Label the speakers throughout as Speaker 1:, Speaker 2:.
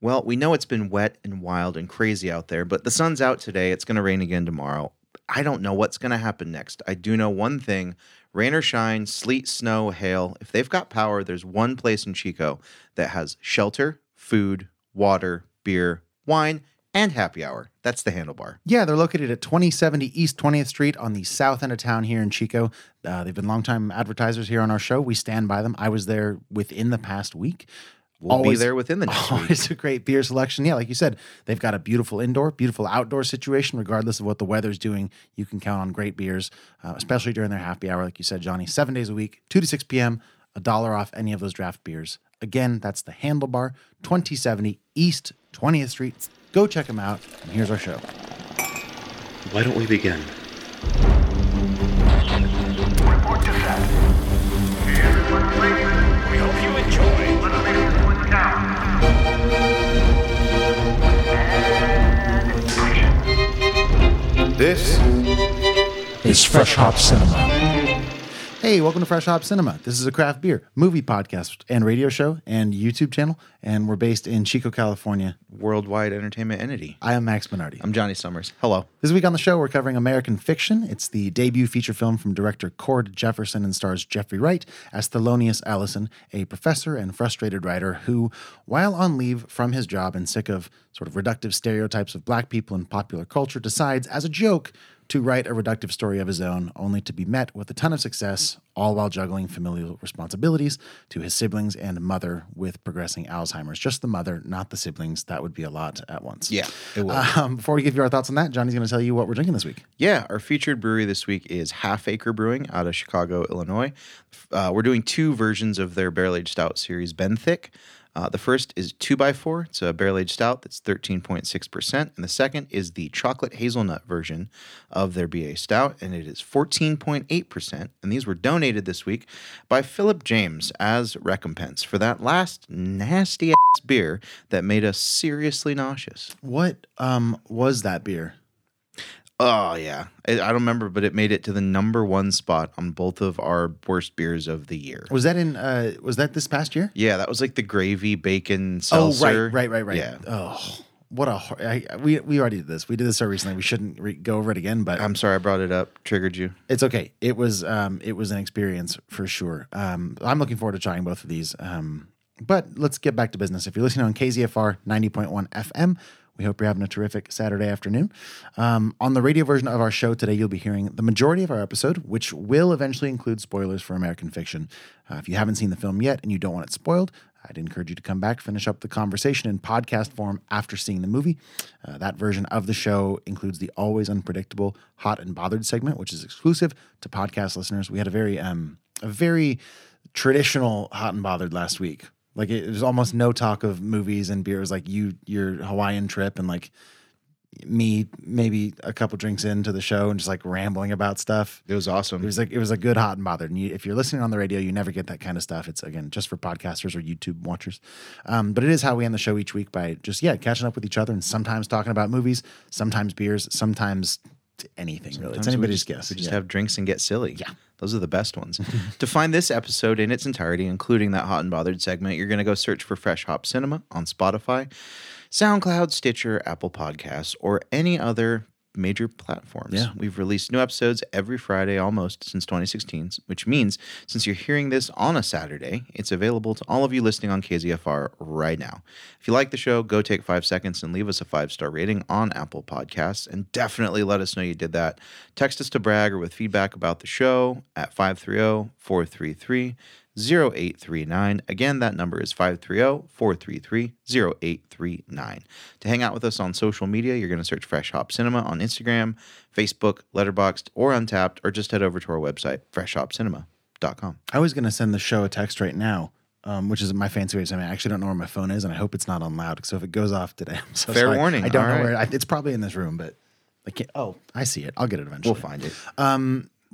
Speaker 1: Well, we know it's been wet and wild and crazy out there, but the sun's out today. It's going to rain again tomorrow. I don't know what's going to happen next. I do know one thing rain or shine, sleet, snow, hail. If they've got power, there's one place in Chico that has shelter, food, water, beer, wine, and happy hour. That's the handlebar.
Speaker 2: Yeah, they're located at 2070 East 20th Street on the south end of town here in Chico. Uh, they've been longtime advertisers here on our show. We stand by them. I was there within the past week.
Speaker 1: We'll be there within the next week.
Speaker 2: Always a great beer selection. Yeah, like you said, they've got a beautiful indoor, beautiful outdoor situation. Regardless of what the weather's doing, you can count on great beers, uh, especially during their happy hour. Like you said, Johnny, seven days a week, 2 to 6 p.m., a dollar off any of those draft beers. Again, that's the Handlebar, 2070 East 20th Street. Go check them out. And here's our show.
Speaker 3: Why don't we begin?
Speaker 4: Report to set. Hey, everyone, please. We hope you enjoy. Let's make this one count. And action.
Speaker 5: This
Speaker 6: is Fresh Hop Cinema.
Speaker 2: Hey, welcome to Fresh Hop Cinema. This is a craft beer, movie podcast, and radio show and YouTube channel. And we're based in Chico, California.
Speaker 1: Worldwide entertainment entity.
Speaker 2: I am Max Minardi.
Speaker 1: I'm Johnny Summers. Hello.
Speaker 2: This week on the show, we're covering American Fiction. It's the debut feature film from director Cord Jefferson and stars Jeffrey Wright as Thelonious Allison, a professor and frustrated writer who, while on leave from his job and sick of sort of reductive stereotypes of black people in popular culture, decides as a joke to write a reductive story of his own, only to be met with a ton of success, all while juggling familial responsibilities to his siblings and mother with progressing Alzheimer's. Just the mother, not the siblings. That would be a lot at once.
Speaker 1: Yeah, it will.
Speaker 2: Um, before we give you our thoughts on that, Johnny's going to tell you what we're drinking this week.
Speaker 1: Yeah, our featured brewery this week is Half Acre Brewing out of Chicago, Illinois. Uh, we're doing two versions of their barrel aged stout series, Ben Thick. Uh, the first is 2x4. It's a barrel aged stout that's 13.6%. And the second is the chocolate hazelnut version of their BA stout, and it is 14.8%. And these were donated this week by Philip James as recompense for that last nasty ass beer that made us seriously nauseous.
Speaker 2: What um, was that beer?
Speaker 1: Oh yeah, I, I don't remember, but it made it to the number one spot on both of our worst beers of the year.
Speaker 2: Was that in? Uh, was that this past year?
Speaker 1: Yeah, that was like the gravy bacon
Speaker 2: Oh,
Speaker 1: seltzer.
Speaker 2: right, right, right, right.
Speaker 1: Yeah,
Speaker 2: Oh, what a hor- I, I- we we already did this. We did this so recently. We shouldn't re- go over it again, but
Speaker 1: I'm sorry I brought it up. Triggered you.
Speaker 2: it's okay. It was um it was an experience for sure. Um, I'm looking forward to trying both of these. Um, but let's get back to business. If you're listening on KZFR 90.1 FM. We hope you're having a terrific Saturday afternoon. Um, on the radio version of our show today, you'll be hearing the majority of our episode, which will eventually include spoilers for American Fiction. Uh, if you haven't seen the film yet and you don't want it spoiled, I'd encourage you to come back, finish up the conversation in podcast form after seeing the movie. Uh, that version of the show includes the always unpredictable hot and bothered segment, which is exclusive to podcast listeners. We had a very, um, a very traditional hot and bothered last week. Like it, it was almost no talk of movies and beer. It was like you, your Hawaiian trip, and like me, maybe a couple drinks into the show and just like rambling about stuff.
Speaker 1: It was
Speaker 2: It
Speaker 1: awesome.
Speaker 2: was like it was a good hot and bothered. And you, if you're listening on the radio, you never get that kind of stuff. It's again just for podcasters or YouTube watchers. Um, but it is how we end the show each week by just yeah catching up with each other and sometimes talking about movies, sometimes beers, sometimes t- anything really.
Speaker 1: Sometimes
Speaker 2: It's
Speaker 1: we
Speaker 2: anybody's
Speaker 1: just-
Speaker 2: guess.
Speaker 1: We just
Speaker 2: Yeah.
Speaker 1: have drinks and get silly. Yeah. Those are the best ones. to find this episode in its entirety, including that Hot and Bothered segment, you're going to go search for Fresh Hop Cinema on Spotify, SoundCloud, Stitcher, Apple Podcasts, or any other major platforms.
Speaker 2: Yeah.
Speaker 1: We've released new episodes every Friday almost since 2016, which means since you're hearing this on a Saturday, it's available to all of you listening on KZFR right now. If you like the show, go take five seconds and leave us a five star rating on Apple Podcasts and definitely let us know you did that. Text us to brag or with feedback about the show at 530 433 0839. Again, that number is oh, 530 433 0839. To hang out with us on social media, you're going to search Fresh Hop Cinema on Instagram, Facebook, Letterboxd, or Untapped, or just head over to our website, freshhopcinema.com.
Speaker 2: I was gonna send the show a text right now, um, which is my fancy way of saying I actually don't know where my phone is, and I hope it's not on loud. So if it goes off today, I'm so
Speaker 1: Fair
Speaker 2: sorry.
Speaker 1: warning.
Speaker 2: I don't
Speaker 1: All
Speaker 2: know
Speaker 1: right.
Speaker 2: where I, it's probably in this room, but I can't. Oh, I see it. I'll get it eventually.
Speaker 1: We'll find it.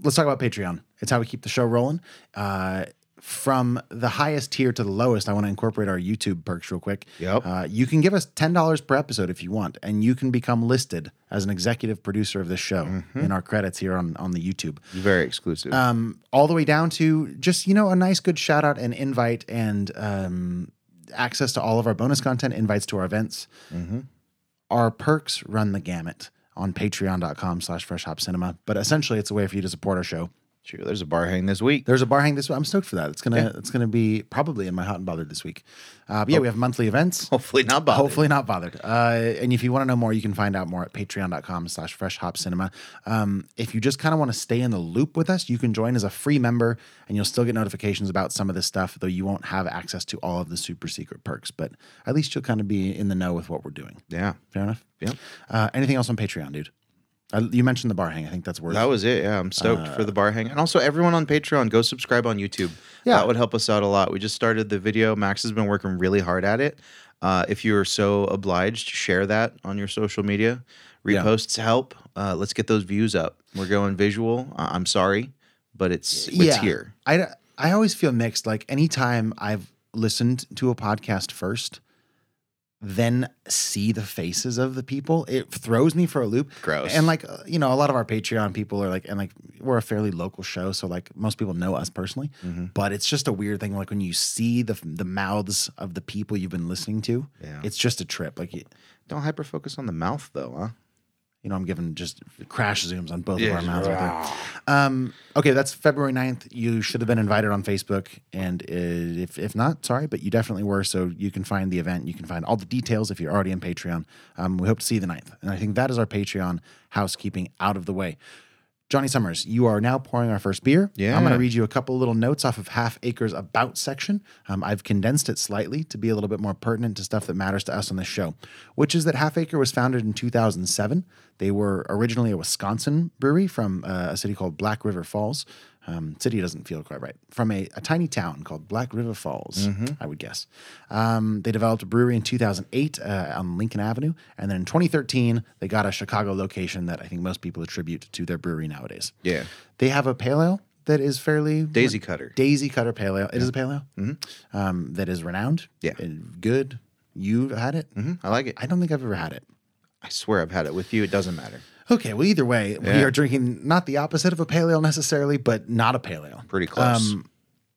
Speaker 2: let's talk about Patreon. It's how we keep the show rolling. Uh, from the highest tier to the lowest, I want to incorporate our YouTube perks real quick.
Speaker 1: Yep.
Speaker 2: Uh, you can give us ten dollars per episode if you want, and you can become listed as an executive producer of this show in our credits here on on the YouTube
Speaker 1: Very exclusive.
Speaker 2: Uh, all the way down to just you know a nice good shout out and invite and um access to all of our bonus content, invites to our events. Our perks run the gamut on patreon.com slash fresh hop cinema. But essentially it's a way for you to support our show.
Speaker 1: Sure, there's a bar hang this week.
Speaker 2: There's a bar hang this week. I'm stoked for that. It's gonna it's gonna be probably in my hot and bothered this week. Uh, but yeah, we have monthly events.
Speaker 1: Hopefully not bothered.
Speaker 2: Hopefully not bothered. Uh, and if you want to know more, you can find out more at patreon.com slash fresh hop cinema. Um, if you just kind of want to stay in the loop with us, you can join as a free member and you'll still get notifications about some of this stuff, though you won't have access to all of the super secret perks. But at least you'll kind of be in the know with what we're doing.
Speaker 1: Yeah.
Speaker 2: Fair enough?
Speaker 1: Yep.
Speaker 2: Uh, anything else on Patreon, dude? Uh, you mentioned the bar hang. I think that's worth
Speaker 1: That was it. Yeah, I'm stoked for the bar hang. And also, everyone on Patreon, go subscribe on YouTube.
Speaker 2: Yeah.
Speaker 1: That would help us out a lot. We just started the video. Max has been working really hard at it. Uh, if you are so obliged, share that on your social media. Reposts help. Uh, let's get those views up. We're going visual. Uh, I'm sorry, but it's it's here.
Speaker 2: I, I always feel mixed. Like anytime I've listened to a podcast first, then see the faces of the people, it throws me for a loop.
Speaker 1: Gross.
Speaker 2: And like, uh, you know, a lot of our Patreon people are like, and like, we're a fairly local show. So like, most people know us personally,
Speaker 1: Mm-hmm.
Speaker 2: but it's just a weird thing. Like, when you see the, the mouths of the people you've been listening to,
Speaker 1: Yeah.
Speaker 2: it's just a trip. Like, you,
Speaker 1: Don't hyper focus on the mouth though, huh?
Speaker 2: you know, I'm giving just crash zooms on both
Speaker 1: Yeah,
Speaker 2: of our mouths. Right there. Um, okay, that's February 9th. You should have been invited on Facebook. And uh, if, if not, sorry, but you definitely were. So you can find the event. You can find all the details if you're already on Patreon. Um, we hope to see you the 9th. And I think that is our Patreon housekeeping out of the way. Johnny Summers, you are now pouring our first beer.
Speaker 1: Yeah.
Speaker 2: I'm going to read you a couple little notes off of Half Acre's About section. Um, I've condensed it slightly to be a little bit more pertinent to stuff that matters to us on this show, which is that Half Acre was founded in 2007. They were originally a Wisconsin brewery from uh, a city called Black River Falls. Um, city doesn't feel quite right. From a, a tiny town called Black River Falls,
Speaker 1: Mm-hmm.
Speaker 2: I would guess. Um, they developed a brewery in 2008 uh, on Lincoln Avenue. And then in 2013, they got a Chicago location that I think most people attribute to their brewery nowadays.
Speaker 1: Yeah.
Speaker 2: They have a pale ale that is fairly
Speaker 1: Daisy cutter.
Speaker 2: Daisy Cutter Pale Ale. It is a pale ale mm-hmm. um, that is renowned.
Speaker 1: Yeah.
Speaker 2: and good. You've had it. Mm-hmm.
Speaker 1: I like it.
Speaker 2: I don't think I've ever had it.
Speaker 1: I swear I've had it with you. It doesn't matter.
Speaker 2: Okay, well, either way, we
Speaker 1: Yeah.
Speaker 2: are drinking not the opposite of a pale ale necessarily, but not a pale ale.
Speaker 1: Pretty close.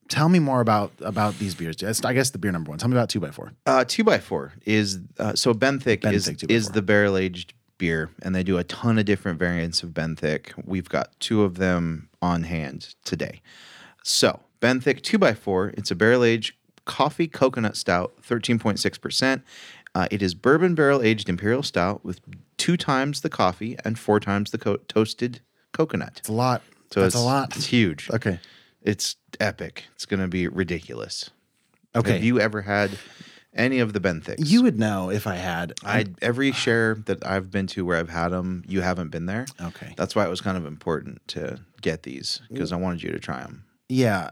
Speaker 2: Tell me more about about these beers. That's- I guess the beer number one. Tell me about two by four.
Speaker 1: Uh, two by four is uh, so Benthic
Speaker 2: Benthic
Speaker 1: is
Speaker 2: 2x4.
Speaker 1: is the barrel aged beer, and they do a ton of different variants of Benthic. We've got two of them on hand today. So Benthic two by four, it's a barrel aged coffee coconut stout, thirteen point six percent. Uh, It is bourbon barrel aged imperial stout with two times the coffee and four times the co- toasted coconut.
Speaker 2: It's a lot.
Speaker 1: So
Speaker 2: That's
Speaker 1: it's
Speaker 2: a lot.
Speaker 1: It's huge.
Speaker 2: Okay.
Speaker 1: It's epic. It's gonna be ridiculous.
Speaker 2: Okay.
Speaker 1: Have you ever had any of the Benthics?
Speaker 2: You would know if I had.
Speaker 1: I
Speaker 2: uh,
Speaker 1: every share that I've been to where I've had them, you haven't been there.
Speaker 2: Okay.
Speaker 1: that's why it was kind of important to get these because I wanted you to try them.
Speaker 2: Yeah.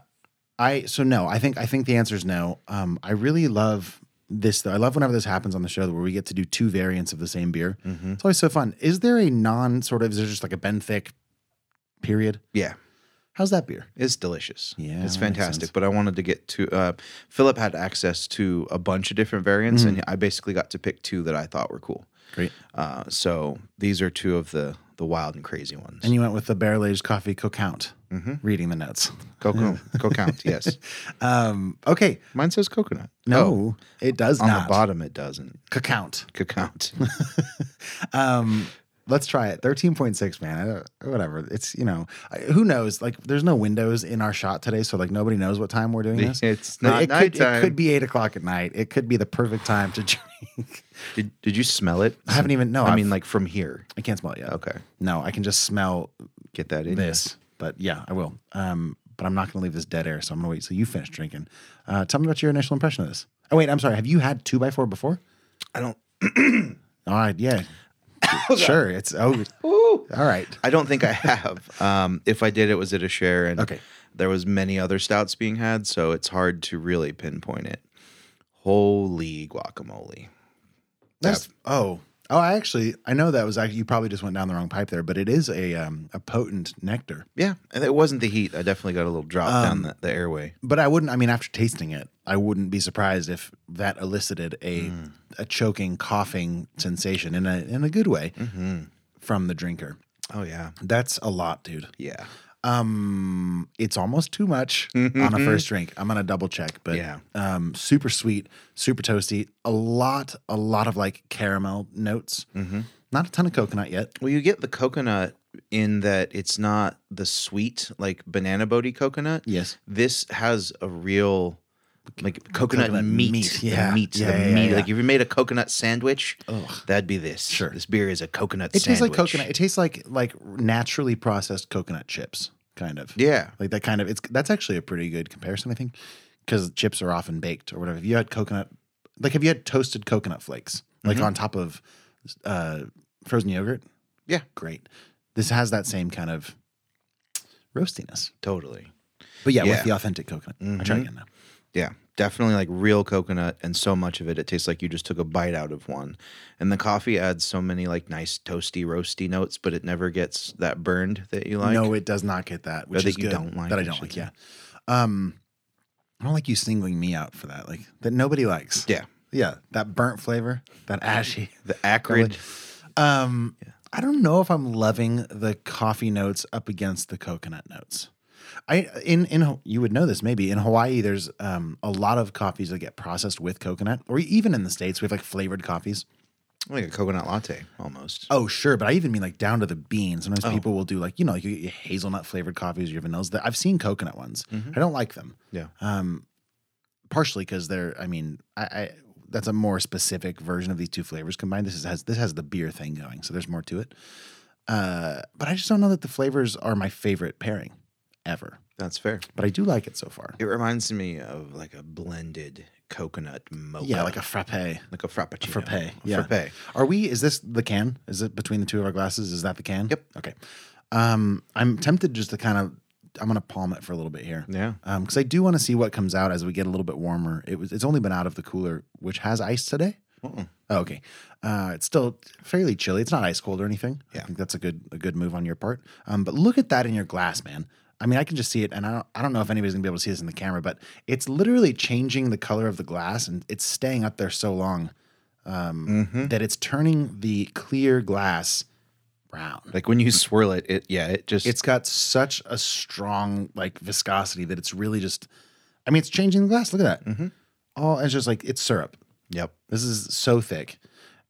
Speaker 2: I so no, I think I think the answer is no. Um, I really love this though. I love whenever this happens on the show where we get to do two variants of the same beer. It's always so fun. Is there a non sort of is there just like a Ben Thick period?
Speaker 1: Yeah,
Speaker 2: How's that beer?
Speaker 1: it's delicious.
Speaker 2: Yeah, that
Speaker 1: it's
Speaker 2: makes sense.
Speaker 1: fantastic. But I wanted to get to. Uh, Philip had access to a bunch of different variants, and I basically got to pick two that I thought were cool.
Speaker 2: Mm-hmm. Great.
Speaker 1: Uh, so these are two of the the wild and crazy ones.
Speaker 2: And you went with the barrel aged coffee cocount.
Speaker 1: Mm-hmm.
Speaker 2: Reading the notes.
Speaker 1: coconut, coconut, yes.
Speaker 2: Um, okay.
Speaker 1: Mine says coconut.
Speaker 2: No, it does
Speaker 1: Oh, on the
Speaker 2: not.
Speaker 1: bottom it doesn't.
Speaker 2: Cocount.
Speaker 1: Coconut.
Speaker 2: Um, let's try it. Thirteen point six, man. I don't, whatever. It's you know, I, who knows? Like, there's no windows in our shot today, so like nobody knows what time we're doing this.
Speaker 1: It's
Speaker 2: But
Speaker 1: not
Speaker 2: it could, it
Speaker 1: nighttime.
Speaker 2: could be eight o'clock at night. It could be the perfect time to drink.
Speaker 1: did, did you smell it?
Speaker 2: I haven't even- no,
Speaker 1: I
Speaker 2: I've-
Speaker 1: mean, like from here.
Speaker 2: I can't smell it yet.
Speaker 1: Okay.
Speaker 2: No, I can just smell
Speaker 1: Get that in. ya.
Speaker 2: this. But yeah, I will. Um, but I'm not going to leave this dead air, so I'm going to wait till you finish drinking. Uh, tell me about your initial impression of this. Oh wait, I'm sorry. Have you had two by four before?
Speaker 1: I don't.
Speaker 2: All right, yeah. sure. It's oh. All right.
Speaker 1: I don't think I have. Um, if I did, it was at a share, and
Speaker 2: Okay.
Speaker 1: there was many other stouts being had, so it's hard to really pinpoint it. Holy guacamole!
Speaker 2: That's oh oh. I actually I know that was actually you probably just went down the wrong pipe there, but it is a um a potent nectar.
Speaker 1: Yeah, and it wasn't the heat. I definitely got a little drop
Speaker 2: Um,
Speaker 1: down the, the airway.
Speaker 2: But I wouldn't. I mean, after tasting it, I wouldn't be surprised if that elicited a a choking, coughing sensation in a in a good way from the drinker.
Speaker 1: Oh yeah,
Speaker 2: That's a lot, dude.
Speaker 1: yeah.
Speaker 2: Um, it's almost too much on a first drink. I'm gonna double check, but
Speaker 1: Yeah.
Speaker 2: um, super sweet, super toasty. A lot, a lot of like caramel notes. Not a ton of coconut yet.
Speaker 1: Well, you get the coconut in that it's not the sweet like banana body coconut.
Speaker 2: Yes.
Speaker 1: This has a real like coconut,
Speaker 2: coconut
Speaker 1: meat,
Speaker 2: meat,
Speaker 1: the
Speaker 2: yeah.
Speaker 1: meat, the
Speaker 2: Yeah, yeah, yeah,
Speaker 1: meat.
Speaker 2: yeah.
Speaker 1: Like if you made a coconut sandwich, that'd be this.
Speaker 2: Sure.
Speaker 1: this beer is a coconut.
Speaker 2: It
Speaker 1: sandwich.
Speaker 2: tastes like coconut. It tastes like like naturally processed coconut chips, kind of.
Speaker 1: Yeah,
Speaker 2: like that kind of. It's that's actually a pretty good comparison, I think, because chips are often baked or whatever. If you had coconut, like have you had toasted coconut flakes, like
Speaker 1: Mm-hmm.
Speaker 2: on top of uh, frozen yogurt?
Speaker 1: Yeah.
Speaker 2: great. This has that same kind of roastiness,
Speaker 1: totally.
Speaker 2: but
Speaker 1: Yeah.
Speaker 2: yeah,
Speaker 1: Mm-hmm.
Speaker 2: with the authentic coconut. I try again now.
Speaker 1: Yeah, definitely like real coconut, and so much of it, it tastes like you just took a bite out of one. And the coffee adds so many like nice toasty, roasty notes, but it never gets that burned that you like.
Speaker 2: no, it does not get that, which
Speaker 1: that
Speaker 2: is
Speaker 1: you
Speaker 2: good.
Speaker 1: don't like,
Speaker 2: that I
Speaker 1: I
Speaker 2: don't
Speaker 1: should
Speaker 2: like.
Speaker 1: say.
Speaker 2: Yeah, um, I don't like you singling me out for that. Like that nobody likes.
Speaker 1: yeah,
Speaker 2: yeah, that burnt flavor, that ashy.
Speaker 1: the acrid.
Speaker 2: Um, I don't know if I'm loving the coffee notes up against the coconut notes. I in in you would know this maybe in Hawaii there's um, a lot of coffees that get processed with coconut, or even in the states we have like flavored coffees.
Speaker 1: Like a coconut latte almost.
Speaker 2: Oh sure, but I even mean like down to the bean. Sometimes people will do like you know like you get your hazelnut flavored coffees, your vanillas. That I've seen coconut ones. I don't like them.
Speaker 1: Yeah.
Speaker 2: Um, partially because they're. I mean, I, I that's a more specific version of these two flavors combined. This is, has this has the beer thing going, so there's more to it. Uh, but I just don't know that the flavors are my favorite pairing ever.
Speaker 1: That's fair.
Speaker 2: But I do like it so far.
Speaker 1: It reminds me of like a blended coconut mocha.
Speaker 2: Yeah, like a frappe.
Speaker 1: like a frappuccino.
Speaker 2: Frappe.
Speaker 1: A
Speaker 2: yeah.
Speaker 1: frappe.
Speaker 2: Are we? Is this the can? Is it between the two of our glasses? Is that the can?
Speaker 1: Yep.
Speaker 2: Okay. Um, I'm tempted just to kind of. I'm gonna palm it for a little bit here.
Speaker 1: Yeah.
Speaker 2: Um, because I do want to see what comes out as we get a little bit warmer. It was. It's only been out of the cooler, which has ice today. Oh, okay. Uh, it's still fairly chilly. It's not ice cold or anything.
Speaker 1: Yeah.
Speaker 2: I think that's a good a good move on your part. Um, but look at that in your glass, man. I mean, I can just see it, and I don't I don't know if anybody's gonna be able to see this in the camera, but it's literally changing the color of the glass, and it's staying up there so long um,
Speaker 1: Mm-hmm.
Speaker 2: that it's turning the clear glass brown.
Speaker 1: Like when you swirl it, it yeah, it just
Speaker 2: It's got such a strong like viscosity that it's really just. I mean, it's changing the glass. Look at that. All it's just like it's syrup.
Speaker 1: Mm-hmm. yep.
Speaker 2: This is so thick.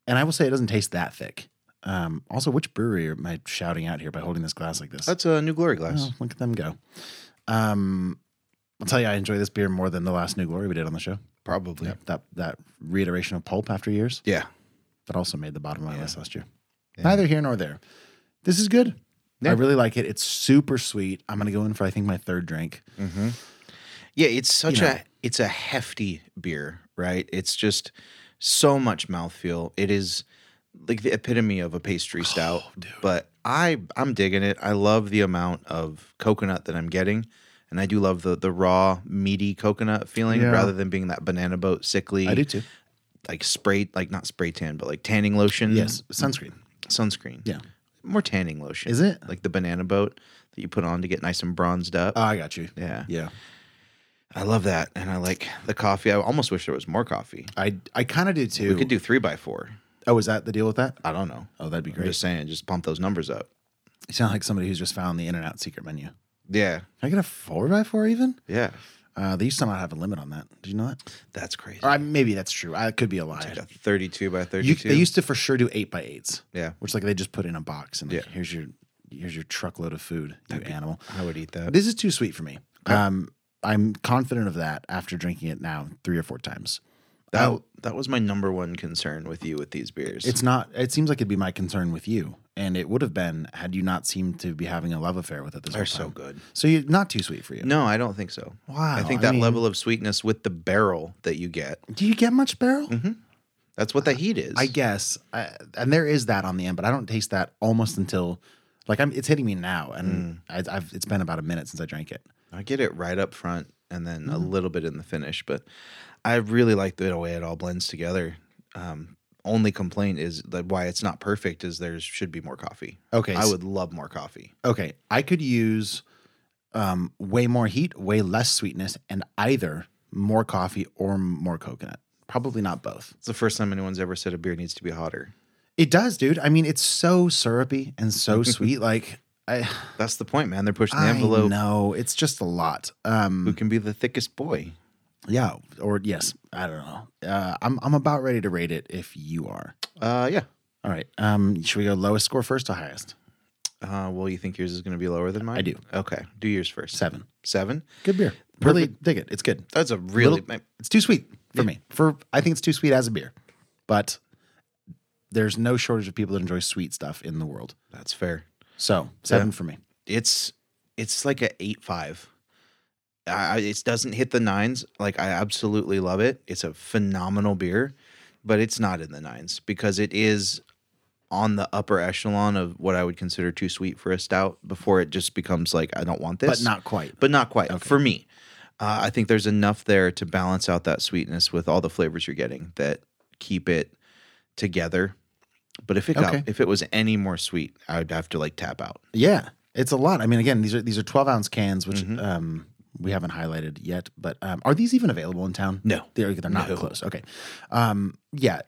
Speaker 2: And I will say it doesn't taste that thick. Um, also, which brewery am I shouting out here by holding this glass like this?
Speaker 1: That's a new glory glass.
Speaker 2: Oh, look at them go. Um, I'll tell you, I enjoy this beer more than the last New Glory we did on the show.
Speaker 1: Probably.
Speaker 2: That that reiteration of pulp after years
Speaker 1: Yeah.
Speaker 2: that also made the bottom of my list last year. Neither here nor there. This is good.
Speaker 1: Yeah.
Speaker 2: I really like it. It's super sweet. I'm gonna go in for I think my third drink.
Speaker 1: Mm-hmm. Yeah, it's such
Speaker 2: You know.
Speaker 1: a it's a hefty beer, right? It's just so much mouthfeel. It is like the epitome of a
Speaker 2: Oh,
Speaker 1: pastry stout. But I I'm digging it. I love the amount of coconut that I'm getting. And I do love the the raw, meaty coconut feeling
Speaker 2: Yeah.
Speaker 1: rather than being that banana boat sickly
Speaker 2: I do too. Mm-hmm.
Speaker 1: like spray like not spray tan, but like tanning lotion.
Speaker 2: Yes, sunscreen.
Speaker 1: Sunscreen.
Speaker 2: Yeah.
Speaker 1: More tanning lotion.
Speaker 2: Is it?
Speaker 1: Like the banana boat that you put on to get nice and bronzed up.
Speaker 2: Oh, I got you.
Speaker 1: Yeah.
Speaker 2: Yeah.
Speaker 1: I love that. And I like the coffee. I almost wish there was more coffee.
Speaker 2: I I kind of do too.
Speaker 1: We could do three by four.
Speaker 2: Oh, is that the deal with that?
Speaker 1: I don't know.
Speaker 2: Oh, that'd be
Speaker 1: I'm
Speaker 2: great.
Speaker 1: just saying, just pump those numbers up.
Speaker 2: You sound like somebody who's just found the In and Out secret menu. Can
Speaker 1: Yeah.
Speaker 2: I get a four by four even?
Speaker 1: Yeah.
Speaker 2: Uh, they used to not have a limit on that. Did you know that?
Speaker 1: That's crazy.
Speaker 2: Or I, maybe that's true. I it could be a lie.
Speaker 1: Like a 32 by
Speaker 2: You,
Speaker 1: 32.
Speaker 2: they used to for sure do eight by eights.
Speaker 1: Yeah.
Speaker 2: which like they just put in a box and like,
Speaker 1: Yeah.
Speaker 2: here's your here's your truckload of food, you animal.
Speaker 1: I would eat that.
Speaker 2: This is too sweet for me. Um, I'm confident of that after drinking it now three or four times.
Speaker 1: that,
Speaker 2: Oh.
Speaker 1: that was my number one concern with you with these beers.
Speaker 2: It's not. It seems like it'd be my concern with you, and it would have been had you not seemed to be having a love affair with it. This
Speaker 1: They're so
Speaker 2: whole time.
Speaker 1: good.
Speaker 2: So you're not too sweet for you.
Speaker 1: No, I don't think so.
Speaker 2: Wow,
Speaker 1: Oh, I think
Speaker 2: I
Speaker 1: that
Speaker 2: mean-
Speaker 1: level of sweetness with the barrel that you get,
Speaker 2: Do you get much barrel?
Speaker 1: Mm. that's what the heat is.
Speaker 2: I guess, I, and there is that on the end, but I don't taste that almost until, like, I'm. It's hitting me now,
Speaker 1: Mm.
Speaker 2: and I, I've. It's been about a minute since I drank it.
Speaker 1: I get it right up front and then a little bit in the finish, but I really like the way it all blends together. Um, only complaint is that why it's not perfect is there should be more coffee.
Speaker 2: Okay,
Speaker 1: I
Speaker 2: s-
Speaker 1: would love more coffee.
Speaker 2: Okay, I could use, um, way more heat, way less sweetness, and either more coffee or more coconut. Probably not both.
Speaker 1: It's the first time anyone's ever said a beer needs to be hotter.
Speaker 2: It does, dude. I mean, it's so syrupy and so sweet. Like I,
Speaker 1: That's the point, man. They're pushing the
Speaker 2: I
Speaker 1: envelope.
Speaker 2: know it's just a lot.
Speaker 1: Who
Speaker 2: Um,
Speaker 1: can be the thickest boy?
Speaker 2: yeah, or yes, I don't know. Uh, I'm I'm about ready to rate it. If you are,
Speaker 1: Uh, yeah.
Speaker 2: all right. Um, should we go lowest score first to highest?
Speaker 1: Uh, well, you think yours is going to be lower than mine?
Speaker 2: I do.
Speaker 1: Okay, do yours first.
Speaker 2: Seven.
Speaker 1: Seven.
Speaker 2: Good beer. Really dig it. It's good.
Speaker 1: That's a really.
Speaker 2: Little- it's too sweet for me. For I think it's too sweet as a beer, but there's no shortage of people that enjoy sweet stuff in the world.
Speaker 1: that's fair.
Speaker 2: So seven for me.
Speaker 1: It's it's like a eight five. I, I- it doesn't hit the nines. Like I absolutely love it. It's a phenomenal beer, but it's not in the nines because it is on the upper echelon of what I would consider too sweet for a stout. Before it just becomes like I don't want this,
Speaker 2: But not quite.
Speaker 1: but not quite for me. Uh, I think there's enough there to balance out that sweetness with all the flavors you're getting that keep it together. But if it
Speaker 2: Okay.
Speaker 1: got, if it was any more sweet, I'd have to like tap out.
Speaker 2: Yeah, it's a lot. I mean, again, these are these are twelve ounce cans, which um, we haven't highlighted yet. But um, are these even available in town?
Speaker 1: No.
Speaker 2: they're, they're not
Speaker 1: No.
Speaker 2: close. Okay, um, yeah,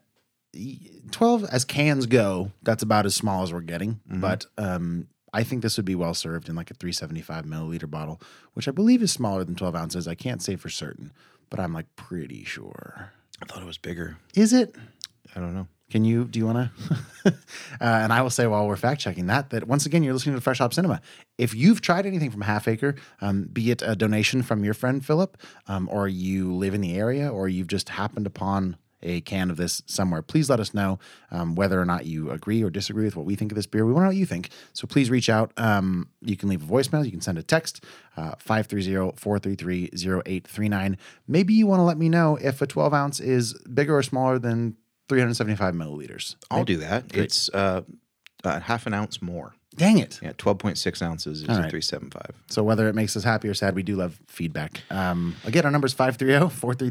Speaker 2: Y- twelve as cans go, that's about as small as we're getting. But um, I think this would be well served in like a three seventy five milliliter bottle, which I believe is smaller than twelve ounces. I can't say for certain, but I'm like pretty sure.
Speaker 1: I thought it was bigger.
Speaker 2: Is it?
Speaker 1: I don't know.
Speaker 2: Can you? Do you want to? uh, and I will say while we're fact checking that that once again you're listening to Fresh Hop Cinema. If you've tried anything from Half Acre, um, be it a donation from your friend Philip, um, or you live in the area, or you've just happened upon a can of this somewhere, please let us know um, whether or not you agree or disagree with what we think of this beer. We want to know what you think. So please reach out. Um, you can leave a voicemail. You can send a text, uh, 530 433 0839. Maybe you want to let me know if a 12 ounce is bigger or smaller than 375 milliliters.
Speaker 1: I'll do that. It's uh, uh, half an ounce more.
Speaker 2: Dang it.
Speaker 1: Yeah, twelve point six ounces is
Speaker 2: All
Speaker 1: a
Speaker 2: right.
Speaker 1: three seven five.
Speaker 2: So whether it makes us happy or sad, we do love feedback. Um, again, our number is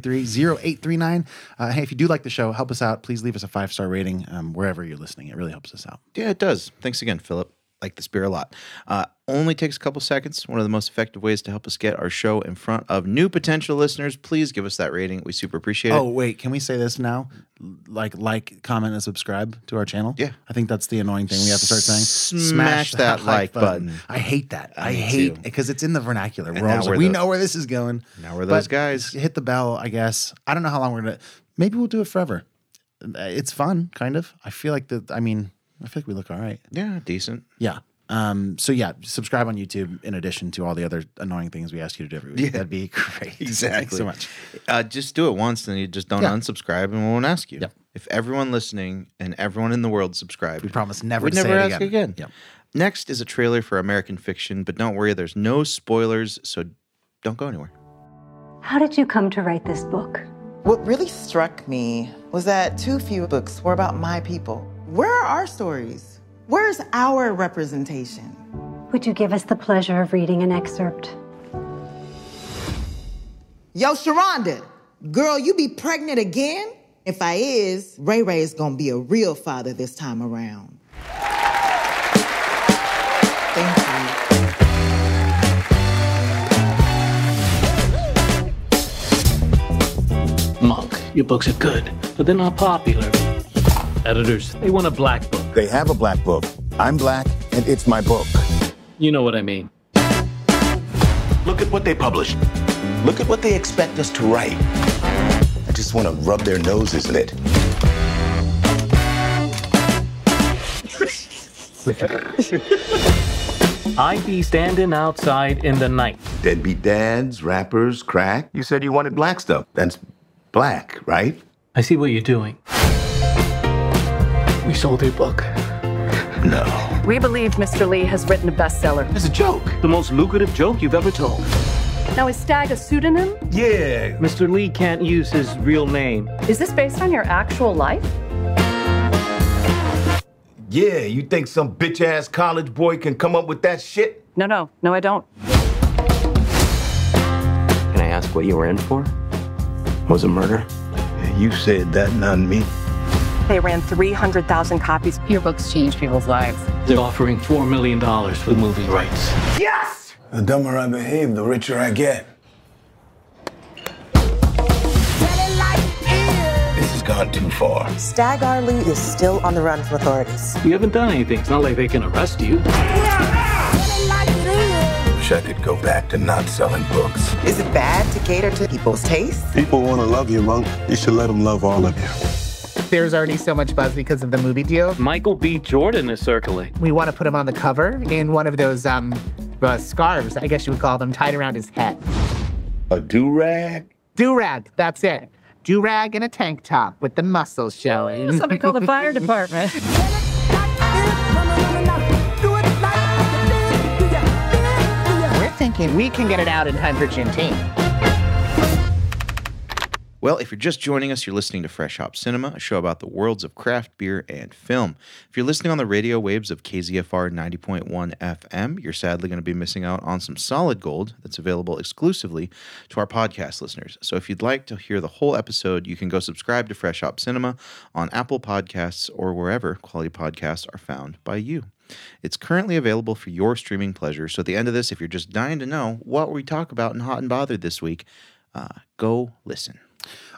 Speaker 2: 530-433-0839. Uh, hey, if you do like the show, help us out. Please leave us a five-star rating um, wherever you're listening. It really helps us out.
Speaker 1: Yeah, it does. Thanks again, Philip. Like this beer a lot. Uh, only takes a couple seconds. One of the most effective ways to help us get our show in front of new potential listeners. Please give us that rating. We super appreciate
Speaker 2: Oh,
Speaker 1: it.
Speaker 2: wait. Can we say this now? L- Like, like, comment, and subscribe to our channel?
Speaker 1: Yeah.
Speaker 2: I think that's the annoying thing we have to start saying.
Speaker 1: Smash that like button.
Speaker 2: I hate that. I,
Speaker 1: Me
Speaker 2: hate
Speaker 1: too.
Speaker 2: because it's in the vernacular. We're
Speaker 1: now
Speaker 2: always like,
Speaker 1: we're
Speaker 2: we
Speaker 1: tho-
Speaker 2: know where this is going.
Speaker 1: Now we're those
Speaker 2: But
Speaker 1: guys.
Speaker 2: Hit the bell, I guess. I don't know how long we're gonna. Maybe we'll do it forever. It's fun, kind of. I feel like the. I mean, I feel like we look all right.
Speaker 1: Yeah, decent.
Speaker 2: Yeah. Um. So yeah, subscribe on YouTube in addition to all the other annoying things we ask you to do every week. That'd be great. Thanks
Speaker 1: Exactly.
Speaker 2: so much.
Speaker 1: Uh, just do it once, and you just don't
Speaker 2: Yeah.
Speaker 1: unsubscribe, and we won't ask you.
Speaker 2: Yep.
Speaker 1: If everyone listening and everyone in the world subscribed,
Speaker 2: We promise never
Speaker 1: we'd
Speaker 2: to say
Speaker 1: never
Speaker 2: it
Speaker 1: ask
Speaker 2: again.
Speaker 1: again.
Speaker 2: Yep.
Speaker 1: Next is a trailer for American Fiction, but don't worry, there's no spoilers, so don't go anywhere.
Speaker 7: How did you come to write this book?
Speaker 8: What really struck me was that too few books were about my people. Where are our stories? Where's our representation?
Speaker 7: Would you give us the pleasure of reading an excerpt?
Speaker 8: Yo, Sharonda, girl, you be pregnant again? If I is, Ray Ray is gonna be a real father this time around. Thank you.
Speaker 9: Monk, your books are good, but they're not popular. Editors, they want a black book.
Speaker 10: They have a black book. I'm black, and it's my book.
Speaker 9: You know what I mean.
Speaker 5: Look at what they publish. Look at what they expect us to write.
Speaker 10: I just want to rub their noses in it.
Speaker 9: I be standing outside in the night.
Speaker 10: Deadbeat dads, rappers, crack. You said you wanted black stuff. That's black, right?
Speaker 9: I see what you're doing. We sold your book.
Speaker 10: No.
Speaker 11: We believe Mr. Lee has written a bestseller.
Speaker 10: It's a joke.
Speaker 9: The most lucrative joke you've ever told.
Speaker 11: Now, is Stag a pseudonym?
Speaker 10: Yeah.
Speaker 9: Mr. Lee can't use his real name.
Speaker 11: Is this based on your actual life?
Speaker 10: Yeah, you think some bitch ass college boy can come up with that shit?
Speaker 11: No, no, no, I don't.
Speaker 12: Can I ask what you were in for? Was it murder?
Speaker 10: You said that, not me.
Speaker 11: They ran 300,000 copies. Your books change people's lives.
Speaker 9: They're offering $4 million for the movie rights.
Speaker 10: The dumber I behave, the richer I get. This has gone too far.
Speaker 8: Stag Arley is still on the run from authorities.
Speaker 9: You haven't done anything. It's not like they can arrest you.
Speaker 4: We're out!
Speaker 5: wish I could go back to not selling books.
Speaker 8: Is it bad to cater to people's tastes?
Speaker 5: People want to love you, Monk. You should let them love all of you.
Speaker 13: There's already so much buzz because of the movie deal.
Speaker 9: Michael B. Jordan is circling.
Speaker 13: We want to put him on the cover in one of those um uh, scarves, I guess you would call them, tied around his head.
Speaker 5: A do rag?
Speaker 13: Do rag, that's it. Do rag and a tank top with the muscles showing.
Speaker 14: Somebody call the fire department.
Speaker 13: We're thinking we can get it out in hydrogen tape.
Speaker 1: Well, if you're just joining us, you're listening to Fresh Hop Cinema, a show about the worlds of craft beer and film. If you're listening on the radio waves of KZFR 90.1 FM, you're sadly going to be missing out on some solid gold that's available exclusively to our podcast listeners. So if you'd like to hear the whole episode, you can go subscribe to Fresh Hop Cinema on Apple Podcasts or wherever quality podcasts are found by you. It's currently available for your streaming pleasure. So at the end of this, if you're just dying to know what we talk about in Hot and Bothered this week, uh, go listen.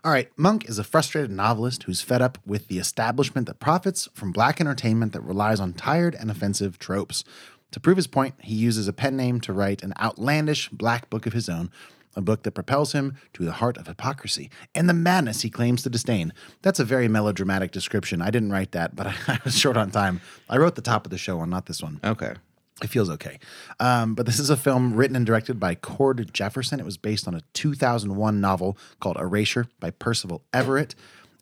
Speaker 2: All right, Monk is a frustrated novelist who's fed up with the establishment that profits from black entertainment that relies on tired and offensive tropes. To prove his point, he uses a pen name to write an outlandish black book of his own, a book that propels him to the heart of hypocrisy and the madness he claims to disdain. That's a very melodramatic description. I didn't write that, but I was short on time. I wrote the top of the show one, not this one.
Speaker 1: Okay.
Speaker 2: It feels okay. Um, but this is a film written and directed by Cord Jefferson. It was based on a 2001 novel called Erasure by Percival Everett.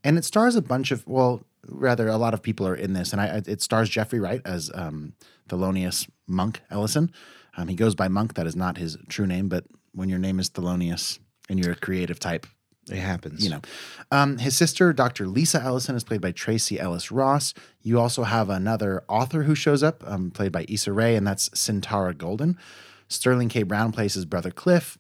Speaker 2: And it stars a bunch of, well, rather, a lot of people are in this. And I, I- it stars Jeffrey Wright as um, Thelonious Monk Ellison. Um, he goes by Monk. That is not his true name. But when your name is Thelonious and you're a creative type,
Speaker 1: it happens.
Speaker 2: You know, um, his sister, Dr. Lisa Ellison, is played by Tracy Ellis Ross. You also have another author who shows up, um, played by Issa Rae, and that's Cintara Golden. Sterling K. Brown plays his brother Cliff.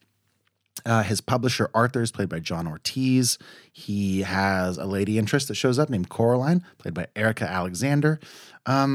Speaker 2: Uh, his publisher Arthur is played by John Ortiz. He has a lady interest that shows up named Coraline, played by Erica Alexander.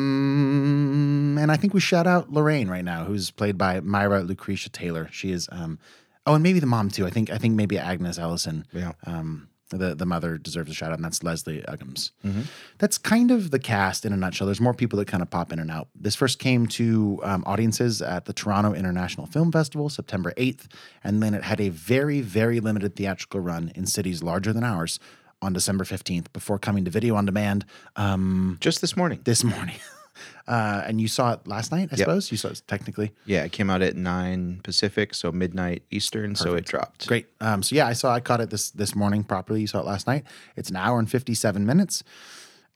Speaker 2: Um, and I think we shout out Lorraine right now, who's played by Myra Lucretia Taylor. She is um, oh, and maybe the mom too. I think I think maybe Agnes Ellison.
Speaker 1: Yeah.
Speaker 2: Um, the the mother deserves a shout out, and that's Leslie Uggams
Speaker 1: Mhm.
Speaker 2: that's kind of the cast in a nutshell. There's more people that kind of pop in and out. This first came to um, audiences at the Toronto International Film Festival, September 8th, and then it had a very, very limited theatrical run in cities larger than ours on December 15th before coming to video on demand. Um,
Speaker 1: Just this morning.
Speaker 2: This morning. uh, and you saw it last night, I
Speaker 1: Yep.
Speaker 2: suppose? You saw it technically.
Speaker 1: Yeah, it came out at 9 Pacific, so midnight Eastern, so it dropped.
Speaker 2: Great. Um, so yeah, I saw I caught it this this morning properly. You saw it last night. It's an hour and fifty seven minutes,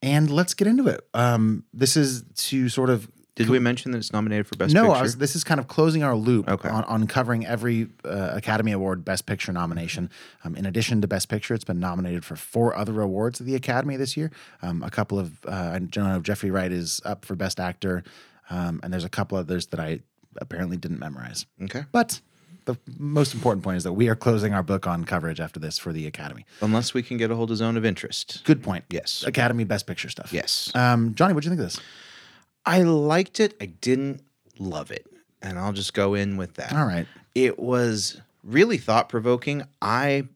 Speaker 2: and let's get into it. Um, this is to sort of.
Speaker 1: Did we mention that it's nominated for Best
Speaker 2: no, I
Speaker 1: Picture?
Speaker 2: was, this is kind of closing our loop on, on covering every uh, Academy Award Best Picture nomination. Um, in addition to Best Picture, it's been nominated for four other awards at the Academy this year. Um, a couple of, uh, I don't know, Jeffrey Wright is up for Best Actor, um, and there's a couple others that I apparently didn't memorize.
Speaker 1: Okay.
Speaker 2: But the most important point is that we are closing our book on coverage after this for the Academy.
Speaker 1: Unless we can get a hold of Zone of Interest.
Speaker 2: Good point.
Speaker 1: Yes.
Speaker 2: Academy Best Picture stuff.
Speaker 1: Yes.
Speaker 2: Um, Johnny, what do you think of this?
Speaker 1: I liked it. I didn't love it. And I'll just go in with that.
Speaker 2: All right.
Speaker 1: It was really thought provoking. I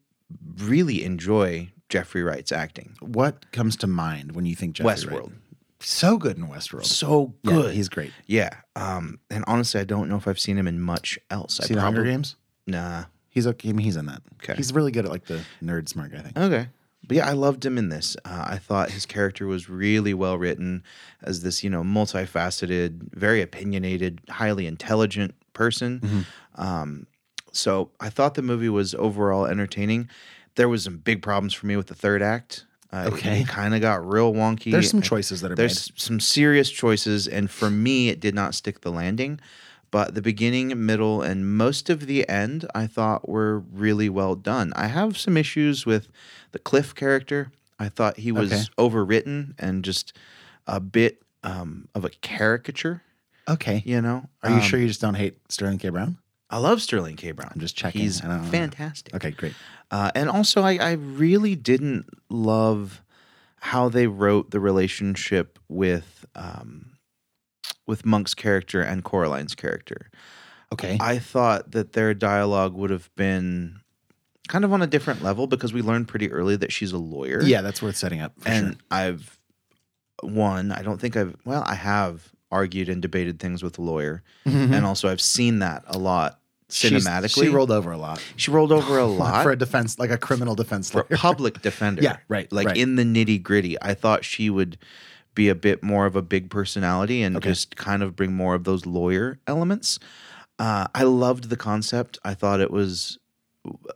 Speaker 1: really enjoy Jeffrey Wright's acting.
Speaker 2: What comes to mind when you think Jeffrey Wright?
Speaker 1: Westworld.
Speaker 2: So good in Westworld.
Speaker 1: So
Speaker 2: Yeah,
Speaker 1: good.
Speaker 2: he's great.
Speaker 1: Yeah. Um, and honestly, I don't know if I've seen him in much else. I
Speaker 2: See the Hunger
Speaker 1: probab-
Speaker 2: Games?
Speaker 1: Nah.
Speaker 2: He's okay. I mean, he's in that.
Speaker 1: Okay.
Speaker 2: He's really good at like the nerd smart guy thing.
Speaker 1: Okay. But yeah, I loved him in this. Uh, I thought his character was really well written as this, you know, multifaceted, very opinionated, highly intelligent person.
Speaker 2: Mm-hmm.
Speaker 1: Um, so I thought the movie was overall entertaining. There was some big problems for me with the third act. Uh,
Speaker 2: Okay.
Speaker 1: it kind of got real wonky.
Speaker 2: There's some choices that are
Speaker 1: There's some serious choices, and for me, it did not stick the landing. But the beginning, middle, and most of the end, I thought were really well done. I have some issues with the Cliff character. I thought he was
Speaker 2: Okay.
Speaker 1: overwritten and just a bit um, of a caricature.
Speaker 2: Okay.
Speaker 1: You know?
Speaker 2: Are you
Speaker 1: Um,
Speaker 2: sure you just don't hate Sterling K. Brown?
Speaker 1: I love Sterling K. Brown. I'm
Speaker 2: just checking.
Speaker 1: He's
Speaker 2: I don't know.
Speaker 1: fantastic.
Speaker 2: Okay, great.
Speaker 1: Uh, and also, I, I really didn't love how they wrote the relationship with um, with Monk's character and Coraline's character.
Speaker 2: Okay,
Speaker 1: I thought that their dialogue would have been kind of on a different level because we learned pretty early that she's a lawyer.
Speaker 2: Yeah, that's worth setting up. For
Speaker 1: and
Speaker 2: sure.
Speaker 1: I've one. I don't think I've. Well, I have argued and debated things with a lawyer,
Speaker 2: Mhm.
Speaker 1: and also I've seen that a lot
Speaker 2: She's-
Speaker 1: cinematically.
Speaker 2: she rolled over a lot.
Speaker 1: She rolled over a lot
Speaker 2: for a defense, like a criminal defense
Speaker 1: for a public defender.
Speaker 2: Yeah, right,
Speaker 1: Like
Speaker 2: right.
Speaker 1: in the nitty gritty, I thought she would be a bit more of a big personality and just kind of bring more of those lawyer elements. Uh, I loved the concept. I thought it was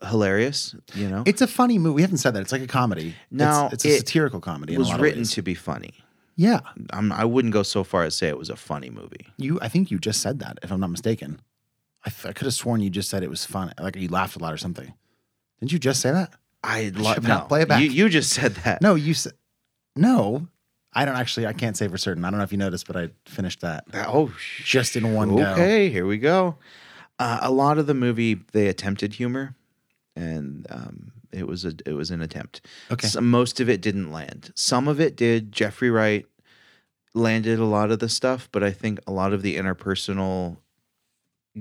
Speaker 1: hilarious. You know,
Speaker 2: It's a funny movie. We haven't said that. It's like a comedy.
Speaker 1: Now,
Speaker 2: it's, it's a
Speaker 1: it
Speaker 2: satirical comedy.
Speaker 1: it
Speaker 2: in a
Speaker 1: was
Speaker 2: lot of
Speaker 1: written
Speaker 2: ways.
Speaker 1: to be funny.
Speaker 2: Yeah,
Speaker 1: I'm, I wouldn't go so far as say it was a funny movie.
Speaker 2: you. I think you just said that, if I'm not mistaken. I, th- I could have sworn you just said it was fun. Like you laughed a lot or something. Didn't you just say that?
Speaker 1: I
Speaker 2: should
Speaker 1: love
Speaker 2: not play it back.
Speaker 1: You, you just said that.
Speaker 2: No, you said no. I don't actually. I can't say for certain. I don't know if you noticed, but I finished that.
Speaker 1: Oh,
Speaker 2: just in one go.
Speaker 1: Okay, here we go. Uh, a lot of the movie they attempted humor, and um, it was a it was an attempt.
Speaker 2: Okay.
Speaker 1: So most of it didn't land. Some of it did. Jeffrey Wright landed a lot of the stuff, but I think a lot of the interpersonal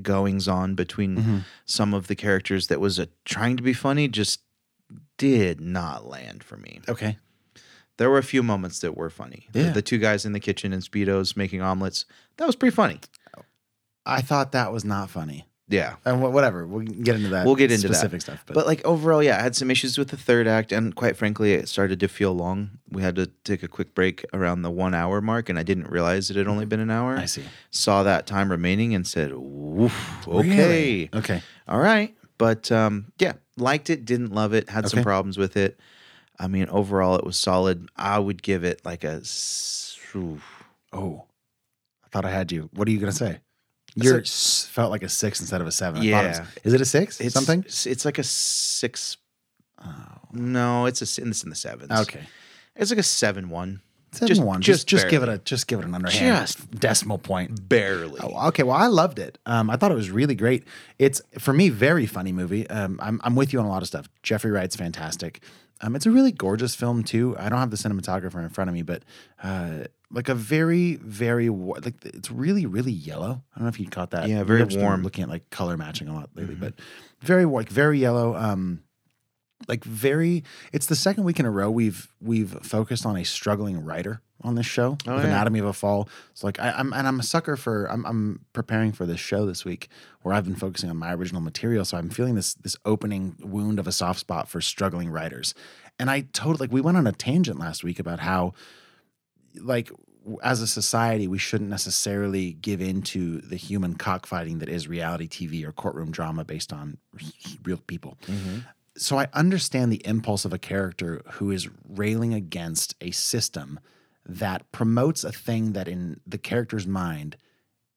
Speaker 1: goings on between
Speaker 2: Mhm.
Speaker 1: some of the characters that was uh trying to be funny just did not land for me.
Speaker 2: Okay.
Speaker 1: There were a few moments that were funny. The-
Speaker 2: Yeah.
Speaker 1: the two guys in the kitchen in speedos making omelets. That was pretty funny.
Speaker 2: I thought that was not funny.
Speaker 1: Yeah.
Speaker 2: And wh- whatever. We'll get into that.
Speaker 1: we'll get into
Speaker 2: specific
Speaker 1: that.
Speaker 2: stuff.
Speaker 1: But. like overall, yeah, I had some issues with the third act, and quite frankly, it started to feel long. We had to take a quick break around the one hour mark, and I didn't realize it had only been an hour. I
Speaker 2: see.
Speaker 1: Saw that time remaining and said, "Woof, okay,
Speaker 2: Really? Okay.
Speaker 1: all right." But um, yeah, liked it, didn't love it, had some
Speaker 2: Okay.
Speaker 1: problems with it. I mean, overall, it was solid. I would give it like a. s- oof.
Speaker 2: Oh, I thought I had you. What are you gonna say?
Speaker 1: I
Speaker 2: Your
Speaker 1: said-
Speaker 2: s felt like a six instead of a seven. I thought it was-
Speaker 1: Yeah.
Speaker 2: is it a six?
Speaker 1: It's
Speaker 2: Something? Oh.
Speaker 1: It's, it's like a six. No, it's a s- it's in the sevens.
Speaker 2: Okay.
Speaker 1: it's like a seven one.
Speaker 2: Seven
Speaker 1: just,
Speaker 2: one.
Speaker 1: Just
Speaker 2: Just just, give it a just give it an underhand
Speaker 1: Just
Speaker 2: decimal point.
Speaker 1: barely.
Speaker 2: Oh, okay. Well, I loved it. Um, I thought it was really great. It's for me very funny movie. Um, I'm I'm with you on a lot of stuff. Jeffrey Wright's fantastic. Um, it's a really gorgeous film too. I don't have the cinematographer in front of me, but uh, like a very very wa- like it's really really yellow. I don't know if you caught that.
Speaker 1: Yeah, very
Speaker 2: I've just been
Speaker 1: warm. Mm-hmm.
Speaker 2: Looking at like color matching a lot lately, but very wa- like very yellow. Um, like very it's the second week in a row we've we've focused on a struggling writer on this show
Speaker 1: Oh,
Speaker 2: with
Speaker 1: yeah.
Speaker 2: anatomy of a fall so like I, i'm and i'm a sucker for I'm, I'm preparing for this show this week where i've been focusing on my original material so i'm feeling this this opening wound of a soft spot for struggling writers and i totally like we went on a tangent last week about how like w- as a society we shouldn't necessarily give in to the human cockfighting that is reality tv or courtroom drama based on real people so I understand the impulse of a character who is railing against a system that promotes a thing that in the character's mind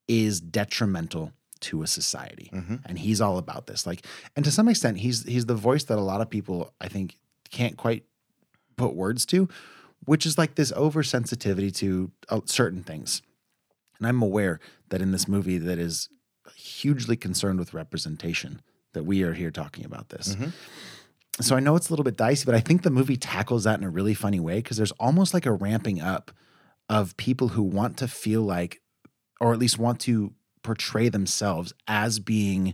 Speaker 2: is detrimental to a society. And he's all about this. Like and to some extent he's he's the voice that a lot of people I think can't quite put words to, which is like this oversensitivity to uh, certain things. And I'm aware that in this movie that is hugely concerned with representation that we are here talking about this. So I know it's a little bit dicey, but I think the movie tackles that in a really funny way because there's almost like a ramping up of people who want to feel like or at least want to portray themselves as being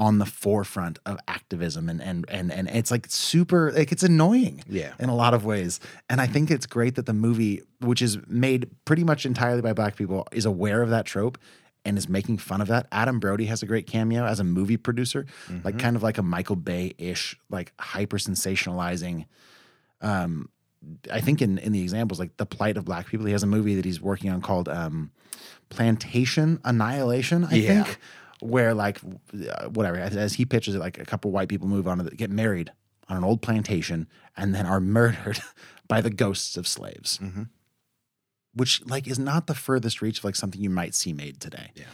Speaker 2: on the forefront of activism and and and and it's like super like it's annoying
Speaker 1: Yeah.
Speaker 2: in a lot of ways and i think it's great that the movie which is made pretty much entirely by black people is aware of that trope and is making fun of that adam brody has a great cameo as a movie producer like kind of like a michael bay-ish like hyper sensationalizing um i think in in the examples like the plight of black people he has a movie that he's working on called um plantation annihilation i
Speaker 1: Yeah.
Speaker 2: think where like uh, whatever as, as he pitches it like a couple white people move on to the, get married on an old plantation and then are murdered by the ghosts of slaves which like is not the furthest reach of like something you might see made today yeah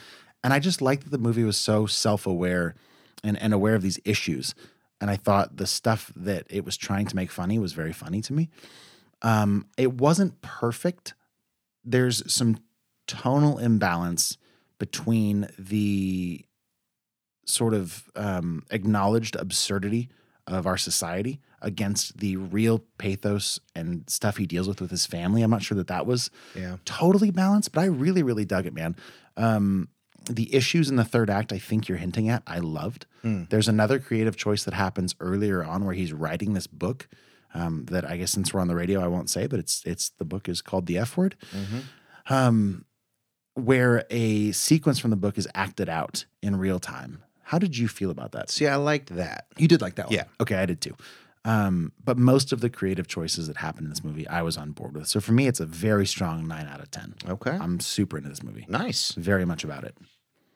Speaker 2: and i just liked that the movie was so self-aware and, and aware of these issues and i thought the stuff that it was trying to make funny was very funny to me um, it wasn't perfect there's some tonal imbalance between the sort of um, acknowledged absurdity of our society against the real pathos and stuff he deals with with his family. I'm not sure that that was
Speaker 1: Yeah.
Speaker 2: totally balanced, but I really, really dug it, man. Um, the issues in the third act, I think you're hinting at, I loved. There's another creative choice that happens earlier on where he's writing this book um, that I guess since we're on the radio, I won't say, but it's it's the book is called the F Word. Um, where a sequence from the book is acted out in real time. How did you feel about that?
Speaker 1: See, I liked that.
Speaker 2: You did like that one.
Speaker 1: Yeah.
Speaker 2: Okay, I did too. Um, but most of the creative choices that happened in this movie, I was on board with. So for me, it's a very strong nine out of 10.
Speaker 1: Okay.
Speaker 2: I'm super into this movie.
Speaker 1: Nice.
Speaker 2: Very much about it.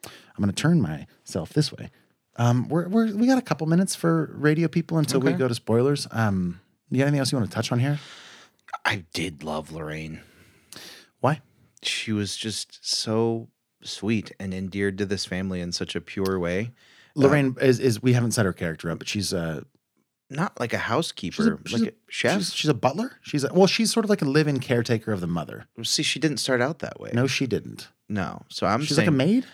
Speaker 2: I'm going to turn myself this way. Um, we're, we're, we got a couple minutes for radio people until we
Speaker 1: Okay.
Speaker 2: go to spoilers. Um, you got anything else you want to touch on here?
Speaker 1: I did love Lorraine.
Speaker 2: Why?
Speaker 1: She was just so sweet and endeared to this family in such a pure way.
Speaker 2: Lorraine is, is, we haven't set her character up, but she's uh,
Speaker 1: Not like a housekeeper,
Speaker 2: she's a, she's
Speaker 1: like a,
Speaker 2: a-
Speaker 1: chef.
Speaker 2: She's, she's a butler. She's a, well, she's sort of like a live-in caretaker of the mother.
Speaker 1: See, she didn't start out that way.
Speaker 2: No, she didn't.
Speaker 1: No. So I'm
Speaker 2: she's
Speaker 1: saying,
Speaker 2: like a maid.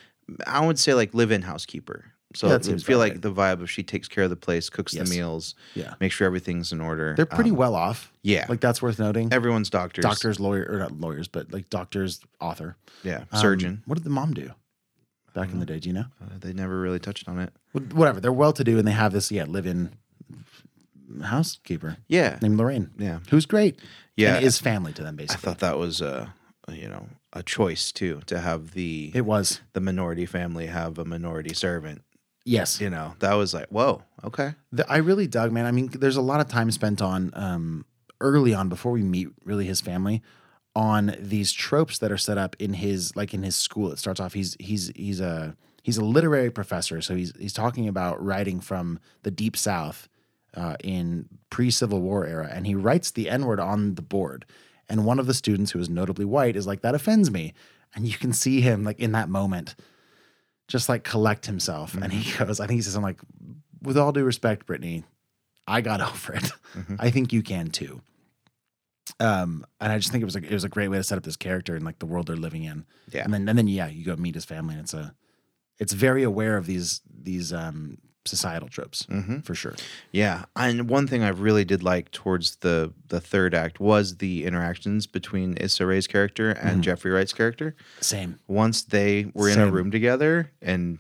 Speaker 1: I would say like live in housekeeper. So
Speaker 2: Yeah,
Speaker 1: I
Speaker 2: that seems
Speaker 1: feel
Speaker 2: about
Speaker 1: like
Speaker 2: right.
Speaker 1: the vibe of she takes care of the place, cooks
Speaker 2: Yes.
Speaker 1: the meals,
Speaker 2: Yeah.
Speaker 1: makes sure everything's in order.
Speaker 2: They're pretty
Speaker 1: Um,
Speaker 2: well off.
Speaker 1: yeah.
Speaker 2: Like that's worth noting.
Speaker 1: Everyone's doctors.
Speaker 2: doctors, lawyer, or not lawyers, but like doctors, author,
Speaker 1: Yeah.
Speaker 2: Um,
Speaker 1: Surgeon.
Speaker 2: What did the mom do back in the day? Do you know?
Speaker 1: Uh, they never really touched on it.
Speaker 2: Wh- Whatever. They're well to do, and they have this yeah live-in housekeeper
Speaker 1: Yeah.
Speaker 2: named Lorraine.
Speaker 1: Yeah.
Speaker 2: who's great.
Speaker 1: Yeah.
Speaker 2: and is family to them
Speaker 1: I
Speaker 2: basically.
Speaker 1: thought that was a, you know, a choice too to have the
Speaker 2: it was
Speaker 1: the minority family have a minority servant.
Speaker 2: yes.
Speaker 1: You know, that was like, whoa, okay.
Speaker 2: The, I really dug, man. I mean, there's a lot of time spent on um, early on before we meet really his family on these tropes that are set up in his like in his school. It starts off he's he's he's a he's a literary professor, so he's he's talking about writing from the deep south uh, in pre Civil War era, and he writes the N word on the board. And one of the students who is notably white is like that offends me, and you can see him like in that moment just like collect himself. And he goes, I think he says, I'm like, with all due respect, Brittany, I got over it.
Speaker 1: Mm-hmm.
Speaker 2: I think you can too. Um, and I just think it was like it was a great way to set up this character and like the world they're living in.
Speaker 1: Yeah.
Speaker 2: And then and then yeah, you go meet his family and it's a it's very aware of these these um societal tropes
Speaker 1: Mm-hmm.
Speaker 2: for sure.
Speaker 1: Yeah, and one thing I really did like towards the the third act was the interactions between Issa Rae's character and Jeffrey Wright's character.
Speaker 2: Same.
Speaker 1: Once they were in a
Speaker 2: Mm-hmm. Same.
Speaker 1: room together, and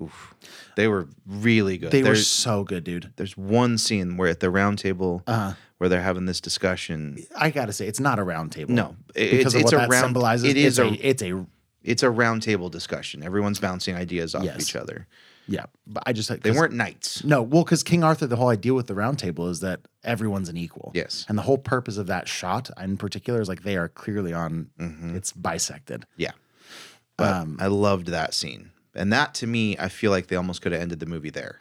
Speaker 1: oof, they were really good.
Speaker 2: They were
Speaker 1: there's,
Speaker 2: so good, dude.
Speaker 1: there's one scene where at the round table
Speaker 2: Uh-huh.
Speaker 1: where they're having this discussion.
Speaker 2: I gotta say, it's not a round table.
Speaker 1: No, it- it's-
Speaker 2: because of
Speaker 1: it's
Speaker 2: what
Speaker 1: a
Speaker 2: that
Speaker 1: round-
Speaker 2: symbolizes.
Speaker 1: it is
Speaker 2: it's a,
Speaker 1: a-
Speaker 2: it's a
Speaker 1: It's a round table discussion. Everyone's bouncing ideas off
Speaker 2: Yes.
Speaker 1: each other.
Speaker 2: yeah. But I just like
Speaker 1: They
Speaker 2: 'cause-
Speaker 1: weren't knights.
Speaker 2: No, well, because King Arthur, the whole idea with the round table is that everyone's an equal.
Speaker 1: Yes.
Speaker 2: And the whole purpose of that shot in particular is like they are clearly on,
Speaker 1: Mm-hmm.
Speaker 2: it's bisected.
Speaker 1: Yeah. But
Speaker 2: Um,
Speaker 1: I loved that scene. And that to me, I feel like they almost could have ended the movie there.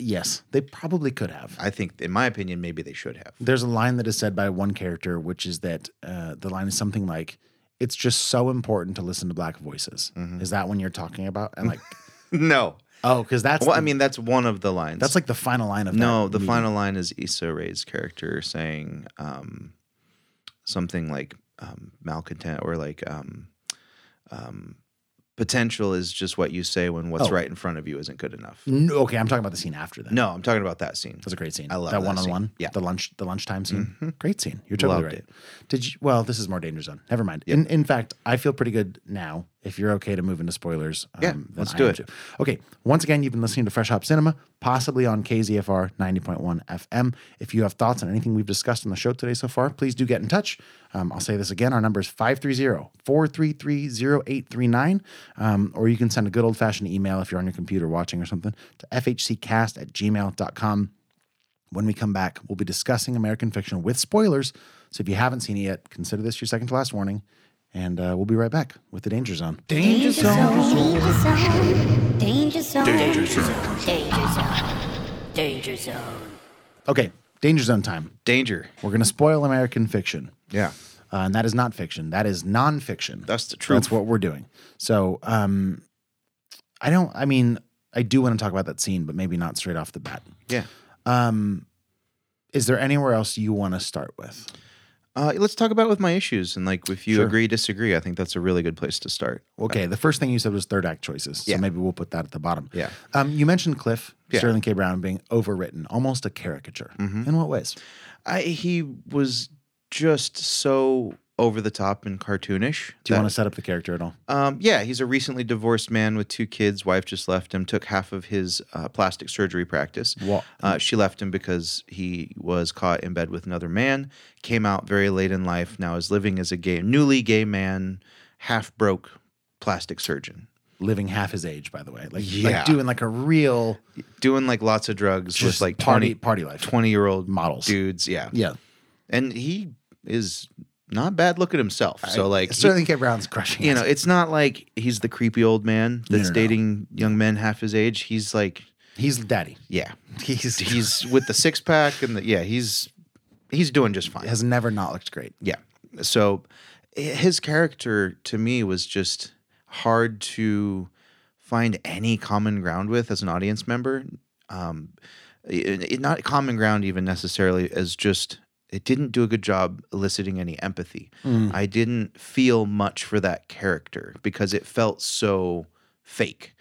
Speaker 2: Yes, they probably could have.
Speaker 1: I think, in my opinion, maybe they should have.
Speaker 2: There's a line that is said by one character, which is that uh, the line is something like, it's just so important to listen to black voices.
Speaker 1: Mm-hmm.
Speaker 2: Is that when you're talking about? And like,
Speaker 1: No.
Speaker 2: oh, because that's,
Speaker 1: Well, I
Speaker 2: the-
Speaker 1: mean, that's one of the lines.
Speaker 2: that's like the final line of
Speaker 1: no.
Speaker 2: that
Speaker 1: The
Speaker 2: meeting.
Speaker 1: final line is Issa Rae's character saying um, something like um, malcontent or like um, um, potential is just what you say when what's
Speaker 2: Oh.
Speaker 1: right in front of you isn't good enough.
Speaker 2: No, okay, I'm talking about the scene after that.
Speaker 1: No, I'm talking about that scene.
Speaker 2: That's a great scene.
Speaker 1: I love
Speaker 2: that
Speaker 1: that
Speaker 2: one on one.
Speaker 1: scene. Yeah. Mm-hmm.
Speaker 2: the lunch, the lunchtime scene. Great scene. You're totally
Speaker 1: Loved
Speaker 2: right.
Speaker 1: it.
Speaker 2: Did you? Well, this is more danger zone. Never mind. In, in fact, I feel pretty good now. If you're okay to move into spoilers, um,
Speaker 1: Yeah,
Speaker 2: then
Speaker 1: let's
Speaker 2: I
Speaker 1: do
Speaker 2: am
Speaker 1: it.
Speaker 2: too. Okay. Once again, you've been listening to Fresh Hop Cinema, possibly on KZFR 90.1 FM. If you have thoughts on anything we've discussed on the show today so far, please do get in touch. Um, I'll say this again. Our number is 530-433-0839. Um, or you can send a good old-fashioned email if you're on your computer watching or something to fhccast at gmail.com. When we come back, we'll be discussing American Fiction with spoilers. So if you haven't seen it yet, consider this your second to last warning. And uh, we'll be right back with the Danger Zone.
Speaker 14: Danger zone. Danger zone. Danger zone. Danger zone. Danger zone.
Speaker 2: Okay, Danger Zone time.
Speaker 1: Danger.
Speaker 2: We're going to spoil American Fiction.
Speaker 1: Yeah.
Speaker 2: Uh, and that is not fiction. That is nonfiction.
Speaker 1: That's the truth.
Speaker 2: That's what we're doing. So um, I don't, I mean, I do want to talk about that scene, but maybe not straight off the bat.
Speaker 1: Yeah.
Speaker 2: Is there anywhere else you want to start with?
Speaker 1: Uh, let's talk about with my issues and like if you
Speaker 2: Sure.
Speaker 1: agree disagree. I think that's a really good place to start.
Speaker 2: Okay, the first thing you said was third act choices. So
Speaker 1: Uh, Yeah.
Speaker 2: maybe we'll put that at the bottom.
Speaker 1: Yeah.
Speaker 2: Um, you mentioned
Speaker 1: Yeah.
Speaker 2: Cliff
Speaker 1: Mm-hmm.
Speaker 2: Sterling K. Brown being overwritten, almost a caricature. In what ways?
Speaker 1: I, he was just so over the top and cartoonish.
Speaker 2: Do you
Speaker 1: that-
Speaker 2: want to set up the character at all?
Speaker 1: Um, yeah, he's a recently divorced man with two kids. Wife just left him. Took half of his uh, plastic surgery practice.
Speaker 2: Wha-
Speaker 1: Uh, she left him because he was caught in bed with another man. Came out very late in life. Now is living as a gay, newly gay man, half broke, plastic surgeon.
Speaker 2: Living half his age, by the way. Like,
Speaker 1: Yeah.
Speaker 2: like doing like a real
Speaker 1: doing like lots of drugs with
Speaker 2: Just
Speaker 1: like 20,
Speaker 2: party- party life.
Speaker 1: 20 year old
Speaker 2: models
Speaker 1: dudes. Yeah.
Speaker 2: Yeah.
Speaker 1: And he is not bad looking himself.
Speaker 2: I-
Speaker 1: So like, he-
Speaker 2: certainly Kate Brown's crushing.
Speaker 1: you
Speaker 2: it.
Speaker 1: know, it's not like he's the creepy old man
Speaker 2: No,
Speaker 1: that's
Speaker 2: no, no.
Speaker 1: dating young men half his age. He's like,
Speaker 2: he's daddy.
Speaker 1: yeah,
Speaker 2: He's
Speaker 1: he's with the six pack and the, yeah, he's, he's doing just fine.
Speaker 2: has never not looked great.
Speaker 1: Yeah. So i- his character to me was just hard to find any common ground with as an audience member. Um, i- i- not common ground even necessarily as just it didn't do a good job eliciting any empathy.
Speaker 2: Mm.
Speaker 1: I didn't feel much for that character because it felt so fake.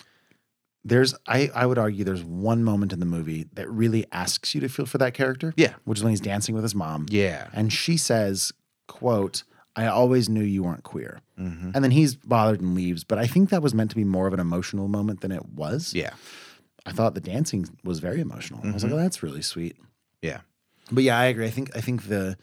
Speaker 2: There's, I, I would argue, there's one moment in the movie that really asks you to feel for that character.
Speaker 1: Yeah.
Speaker 2: which is when he's dancing with his mom.
Speaker 1: Yeah.
Speaker 2: and she says, "quote I always knew you weren't queer."
Speaker 1: Mhm.
Speaker 2: And then he's bothered and leaves. But I think that was meant to be more of an emotional moment than it was.
Speaker 1: Yeah.
Speaker 2: I thought the dancing was very emotional. I was like,
Speaker 1: Mhm.
Speaker 2: oh, that's really sweet.
Speaker 1: Yeah.
Speaker 2: But yeah, I agree. I think I think the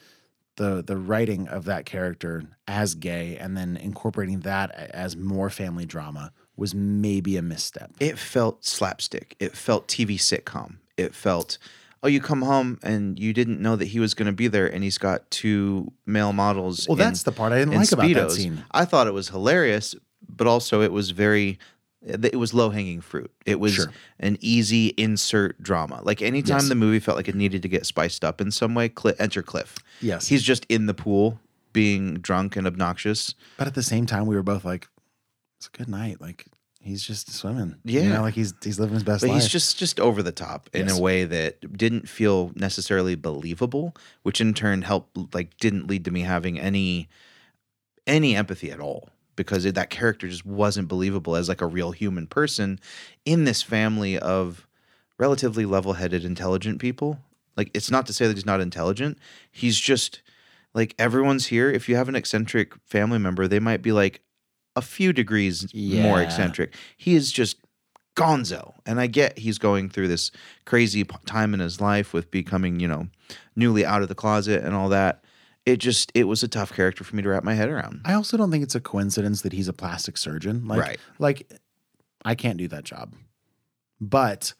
Speaker 2: the the writing of that character as gay and then incorporating that a- as more family drama was maybe a misstep.
Speaker 1: It felt slapstick. It felt TV sitcom. It felt, oh, you come home and you didn't know that he was going to be there, and he's got two male models.
Speaker 2: Well,
Speaker 1: in-
Speaker 2: that's the part I didn't
Speaker 1: in
Speaker 2: like about that
Speaker 1: Speedos.
Speaker 2: scene.
Speaker 1: I thought it was hilarious, but also it was very. It was low hanging fruit. It was
Speaker 2: Sure.
Speaker 1: an easy insert drama. Like anytime
Speaker 2: Yes.
Speaker 1: the movie felt like it needed to get spiced up in some way, cli enter Cliff.
Speaker 2: Yes.
Speaker 1: He's just in the pool being drunk and obnoxious.
Speaker 2: But at the same time, we were both like, "It's a good night." Like he's just swimming. you
Speaker 1: Yeah.
Speaker 2: know, like he's he's living his best
Speaker 1: But
Speaker 2: life.
Speaker 1: he's just just over the top in
Speaker 2: Yes.
Speaker 1: a way that didn't feel necessarily believable, which in turn helped like didn't lead to me having any any empathy at all because it, that character just wasn't believable as like a real human person in this family of relatively level-headed intelligent people. Like it's not to say that he's not intelligent. He's just like everyone's here. If you have an eccentric family member, they might be like a few degrees more
Speaker 2: Yeah.
Speaker 1: eccentric. He is just gonzo. And I get he's going through this crazy p- time in his life with becoming, you know, newly out of the closet and all that. It just, it was a tough character for me to wrap my head around.
Speaker 2: I also don't think it's a coincidence that he's a plastic surgeon. Like,
Speaker 1: Right.
Speaker 2: like I can't do that job. But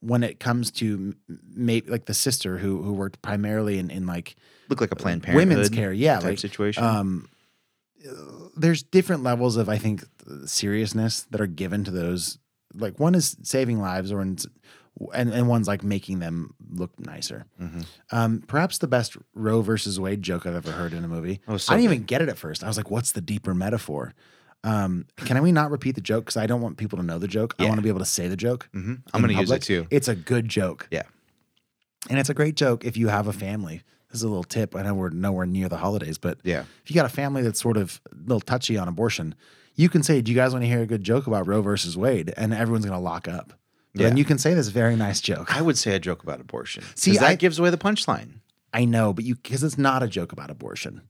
Speaker 2: when it comes to maybe like the sister who who worked primarily in in like
Speaker 1: Looked like a Planned Parenthood
Speaker 2: women's care, yeah,
Speaker 1: type
Speaker 2: like
Speaker 1: situation.
Speaker 2: Um, there's different levels of I think seriousness that are given to those. Like one is saving lives, or and and one's like making them look nicer.
Speaker 1: Mm-hmm.
Speaker 2: Um, perhaps the best Roe versus Wade joke I've ever heard in a movie.
Speaker 1: Oh, so
Speaker 2: I didn't even get it at first. I was like, "What's the deeper metaphor?" Um, can we not repeat the joke? Because I don't want people to know the joke. I
Speaker 1: Yeah.
Speaker 2: want to be able to say the joke.
Speaker 1: hmm
Speaker 2: in
Speaker 1: I'm going to use it
Speaker 2: public.
Speaker 1: too.
Speaker 2: It's a good joke.
Speaker 1: Yeah.
Speaker 2: And it's a great joke if you have a family. This is a little tip. I know we're nowhere near the holidays, but
Speaker 1: Yeah.
Speaker 2: if you got a family that's sort of a little touchy on abortion, you can say, Do you guys want to hear a good joke about Roe versus Wade? And everyone's going to lock up. But then
Speaker 1: Yeah.
Speaker 2: you can say this very nice joke.
Speaker 1: I would say a joke about abortion.
Speaker 2: See,
Speaker 1: See, that
Speaker 2: I-
Speaker 1: gives away the punchline.
Speaker 2: I know, but you, because it's not a joke about abortion.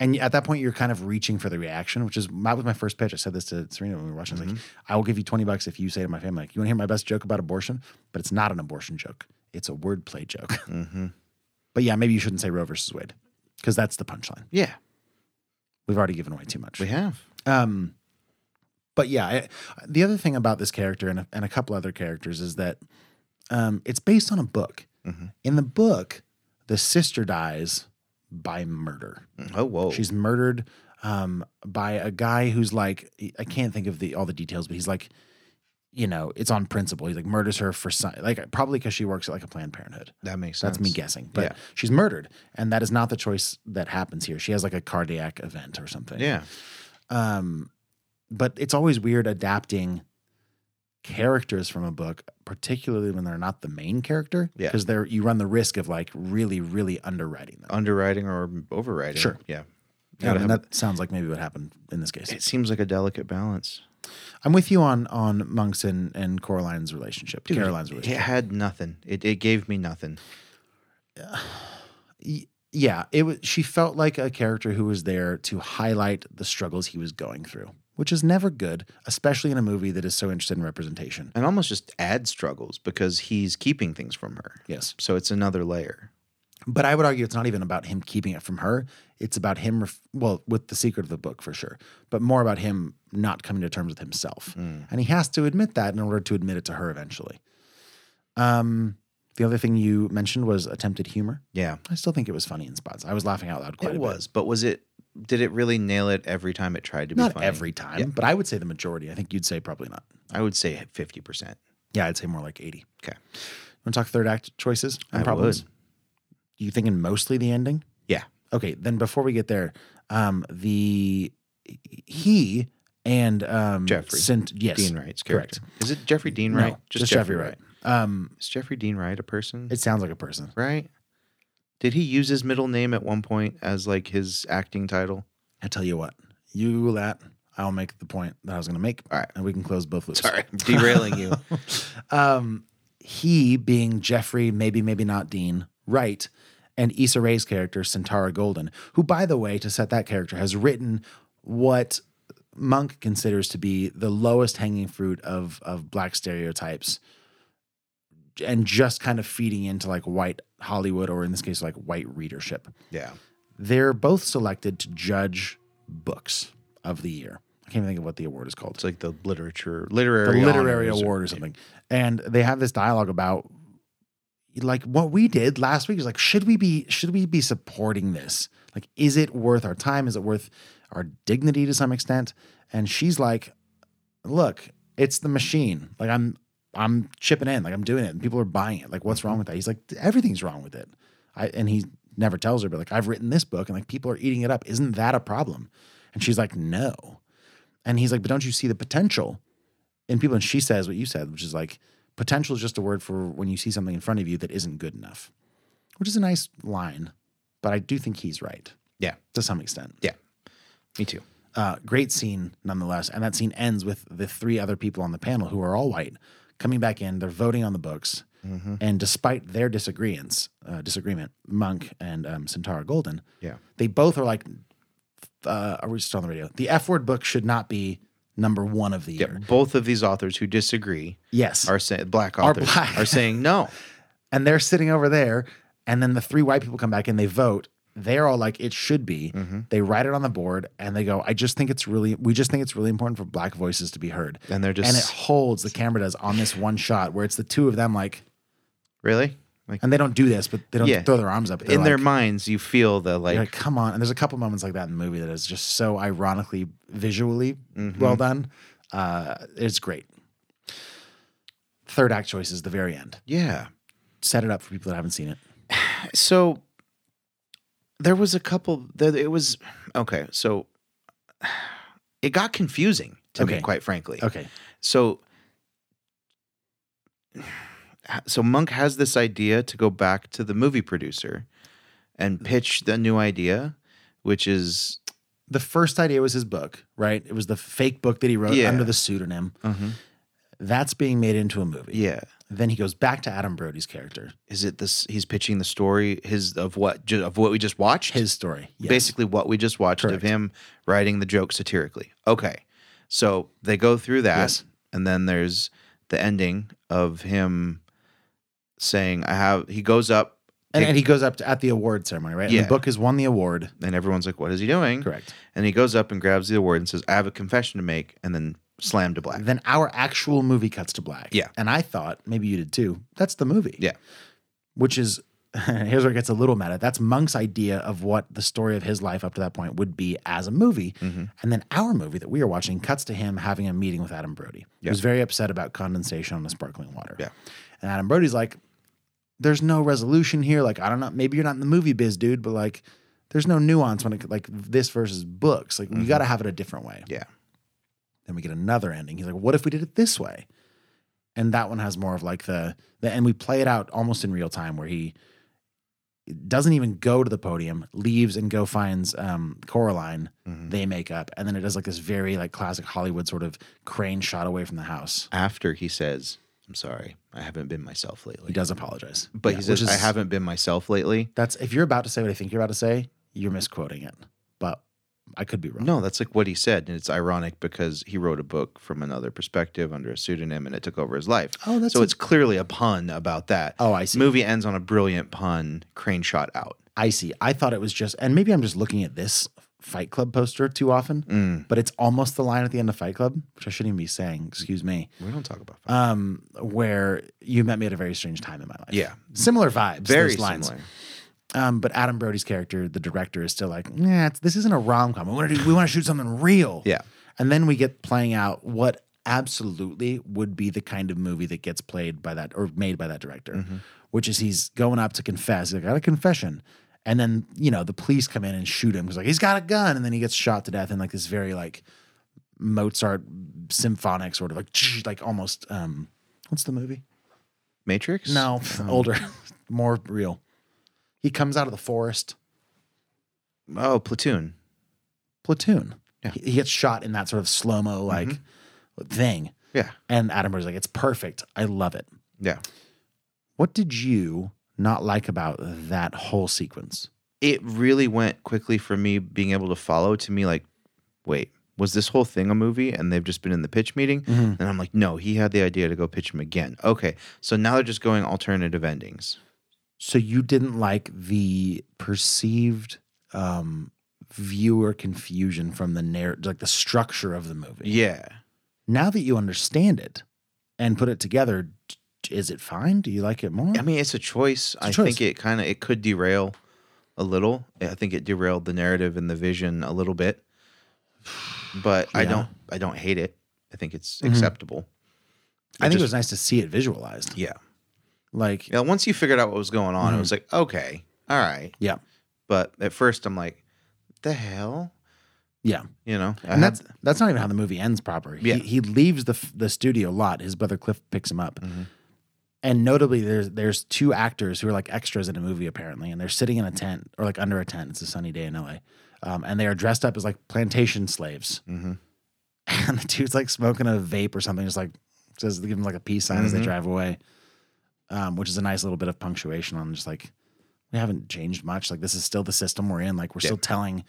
Speaker 2: And at that point, you're kind of reaching for the reaction, which is that was my first pitch. I said this to Serena when we were watching. I was like, I will give you 20 bucks if you say to my family, like, you want to hear my best joke about abortion? But it's not an abortion joke. It's a wordplay joke. But yeah, maybe you shouldn't say Roe versus Wade because that's the punchline.
Speaker 1: Yeah,
Speaker 2: We've already given away too much.
Speaker 1: we have.
Speaker 2: Um, but yeah, I, the other thing about this character and a, and a couple other characters is that um, it's based on a book.
Speaker 1: Mm-hmm.
Speaker 2: In the book, the sister dies by murder.
Speaker 1: Oh, whoa.
Speaker 2: She's murdered um, by a guy who's like I can't think of the all the details, but he's like, you know, it's on principle. He like murders her for some like probably because she works at like a Planned Parenthood.
Speaker 1: that makes sense.
Speaker 2: That's me guessing, but
Speaker 1: Yeah.
Speaker 2: she's murdered, and that is not the choice that happens here. She has like a cardiac event or something
Speaker 1: Yeah.
Speaker 2: um, but it's always weird adapting characters from a book, particularly when they're not the main character,
Speaker 1: Yeah.
Speaker 2: because they're you run the risk of like really, really underwriting them.
Speaker 1: Underwriting or overriding.
Speaker 2: Sure.
Speaker 1: Yeah.
Speaker 2: Yeah,
Speaker 1: Uh, Gotta
Speaker 2: and
Speaker 1: have-
Speaker 2: that sounds like maybe what happened in this case.
Speaker 1: it seems like a delicate balance.
Speaker 2: I'm with you on on Monk's and, and Coraline's relationship.
Speaker 1: Dude,
Speaker 2: Caroline's
Speaker 1: it
Speaker 2: relationship.
Speaker 1: had nothing. It, it gave me nothing.
Speaker 2: yeah, it was. She felt like a character who was there to highlight the struggles he was going through, which is never good, especially in a movie that is so interested in representation.
Speaker 1: and almost just add struggles because he's keeping things from her.
Speaker 2: Yes.
Speaker 1: So it's another layer.
Speaker 2: But I would argue it's not even about him keeping it from her. It's about him, ref- well, with the secret of the book for sure, but more about him not coming to terms with himself.
Speaker 1: Hmm.
Speaker 2: And he has to admit that in order to admit it to her eventually. Um, the other thing you mentioned was attempted humor.
Speaker 1: Yeah.
Speaker 2: I still think it was funny in spots. I was laughing out loud quite a
Speaker 1: It
Speaker 2: bit.
Speaker 1: was, but was it? Did it really nail it every time it tried to be
Speaker 2: Not
Speaker 1: funny?
Speaker 2: every time, but I would say the majority. I think you'd say probably not.
Speaker 1: I would say fifty percent.
Speaker 2: Yeah, I'd say more like 80.
Speaker 1: Okay.
Speaker 2: Want to talk third act choices and
Speaker 1: I
Speaker 2: problems? You thinking mostly the ending?
Speaker 1: Yeah.
Speaker 2: Okay, then before we get there, um, the he and um,
Speaker 1: Jeffrey.
Speaker 2: sent, yes,
Speaker 1: Dean Wright's
Speaker 2: correct.
Speaker 1: character. Is it Jeffrey Dean
Speaker 2: No,
Speaker 1: Wright?
Speaker 2: just Jeffrey Um,
Speaker 1: Is Jeffrey Dean Wright a person?
Speaker 2: It sounds like a person.
Speaker 1: right? Did he use his middle name at one point as like his acting title?
Speaker 2: I tell you what, you that I'll make the point that I was going to make, All right. and we can close both loops.
Speaker 1: Sorry, I'm derailing you.
Speaker 2: um, he being Jeffrey, maybe, maybe not Dean, Wright, and Issa Rae's character, Centara Golden, who, by the way, to set that character, has written what Monk considers to be the lowest hanging fruit of, of black stereotypes and just kind of feeding into like white Hollywood, or in this case, like white readership
Speaker 1: Yeah.
Speaker 2: they're both selected to judge books of the year. I can't even think of what the award is called.
Speaker 1: It's like the literature,
Speaker 2: The
Speaker 1: literary,
Speaker 2: literary
Speaker 1: honors or-
Speaker 2: award or something. And they have this dialogue about like what we did last week is like, should we be should we be supporting this? Like, is it worth our time? Is it worth our dignity to some extent? And she's like, look, it's the machine. Like I'm I'm chipping in, like I'm doing it, and people are buying it. Like, what's wrong with that? He's like, everything's wrong with it. I and he never tells her, but like I've written this book and like people are eating it up. Isn't that a problem? And she's like, no. And he's like, but don't you see the potential in people? And she says what you said, which is like, potential is just a word for when you see something in front of you that isn't good enough, which is a nice line, but I do think he's right
Speaker 1: Yeah.
Speaker 2: to some extent.
Speaker 1: Yeah. Me too.
Speaker 2: Uh, great scene nonetheless. And that scene ends with the three other people on the panel who are all white coming back in. They're voting on the books. And despite their disagreements, uh, disagreement, Monk and um, Centara Golden,
Speaker 1: Yeah.
Speaker 2: they both are like, uh, are we still on the radio? The F word book should not be number one of the
Speaker 1: Yeah.
Speaker 2: year.
Speaker 1: Both of these authors who disagree
Speaker 2: Yes.
Speaker 1: are saying black
Speaker 2: Are
Speaker 1: authors are,
Speaker 2: black.
Speaker 1: saying no.
Speaker 2: and they're sitting over there. And then the three white people come back and they vote. They're all like, it should be.
Speaker 1: Mm-hmm.
Speaker 2: They write it on the board and they go, I just think it's really, we just think it's really important for black voices to be heard.
Speaker 1: And they're just
Speaker 2: and it holds, the camera does on this one shot where it's the two of them like,
Speaker 1: really like
Speaker 2: and they don't do this, but they don't
Speaker 1: Yeah.
Speaker 2: throw their arms up. They're
Speaker 1: in their
Speaker 2: like-
Speaker 1: minds you feel the
Speaker 2: you're
Speaker 1: like,
Speaker 2: like, come on. And there's a couple moments like that in the movie that is just so ironically visually
Speaker 1: Mm-hmm.
Speaker 2: well done. Uh, it's great. Third act choice is the very end.
Speaker 1: yeah.
Speaker 2: Set it up for people that haven't seen it.
Speaker 1: So there was a couple that it was okay, so it got confusing to me
Speaker 2: Okay.
Speaker 1: quite frankly.
Speaker 2: Okay.
Speaker 1: So so Monk has this idea to go back to the movie producer
Speaker 2: Mm.
Speaker 1: and pitch the new idea, which is
Speaker 2: the first idea was his book, right? It was the fake book that he wrote
Speaker 1: Yeah. Mm-hmm.
Speaker 2: under the pseudonym. That's being made into a movie.
Speaker 1: yeah.
Speaker 2: Then he goes back to Adam Brody's character,
Speaker 1: Is it this? He's pitching the story his of what ju- of what we just watched.
Speaker 2: his story. Yes.
Speaker 1: basically what we just watched of
Speaker 2: Correct.
Speaker 1: him writing the joke satirically. Okay. So they go through that
Speaker 2: Yes.
Speaker 1: and then there's the ending of him saying I have he goes up
Speaker 2: and, and he goes up to, at the award ceremony, right? And
Speaker 1: Yeah.
Speaker 2: the book has won the award.
Speaker 1: and everyone's like what is he doing?
Speaker 2: Correct.
Speaker 1: And he goes up and grabs the award and says I have a confession to make and then slam to black.
Speaker 2: Then our actual movie cuts to black.
Speaker 1: Yeah.
Speaker 2: And I thought, maybe you did too, that's the movie.
Speaker 1: Yeah.
Speaker 2: Which is, here's where it gets a little meta. That's Monk's idea of what the story of his life up to that point would be as a movie.
Speaker 1: Mm-hmm.
Speaker 2: And then our movie that we are watching cuts to him having a meeting with Adam Brody,
Speaker 1: Yeah.
Speaker 2: who's very upset about condensation on the sparkling water.
Speaker 1: Yeah.
Speaker 2: And Adam Brody's like, there's no resolution here. Like, I don't know. Maybe you're not in the movie biz, dude, but like, there's no nuance when it, like, this versus books. Like, you got to have it a different way.
Speaker 1: Mm-hmm. Yeah.
Speaker 2: Then we get another ending. He's like, what if we did it this way? And that one has more of like the, the and we play it out almost in real time where he doesn't even go to the podium, leaves and go finds um, Coraline.
Speaker 1: Mm-hmm.
Speaker 2: They make up. And then it does like this very like classic Hollywood sort of crane shot away from the house.
Speaker 1: After he says I'm sorry. I haven't been myself lately.
Speaker 2: He does apologize.
Speaker 1: But
Speaker 2: Yeah,
Speaker 1: he says
Speaker 2: which
Speaker 1: I
Speaker 2: is-
Speaker 1: haven't been myself lately.
Speaker 2: That's if you're about to say what I think you're about to say, you're misquoting it. But I could be wrong.
Speaker 1: No, Oh, that's like what he said, and it's ironic because he wrote a book from another perspective under a pseudonym, and it took over his life.
Speaker 2: Oh, that's
Speaker 1: so
Speaker 2: a-
Speaker 1: it's clearly a pun about that.
Speaker 2: Oh, I see.
Speaker 1: Movie ends on a brilliant pun. Crane shot out.
Speaker 2: I see. I thought it was just, and maybe I'm just looking at this Fight Club poster too often,
Speaker 1: Mm.
Speaker 2: but it's almost the line at the end of Fight Club, which I shouldn't even be saying. Excuse me.
Speaker 1: We don't talk about.
Speaker 2: Um, where you met me at a very strange time in my life.
Speaker 1: Yeah.
Speaker 2: similar vibes.
Speaker 1: Very
Speaker 2: those lines.
Speaker 1: similar.
Speaker 2: Um, but Adam Brody's character, the director, is still like, nah, it's, this isn't a rom com. We want to do, we want to shoot something real.
Speaker 1: Yeah.
Speaker 2: And then we get playing out what absolutely would be the kind of movie that gets played by that or made by that director, which is he's going up to confess. He's like, I got a confession. And then, you know, the police come in and shoot him. He's like, he's got a gun. And then he gets shot to death in like this very like Mozart symphonic sort of like, like almost, um, what's the movie?
Speaker 1: Matrix.
Speaker 2: No, older, more real. He comes out of the forest.
Speaker 1: Oh, Platoon.
Speaker 2: Platoon. He, he gets shot in that sort of slow
Speaker 1: Mm-hmm.
Speaker 2: mo like thing.
Speaker 1: Yeah.
Speaker 2: And Adam Burry's like, it's perfect. I love it.
Speaker 1: Yeah.
Speaker 2: What did you not like about that whole sequence?
Speaker 1: It really went quickly for me being able to follow to me like, wait, was this whole thing a movie? And they've just been in the pitch meeting.
Speaker 2: Mhm.
Speaker 1: And I'm like, no, he had the idea to go pitch him again. Okay. So now they're just going alternative endings.
Speaker 2: So you didn't like the perceived um, viewer confusion from the narrative, like the structure of the movie.
Speaker 1: Yeah.
Speaker 2: Now that you understand it and put it together, d- is it fine? Do you like it more?
Speaker 1: I mean, it's a choice.
Speaker 2: a
Speaker 1: I
Speaker 2: choice.
Speaker 1: think it kind of it could derail a little. I think it derailed the narrative and the vision a little bit. But I
Speaker 2: Yeah.
Speaker 1: don't I don't hate it. I think it's
Speaker 2: Mhm.
Speaker 1: acceptable.
Speaker 2: I think
Speaker 1: just-
Speaker 2: it was nice to see it visualized.
Speaker 1: Yeah.
Speaker 2: Like,
Speaker 1: Yeah, once you figured out what was going on, it was like, okay, all right.
Speaker 2: yeah,
Speaker 1: But at first I'm like, the hell?
Speaker 2: yeah.
Speaker 1: You know? I had-
Speaker 2: and that's that's not even how the movie ends proper.
Speaker 1: Yeah.
Speaker 2: He, he leaves the f- the studio lot. His brother Cliff picks him up.
Speaker 1: Mm-hmm.
Speaker 2: And notably, there's there's two actors who are like extras in a movie apparently, and they're sitting in a tent or like under a tent. It's a sunny day in LA, um, and they are dressed up as like plantation slaves.
Speaker 1: Mm-hmm.
Speaker 2: And the dude's like smoking a vape or something. It's like says give him like a peace sign as they
Speaker 1: Mhm.
Speaker 2: drive away, um, which is a nice little bit of punctuation on just like we haven't changed much. Like this is still the system we're in. Like we're still telling,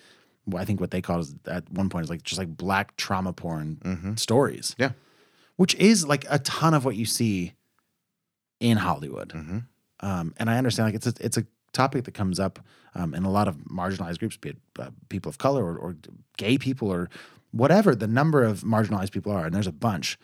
Speaker 2: well, I think what they called is at one point is like just like black trauma porn stories.
Speaker 1: Yeah.
Speaker 2: which is like a ton of what you see in Hollywood.
Speaker 1: Mhm.
Speaker 2: Um, and I understand like it's a, it's a topic that comes up um, in a lot of marginalized groups, be it uh, people of color or, or gay people or whatever the number of marginalized people are, and there's a bunch.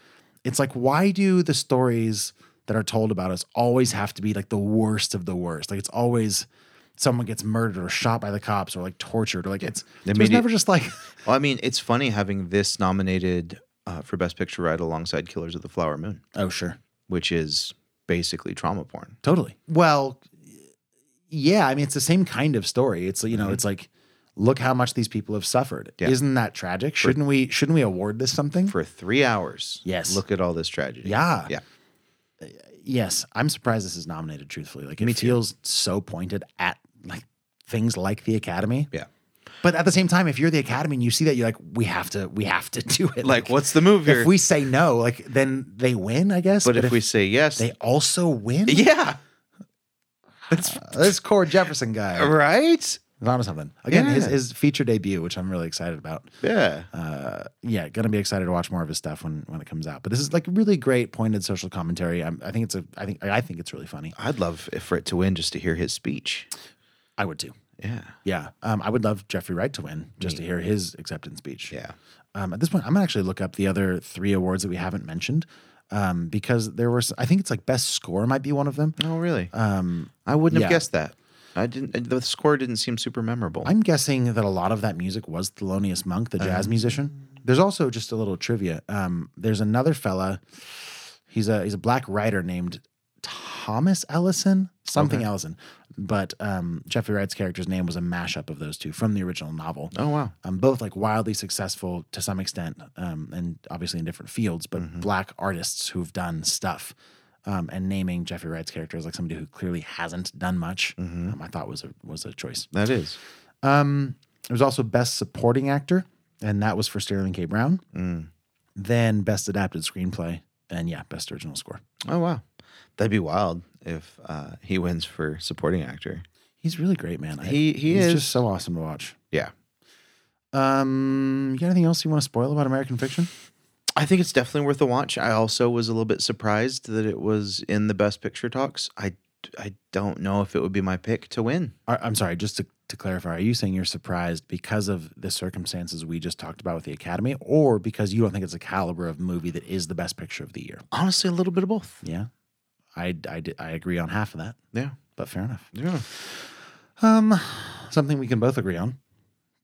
Speaker 2: It's like why do the stories that are told about us always have to be like the worst of the worst? Like it's always someone gets murdered or shot by the cops or like tortured or like it's
Speaker 1: They
Speaker 2: it
Speaker 1: made
Speaker 2: was
Speaker 1: it-
Speaker 2: never just like
Speaker 1: Well, I mean, it's funny having this nominated uh, for Best Picture right alongside Killers of the Flower Moon,
Speaker 2: oh sure
Speaker 1: which is basically trauma porn.
Speaker 2: Totally. Well, yeah, I mean it's the same kind of story. It's you know, it's like look how much these people have suffered.
Speaker 1: Mm-hmm. Yeah.
Speaker 2: Isn't that tragic? Shouldn't we shouldn't we award this something?
Speaker 1: For three hours.
Speaker 2: Yes.
Speaker 1: Look at all this tragedy.
Speaker 2: Yeah.
Speaker 1: Yeah.
Speaker 2: yes, I'm surprised this is nominated truthfully. Like it
Speaker 1: Me too.
Speaker 2: feels so pointed at like things like the academy.
Speaker 1: Yeah.
Speaker 2: But at the same time, if you're the academy and you see that you're like we have to we have to do it.
Speaker 1: Like, what's the move here?
Speaker 2: If we say no, like then they win, I guess.
Speaker 1: but, if, we say yes,
Speaker 2: they also win?
Speaker 1: yeah.
Speaker 2: this Core Jefferson guy.
Speaker 1: Right?
Speaker 2: He's onto something. Again, his,
Speaker 1: Yeah.
Speaker 2: his feature debut, which I'm really excited about.
Speaker 1: Yeah.
Speaker 2: Uh, yeah, gonna be excited to watch more of his stuff when when it comes out. But this is like really great pointed social commentary. I'm, I think it's a I think I think it's really funny.
Speaker 1: I'd love if for it to win just to hear his speech.
Speaker 2: I would too.
Speaker 1: Yeah.
Speaker 2: Yeah, um, I would love Jeffrey Wright to win just to hear his acceptance speech.
Speaker 1: Yeah.
Speaker 2: Um, at this point, I'm gonna actually look up the other three awards that we haven't mentioned um, because there were s- I think it's like best score might be one of them.
Speaker 1: Oh, really?
Speaker 2: Um,
Speaker 1: I wouldn't
Speaker 2: yeah.
Speaker 1: have guessed that. I didn't. The score didn't seem super memorable.
Speaker 2: I'm guessing that a lot of that music was Thelonious Monk, the jazz
Speaker 1: Um,
Speaker 2: musician. There's also just a little trivia. Um, there's another fella. He's a he's a black writer named Thomas Ellison, something
Speaker 1: Okay.
Speaker 2: Ellison. But um, Jeffrey Wright's character's name was a mashup of those two from the original novel.
Speaker 1: oh wow.
Speaker 2: Um, both like wildly successful to some extent, um, and obviously in different fields, but
Speaker 1: Mm-hmm.
Speaker 2: black artists who've done stuff. Um, and naming Jeffrey Wright's character as like somebody who clearly hasn't done much,
Speaker 1: Mm-hmm.
Speaker 2: um, I thought was a was a choice.
Speaker 1: That is.
Speaker 2: Um, it was also Best Supporting Actor, and that was for Sterling K. Brown.
Speaker 1: Mm.
Speaker 2: Then Best Adapted Screenplay, and yeah, Best Original Score.
Speaker 1: Oh wow. That'd be wild if uh, he wins for supporting actor.
Speaker 2: He's really great, man. I-
Speaker 1: He- he
Speaker 2: he's
Speaker 1: is.
Speaker 2: just so awesome to watch.
Speaker 1: Yeah.
Speaker 2: Um, you got anything else you want to spoil about American Fiction?
Speaker 1: I think it's definitely worth a watch. I also was a little bit surprised that it was in the best picture talks. I, I don't know if it would be my pick to win.
Speaker 2: Are- I'm sorry, just to, to clarify, are you saying you're surprised because of the circumstances we just talked about with the Academy, or because you don't think it's a caliber of movie that is the best picture of the year?
Speaker 1: Honestly, a little bit of both.
Speaker 2: Yeah, I, I, di- I agree on half of that.
Speaker 1: Yeah.
Speaker 2: But fair enough.
Speaker 1: Yeah.
Speaker 2: Um, something we can both agree on.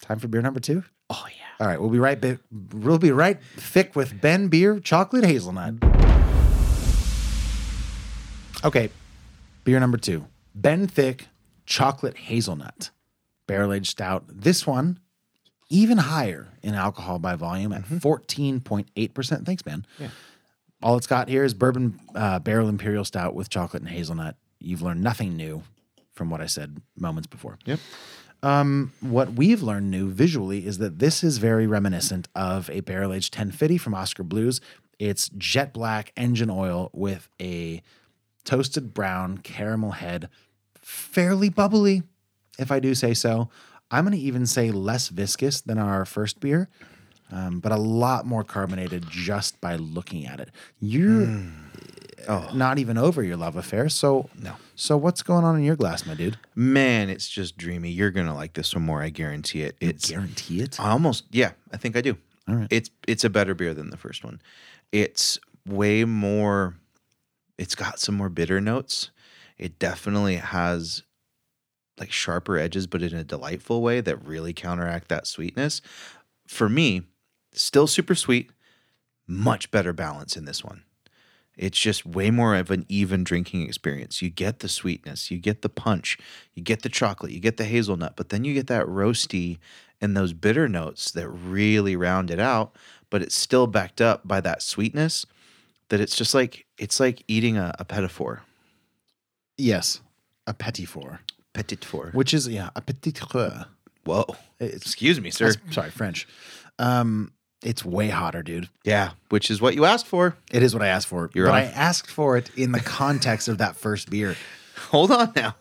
Speaker 2: Time for beer number two. Oh yeah. All right, we'll be right. Bi- we'll be right thick with Ben Beer Chocolate Hazelnut. Okay, beer number two. Ben Thick Chocolate Hazelnut Barrel Aged Stout. This one even higher in alcohol by volume at fourteen point eight percent. Thanks, Ben.
Speaker 1: Yeah.
Speaker 2: All it's got here is bourbon uh, barrel imperial stout with chocolate and hazelnut. You've learned nothing new from what I said moments before.
Speaker 1: Yep.
Speaker 2: Um, what we've learned new visually is that this is very reminiscent of a barrel aged 1050 from Oscar Blues. It's jet black engine oil with a toasted brown caramel head, fairly bubbly, if I do say so. I'm going to even say less viscous than our first beer, um, but a lot more carbonated just by looking at it. You're uh, not even over your love affair, so no. So what's going on in your glass, my dude?
Speaker 1: Man, it's just dreamy. You're gonna like this one more. I guarantee it. It's
Speaker 2: guarantee it.
Speaker 1: I almost yeah. I think I do.
Speaker 2: All right.
Speaker 1: It's it's a better beer than the first one. It's way more. It's got some more bitter notes. It definitely has like sharper edges, but in a delightful way that really counteract that sweetness. For me, still super sweet. Much better balance in this one. It's just way more of an even drinking experience. You get the sweetness, you get the punch, you get the chocolate, you get the hazelnut, but then you get that roasty and those bitter notes that really round it out, but it's still backed up by that sweetness that it's just like it's like eating a, a petit four.
Speaker 2: Yes, a petit four,
Speaker 1: Petit four.
Speaker 2: which is yeah, a petit four.
Speaker 1: Whoa. Excuse me, sir.
Speaker 2: That's- Sorry, French. Um, it's way hotter, dude.
Speaker 1: Yeah, which is what you asked for.
Speaker 2: It is what I asked for.
Speaker 1: You're
Speaker 2: but
Speaker 1: off.
Speaker 2: I asked for it in the context of that first beer.
Speaker 1: Hold on now.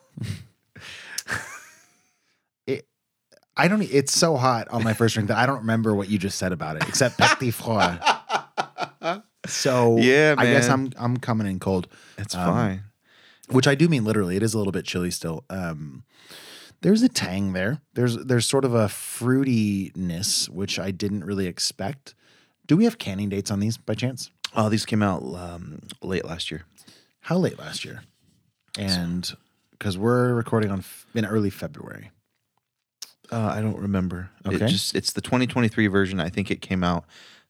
Speaker 2: I don't. e, It's so hot on my first drink that I don't remember what you just said about it, except petit froid. So
Speaker 1: Yeah,
Speaker 2: I guess I'm
Speaker 1: man.
Speaker 2: I'm coming in cold.
Speaker 1: It's
Speaker 2: Um,
Speaker 1: fine.
Speaker 2: which I do mean literally. It is a little bit chilly still. Um, there's a tang there. There's there's sort of a fruitiness which I didn't really expect. Do we have canning dates on these by chance?
Speaker 1: Oh, these came out um, late last year.
Speaker 2: How late last year? And because we're recording on f- in early February.
Speaker 1: Uh, I don't remember. It
Speaker 2: Okay.
Speaker 1: just it's the 2023 version. I think it came out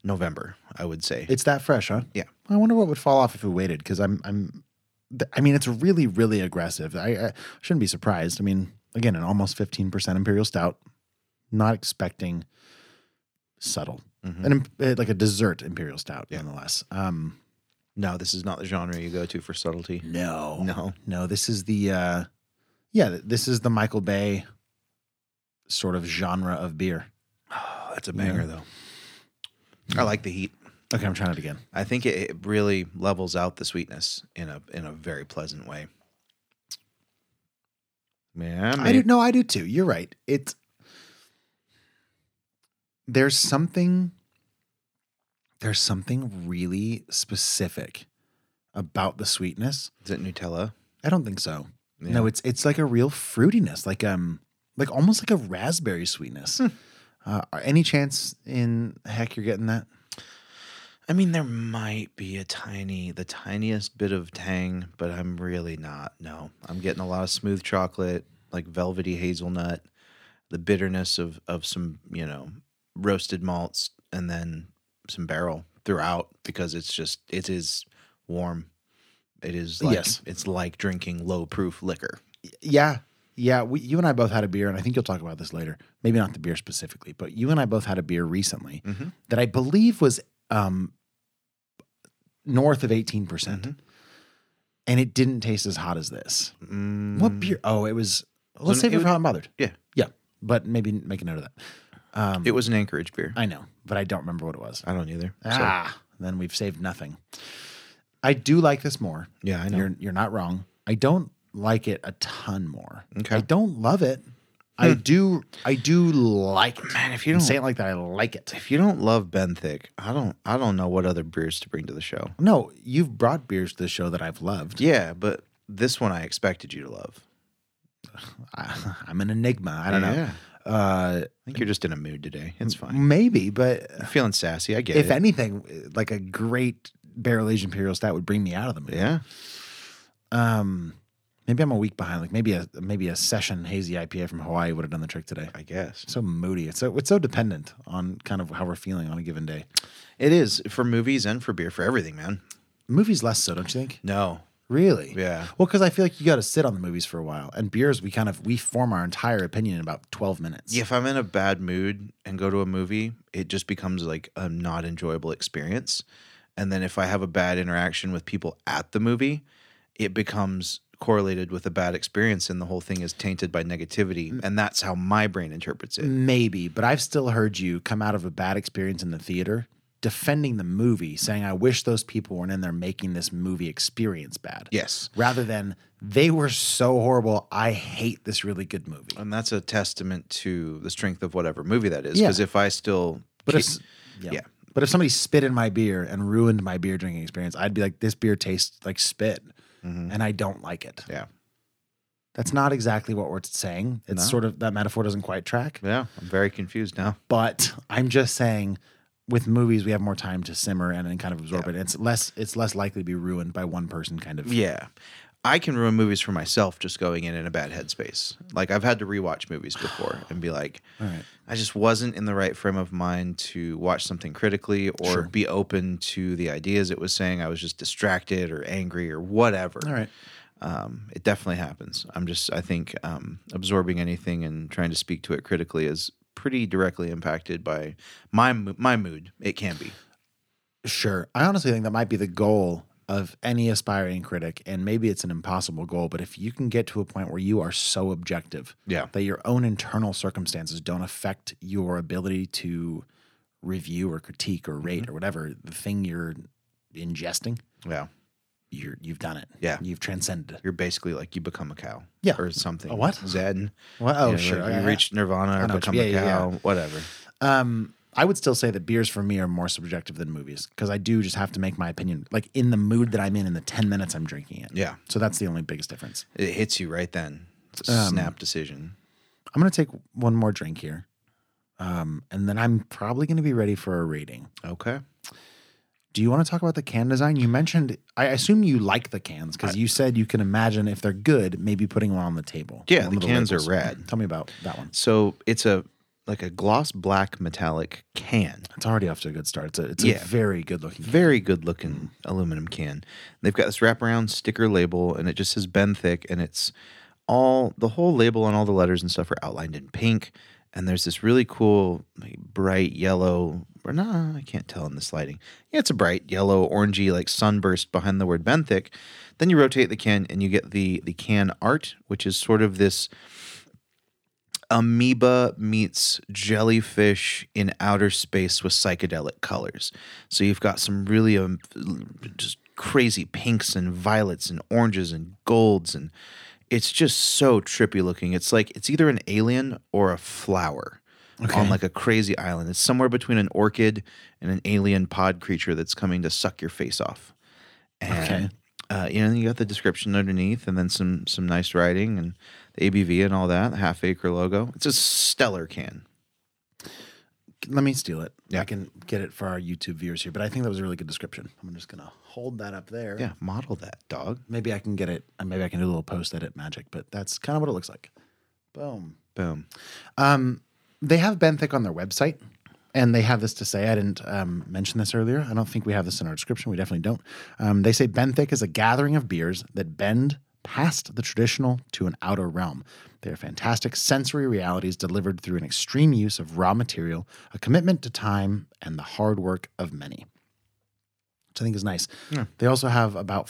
Speaker 1: November. I would say.
Speaker 2: It's that fresh, huh?
Speaker 1: Yeah.
Speaker 2: I wonder what would fall off if we waited because I'm I'm th- I mean it's really really aggressive. I, I shouldn't be surprised. I mean again an almost 15% imperial stout. Not expecting subtle.
Speaker 1: Mhm.
Speaker 2: An imp- uh, like a dessert imperial stout nonetheless. Um
Speaker 1: no, this is not the genre you go to for subtlety.
Speaker 2: no.
Speaker 1: No.
Speaker 2: No, this is the uh yeah, th- this is the Michael Bay sort of genre of beer.
Speaker 1: Oh, that's a banger though. I like the heat.
Speaker 2: Okay, I'm trying it again.
Speaker 1: I think it, it really levels out the sweetness in a in a very pleasant way. Man,
Speaker 2: I do no, I do too. You're right. It's there's something there's something really specific about the sweetness.
Speaker 1: Is it Nutella?
Speaker 2: I don't think so. No,
Speaker 1: Yeah.
Speaker 2: it's it's like a real fruitiness, like um, like almost like a raspberry sweetness. Uh, any chance in heck you're getting that?
Speaker 1: I mean, there might be a tiny, the tiniest bit of tang, but I'm really not. No, I'm getting a lot of smooth chocolate, like velvety hazelnut, the bitterness of of some, you know, roasted malts, and then some barrel throughout because it's just it is warm. It is like
Speaker 2: Yes.
Speaker 1: it's like drinking low proof liquor.
Speaker 2: Yeah. Yeah. We, you and I both had a beer, and I think you'll talk about this later. Maybe not the beer specifically, but you and I both had a beer recently
Speaker 1: Mhm.
Speaker 2: that I believe was um, north of 18%. percent
Speaker 1: Mm-hmm.
Speaker 2: And it didn't taste as hot as this. What beer? Oh, it was, let's
Speaker 1: Mm. it-
Speaker 2: save
Speaker 1: it
Speaker 2: it for
Speaker 1: was-
Speaker 2: Hot and Bothered.
Speaker 1: Yeah,
Speaker 2: Yeah. But maybe make a note of that. Um,
Speaker 1: it was an Anchorage beer.
Speaker 2: I know, but I don't remember what it was.
Speaker 1: I don't either. So,
Speaker 2: Ah, then we've saved nothing. I do like this more.
Speaker 1: Yeah, I know.
Speaker 2: You're you're not wrong. I don't like it a ton more.
Speaker 1: Okay. Hmm.
Speaker 2: I don't love it, I do I do like it.
Speaker 1: Man, if you
Speaker 2: I'm
Speaker 1: don't
Speaker 2: saying it like that, I like it.
Speaker 1: If you don't love Ben Thick, I don't I don't know what other beers to bring to the show.
Speaker 2: No, you've brought beers to the show that I've loved.
Speaker 1: Yeah, but this one I expected you to love.
Speaker 2: I, I'm an enigma. I don't know.
Speaker 1: Yeah.
Speaker 2: Uh,
Speaker 1: I think you're just in a mood today. It's fine.
Speaker 2: maybe, but
Speaker 1: You're feeling sassy. I get it.
Speaker 2: if anything, uh, like a great barrel aged imperial stout would bring me out of the mood.
Speaker 1: yeah.
Speaker 2: Um, maybe I'm a week behind. Like maybe a maybe a session hazy IPA from Hawaii would have done the trick today.
Speaker 1: I guess
Speaker 2: So moody. It's so it's so dependent on kind of how we're feeling on a given day.
Speaker 1: it is for movies and for beer for everything, man.
Speaker 2: Movies less so, don't you think?
Speaker 1: No,
Speaker 2: Really?
Speaker 1: Yeah.
Speaker 2: Well, because I feel like you got to sit on the movies for a while, and beers we kind of we form our entire opinion in about twelve minutes.
Speaker 1: if I'm in a bad mood and go to a movie, it just becomes like a not enjoyable experience. And then if I have a bad interaction with people at the movie, it becomes correlated with a bad experience and the whole thing is tainted by
Speaker 2: Mm.
Speaker 1: negativity. And that's how my brain interprets it.
Speaker 2: Maybe, but I've still heard you come out of a bad experience in the theater defending the movie, saying, I wish those people weren't in there making this movie experience bad.
Speaker 1: Yes.
Speaker 2: Rather than, they were so horrible, I hate this really good movie.
Speaker 1: And that's a testament to the strength of whatever movie that is.
Speaker 2: Yeah.
Speaker 1: Because if I still
Speaker 2: But
Speaker 1: keep-
Speaker 2: if, yeah.
Speaker 1: yeah.
Speaker 2: But if somebody spit in my beer and ruined my beer drinking experience, I'd be like, this beer tastes like spit and I don't like it.
Speaker 1: Mm-hmm. Yeah.
Speaker 2: That's not exactly what we're saying. It's
Speaker 1: No.
Speaker 2: sort of that metaphor doesn't quite track.
Speaker 1: Yeah. I'm very confused now.
Speaker 2: but I'm just saying with movies we have more time to simmer and, and kind of absorb it. It's less it's less likely to be ruined by one person kind of
Speaker 1: Yeah. I can ruin movies for myself just going in in a bad headspace. Like I've had to rewatch movies before and be like, I just wasn't in the right frame of mind to watch something critically or be open to the ideas it was saying. I was just distracted or angry or whatever.
Speaker 2: All right.
Speaker 1: Um, it definitely happens. I'm just, I think, um, absorbing anything and trying to speak to it critically is pretty directly impacted by my mo- my mood. It can be.
Speaker 2: Sure. I honestly think that might be the goal of any aspiring critic, and maybe it's an impossible goal, but if you can get to a point where you are so objective
Speaker 1: Yeah.
Speaker 2: that your own internal circumstances don't affect your ability to review or critique or rate or whatever the thing you're ingesting,
Speaker 1: Yeah.
Speaker 2: you're you've done it.
Speaker 1: Yeah.
Speaker 2: You've transcended it.
Speaker 1: You're basically like you become a cow.
Speaker 2: Yeah.
Speaker 1: Or something.
Speaker 2: A what?
Speaker 1: Zen.
Speaker 2: Well, oh,
Speaker 1: You know,
Speaker 2: sure.
Speaker 1: like
Speaker 2: Yeah,
Speaker 1: you
Speaker 2: yeah.
Speaker 1: reach nirvana
Speaker 2: I
Speaker 1: or
Speaker 2: know what
Speaker 1: become
Speaker 2: you-
Speaker 1: a
Speaker 2: yeah, yeah,
Speaker 1: cow,
Speaker 2: yeah.
Speaker 1: whatever.
Speaker 2: Um, I would still say that beers for me are more subjective than movies because I do just have to make my opinion like in the mood that I'm in in the 10 minutes I'm drinking it.
Speaker 1: Yeah.
Speaker 2: So that's the only biggest difference.
Speaker 1: It hits you right then. It's a
Speaker 2: Um,
Speaker 1: snap decision.
Speaker 2: I'm going to take one more drink here. Um, and then I'm probably going to be ready for a rating.
Speaker 1: Okay.
Speaker 2: Do you want to talk about the can design? You mentioned, I assume you like the cans because you said you can imagine if they're good, maybe putting one on the table.
Speaker 1: Yeah, the
Speaker 2: One of
Speaker 1: cans are
Speaker 2: labels.
Speaker 1: rad.
Speaker 2: Tell me about that one.
Speaker 1: So it's a like a gloss black metallic can.
Speaker 2: It's already off to a good start. It's a, it's
Speaker 1: Yeah.
Speaker 2: a very good looking.
Speaker 1: Very good looking aluminum can. They've got this wraparound sticker label and it just says Ben Thick and it's all the whole label and all the letters and stuff are outlined in pink. And there's this really cool like, bright yellow or nah, I can't tell in this lighting. Yeah, it's a bright yellow, orangey, like sunburst behind the word Benthic. Then you rotate the can and you get the the can art, which is sort of this amoeba meets jellyfish in outer space with psychedelic colors. So you've got some really um, just crazy pinks and violets and oranges and golds and it's just so trippy looking. It's like it's either an alien or a flower on like a crazy island. It's somewhere between an orchid and an alien pod creature that's coming to suck your face off. And,
Speaker 2: Okay.
Speaker 1: Uh, you know, you got the description underneath, and then some some nice writing and the ABV and all that. The half acre logo. It's a stellar can.
Speaker 2: let me steal it.
Speaker 1: Yeah.
Speaker 2: I can get it for our YouTube viewers here, but I think that was a really good description. I'm just gonna hold that up there.
Speaker 1: Yeah, model that dog.
Speaker 2: Maybe I can get it. uh, Maybe I can do a little post edit magic, but that's kind of what it looks like. Boom.
Speaker 1: Boom.
Speaker 2: Um, they have Benthic on their website, and they have this to say. I didn't um, mention this earlier. I don't think we have this in our description. We definitely don't. Um, they say Benthic is a gathering of beers that bend past the traditional to an outer realm. They are fantastic sensory realities delivered through an extreme use of raw material, a commitment to time, and the hard work of many which I think is nice. They also have about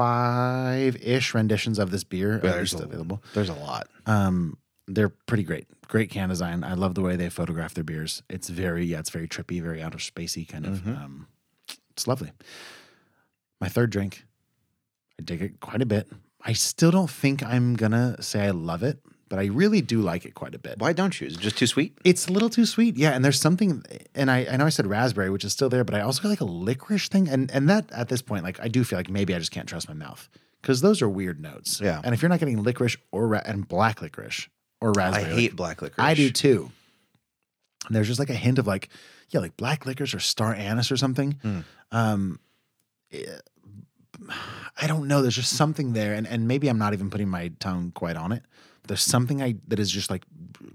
Speaker 2: five ish renditions of this beer at
Speaker 1: there's
Speaker 2: least
Speaker 1: a-
Speaker 2: available.
Speaker 1: There's a lot.
Speaker 2: Um, they're pretty great. Great can design. I love the way they photograph their beers. It's very yeah, it's very trippy, very outer spacey kind of.
Speaker 1: Mm-hmm.
Speaker 2: Um, it's lovely. My third drink, I dig it quite a bit. I still don't think I'm gonna say I love it but I really do like it quite a bit.
Speaker 1: Why don't you? Is it just too sweet?
Speaker 2: It's a little too sweet. Yeah, and there's something, and I, I know I said raspberry, which is still there, but I also got like a licorice thing, and and that at this point, like I do feel like maybe I just can't trust my mouth because those are weird notes.
Speaker 1: Yeah.
Speaker 2: and if you're not getting licorice or ra- and black licorice or raspberry, like-
Speaker 1: hate black licorice.
Speaker 2: I do too. And there's just like a hint of like, yeah, like black licorice or star anise or something. Um, eh, I don't know. There's just something there, and and maybe I'm not even putting my tongue quite on it. There's something I that is just like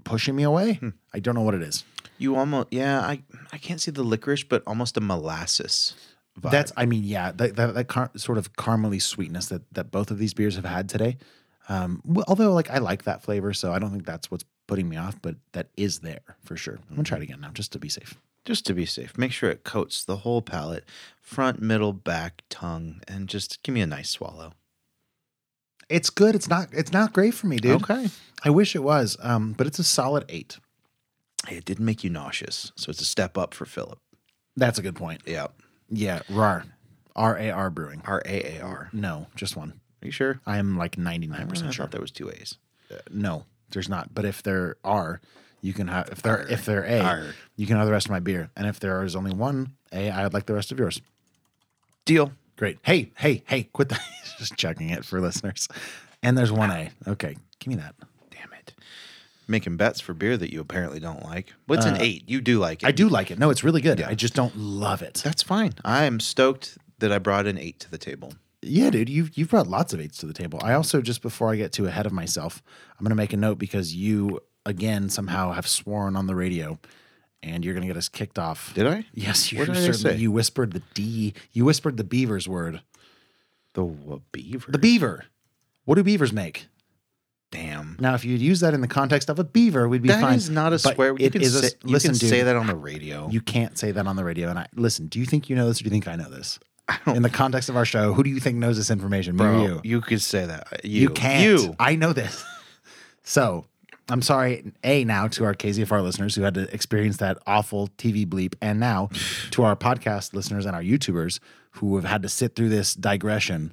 Speaker 2: pushing me away. I don't know what it is.
Speaker 1: You almost yeah. I I can't see the licorice, but almost a molasses. Vibe.
Speaker 2: That's I mean yeah that that, that car- sort of caramely sweetness that that both of these beers have had today. Um, well, although like I like that flavor, so I don't think that's what's putting me off, but that is there for sure. I'm gonna try it again now just to be safe.
Speaker 1: just to be safe. Make sure it coats the whole palate, front, middle, back, tongue, and just give me a nice swallow.
Speaker 2: It's good. It's not. It's not great for me, dude.
Speaker 1: Okay.
Speaker 2: I wish it was. Um, but it's a solid eight.
Speaker 1: Hey, It didn't make you nauseous, so it's a step up for Philip.
Speaker 2: That's a good point.
Speaker 1: Yeah,
Speaker 2: Yeah. Rar. R A R Brewing.
Speaker 1: R A A R.
Speaker 2: No, just one. Uh.
Speaker 1: Are you sure?
Speaker 2: I am like ninety
Speaker 1: I
Speaker 2: nine
Speaker 1: really
Speaker 2: percent sure.
Speaker 1: thought there was two A's.
Speaker 2: No, there's not. But if there are, you can have. If there if there a,
Speaker 1: Arr.
Speaker 2: you can have the rest of my beer. And if there is only one a, I'd like the rest of yours.
Speaker 1: Deal.
Speaker 2: Great. Hey, hey, hey! Quit that. Just checking it for listeners. And there's one a. Okay, give me that.
Speaker 1: Damn it. Making bets for beer that you apparently don't like. What's an
Speaker 2: Uh,
Speaker 1: eight? You do like it.
Speaker 2: I do like it. No, it's really good. I just don't love it.
Speaker 1: That's fine. I am stoked that I brought an eight to the table.
Speaker 2: Yeah, dude, you've you've brought lots of eights to the table. I also just before I get too ahead of myself, I'm gonna make a note because you again somehow have sworn on the radio, and you're gonna get us kicked off.
Speaker 1: Did I?
Speaker 2: Yes, you
Speaker 1: What did I say?
Speaker 2: certainly. You whispered the D. You whispered the beaver's word.
Speaker 1: The w- beaver.
Speaker 2: The beaver. What do beavers make?
Speaker 1: Damn.
Speaker 2: Now, if you'd use that in the context of a beaver, we'd be
Speaker 1: That
Speaker 2: fine.
Speaker 1: is not a
Speaker 2: But
Speaker 1: swear. You
Speaker 2: It
Speaker 1: can
Speaker 2: is a
Speaker 1: say,
Speaker 2: s-
Speaker 1: you
Speaker 2: listen,
Speaker 1: can
Speaker 2: dude,
Speaker 1: say that on the radio.
Speaker 2: You can't say that on the radio. And I listen. Do you think you know this, or do you think I know this? In the context of our show, who do you think knows this information? Me or
Speaker 1: Bro,
Speaker 2: you?
Speaker 1: could say that. Uh, You,
Speaker 2: You, can't.
Speaker 1: You.
Speaker 2: I know this. so I'm sorry, A, now to our KZFR listeners who had to experience that awful TV bleep, and now to our podcast listeners and our YouTubers who have had to sit through this digression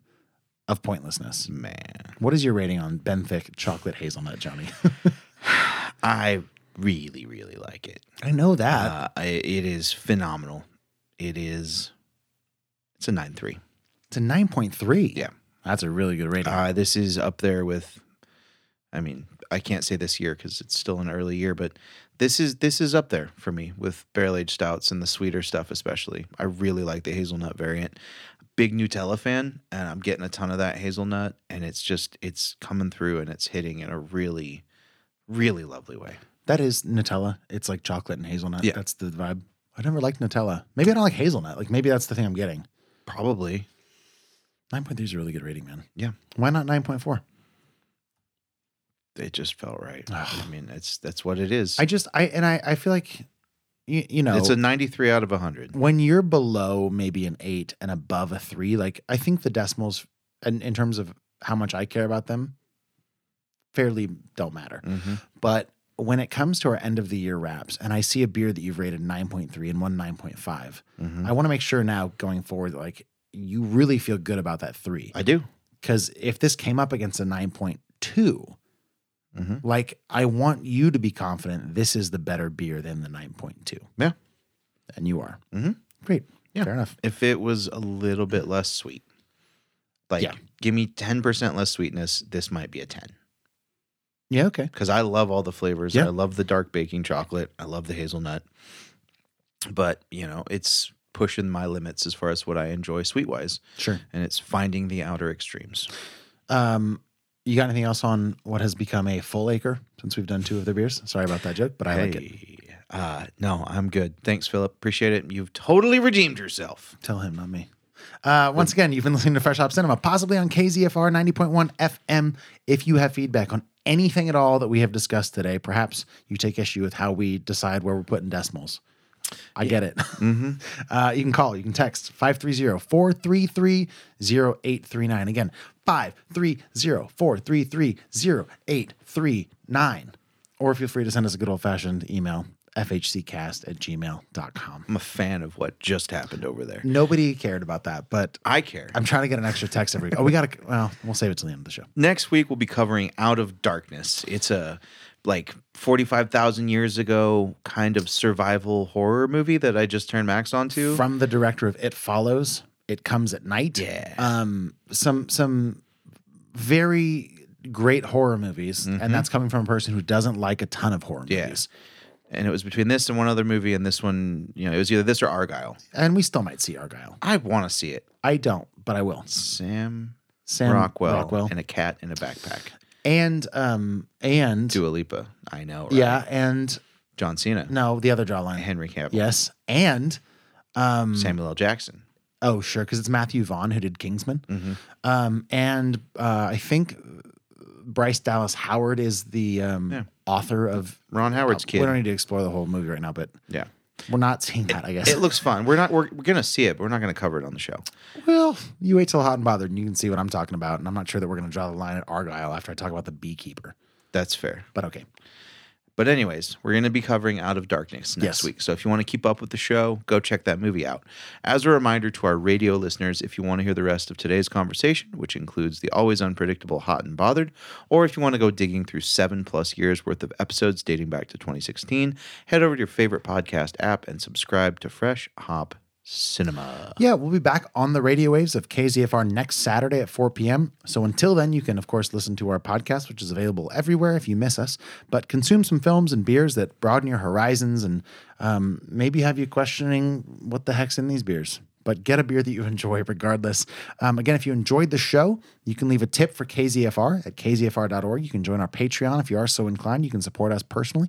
Speaker 2: of pointlessness.
Speaker 1: Man.
Speaker 2: What is your rating on Benthic chocolate hazelnut, Johnny?
Speaker 1: I really, really like it.
Speaker 2: I know that.
Speaker 1: Uh, I, it is phenomenal. It is. It's a nine three.
Speaker 2: it's a 9.3.
Speaker 1: Yeah.
Speaker 2: That's a really good rating.
Speaker 1: Uh, this is up there with. I mean, I can't say this year because it's still an early year, but this is this is up there for me with barrel aged stouts and the sweeter stuff, especially. I really like the hazelnut variant. Big Nutella fan, and I'm getting a ton of that hazelnut, and it's just it's coming through and it's hitting in a really, really lovely way.
Speaker 2: that is Nutella. It's like chocolate and hazelnut.
Speaker 1: Yeah.
Speaker 2: That's the vibe. I never liked Nutella. Maybe I don't like hazelnut. Like maybe that's the thing I'm getting.
Speaker 1: Probably,
Speaker 2: 9.3 is a really good rating, man.
Speaker 1: yeah.
Speaker 2: Why not 9.4?
Speaker 1: It just felt right. I mean, it's that's what it is.
Speaker 2: I just I and I I feel like you, you know
Speaker 1: It's a 93 out of 100.
Speaker 2: when you're below maybe an eight and above a three, like I think the decimals in, in terms of how much I care about them fairly don't matter.
Speaker 1: Mm. Mm-hmm.
Speaker 2: But when it comes to our end of the year wraps and I see a beer that you've rated 9.3 and one 9.5,
Speaker 1: Mm-hmm.
Speaker 2: I want to make sure now going forward that like you really feel good about that three.
Speaker 1: I do.
Speaker 2: Because if this came up against a 9.2,
Speaker 1: Mm-hmm.
Speaker 2: like I want you to be confident this is the better beer than the 9.2.
Speaker 1: Yeah.
Speaker 2: And you are. Mm-hmm. Great.
Speaker 1: Yeah.
Speaker 2: Fair enough.
Speaker 1: If it was a little bit less sweet, like
Speaker 2: Yeah.
Speaker 1: give me 10% less sweetness, this might be a 10.
Speaker 2: Yeah. Okay.
Speaker 1: Because I love all the flavors.
Speaker 2: Yeah.
Speaker 1: I love the dark baking chocolate. I love the hazelnut. But, you know, it's pushing my limits as far as what I enjoy sweet wise.
Speaker 2: Sure.
Speaker 1: And it's finding the outer extremes.
Speaker 2: Um, you got anything else on what has become a full acre since we've done two of the beers? Sorry about that joke, but I like it.
Speaker 1: Hey, Uh, no, I'm good. Thanks, Philip. Appreciate it. You've totally redeemed yourself.
Speaker 2: Tell him, not me. Uh, once again, you've been listening to Fresh Hop Cinema, possibly on KZFR 90.1 FM. If you have feedback on anything at all that we have discussed today, perhaps you take issue with how we decide where we're putting decimals. I get it. Uh, you can call, you can text 530 433 0839. Again, 530 433 0839. Or feel free to send us a good old fashioned email fhccast at gmail.com.
Speaker 1: I'm a fan of what just happened over there.
Speaker 2: Nobody cared about that, but
Speaker 1: I care.
Speaker 2: I'm trying to get an extra text every. Oh, we got to. Well, we'll save it till the end of the show.
Speaker 1: Next week we'll be covering Out of Darkness. It's a like 45,000 years ago kind of survival horror movie that I just turned Max onto.
Speaker 2: From the director of It Follows, It Comes at Night.
Speaker 1: Yeah.
Speaker 2: Um. Some some very great horror movies,
Speaker 1: Mhm.
Speaker 2: and that's coming from a person who doesn't like a ton of horror
Speaker 1: Yeah.
Speaker 2: movies.
Speaker 1: and it was between this and one other movie and this one, you know, it was either this or Argyle.
Speaker 2: And we still might see Argyle.
Speaker 1: I want to see it.
Speaker 2: I don't, but I will.
Speaker 1: Sam,
Speaker 2: Sam
Speaker 1: Rockwell,
Speaker 2: Rockwell.
Speaker 1: and a cat in a backpack.
Speaker 2: And um and
Speaker 1: Dua Lipa. I know. Right?
Speaker 2: yeah and
Speaker 1: John Cena.
Speaker 2: no the other jawline.
Speaker 1: Henry Cavill.
Speaker 2: Yes, and um
Speaker 1: Samuel L. Jackson.
Speaker 2: Oh, sure, because it's Matthew Vaughn who did Kingsman,
Speaker 1: Mm-hmm.
Speaker 2: um, and uh, I think Bryce Dallas Howard is the um,
Speaker 1: Yeah.
Speaker 2: author of uh,
Speaker 1: Ron Howard's kid.
Speaker 2: We don't need to explore the whole movie right now, but
Speaker 1: yeah.
Speaker 2: we're not seeing that. I guess.
Speaker 1: It looks fun. We're not. We're, we're gonna see it, but we're not gonna cover it on the show.
Speaker 2: well, you wait till hot and bothered, and you can see what I'm talking about. And I'm not sure that we're going to draw the line at Argyle after I talk about the beekeeper.
Speaker 1: That's fair.
Speaker 2: But okay,
Speaker 1: But anyways, we're going to be covering Out of Darkness next
Speaker 2: Yes.
Speaker 1: week. So if you want to keep up with the show, go check that movie out. As a reminder to our radio listeners, if you want to hear the rest of today's conversation, which includes the always unpredictable Hot and Bothered, or if you want to go digging through 7 plus years worth of episodes dating back to 2016, head over to your favorite podcast app and subscribe to Fresh Hop Cinema.
Speaker 2: yeah, we'll be back on the radio waves of KZFR next Saturday at 4 p.m. So until then, you can of course listen to our podcast, which is available everywhere if you miss us. But consume some films and beers that broaden your horizons and um, maybe have you questioning what the heck's in these beers. But get a beer that you enjoy regardless. Um, again, if you enjoyed the show, you can leave a tip for KZFR at kzfr.org. You can join our Patreon if you are so inclined. You can support us personally.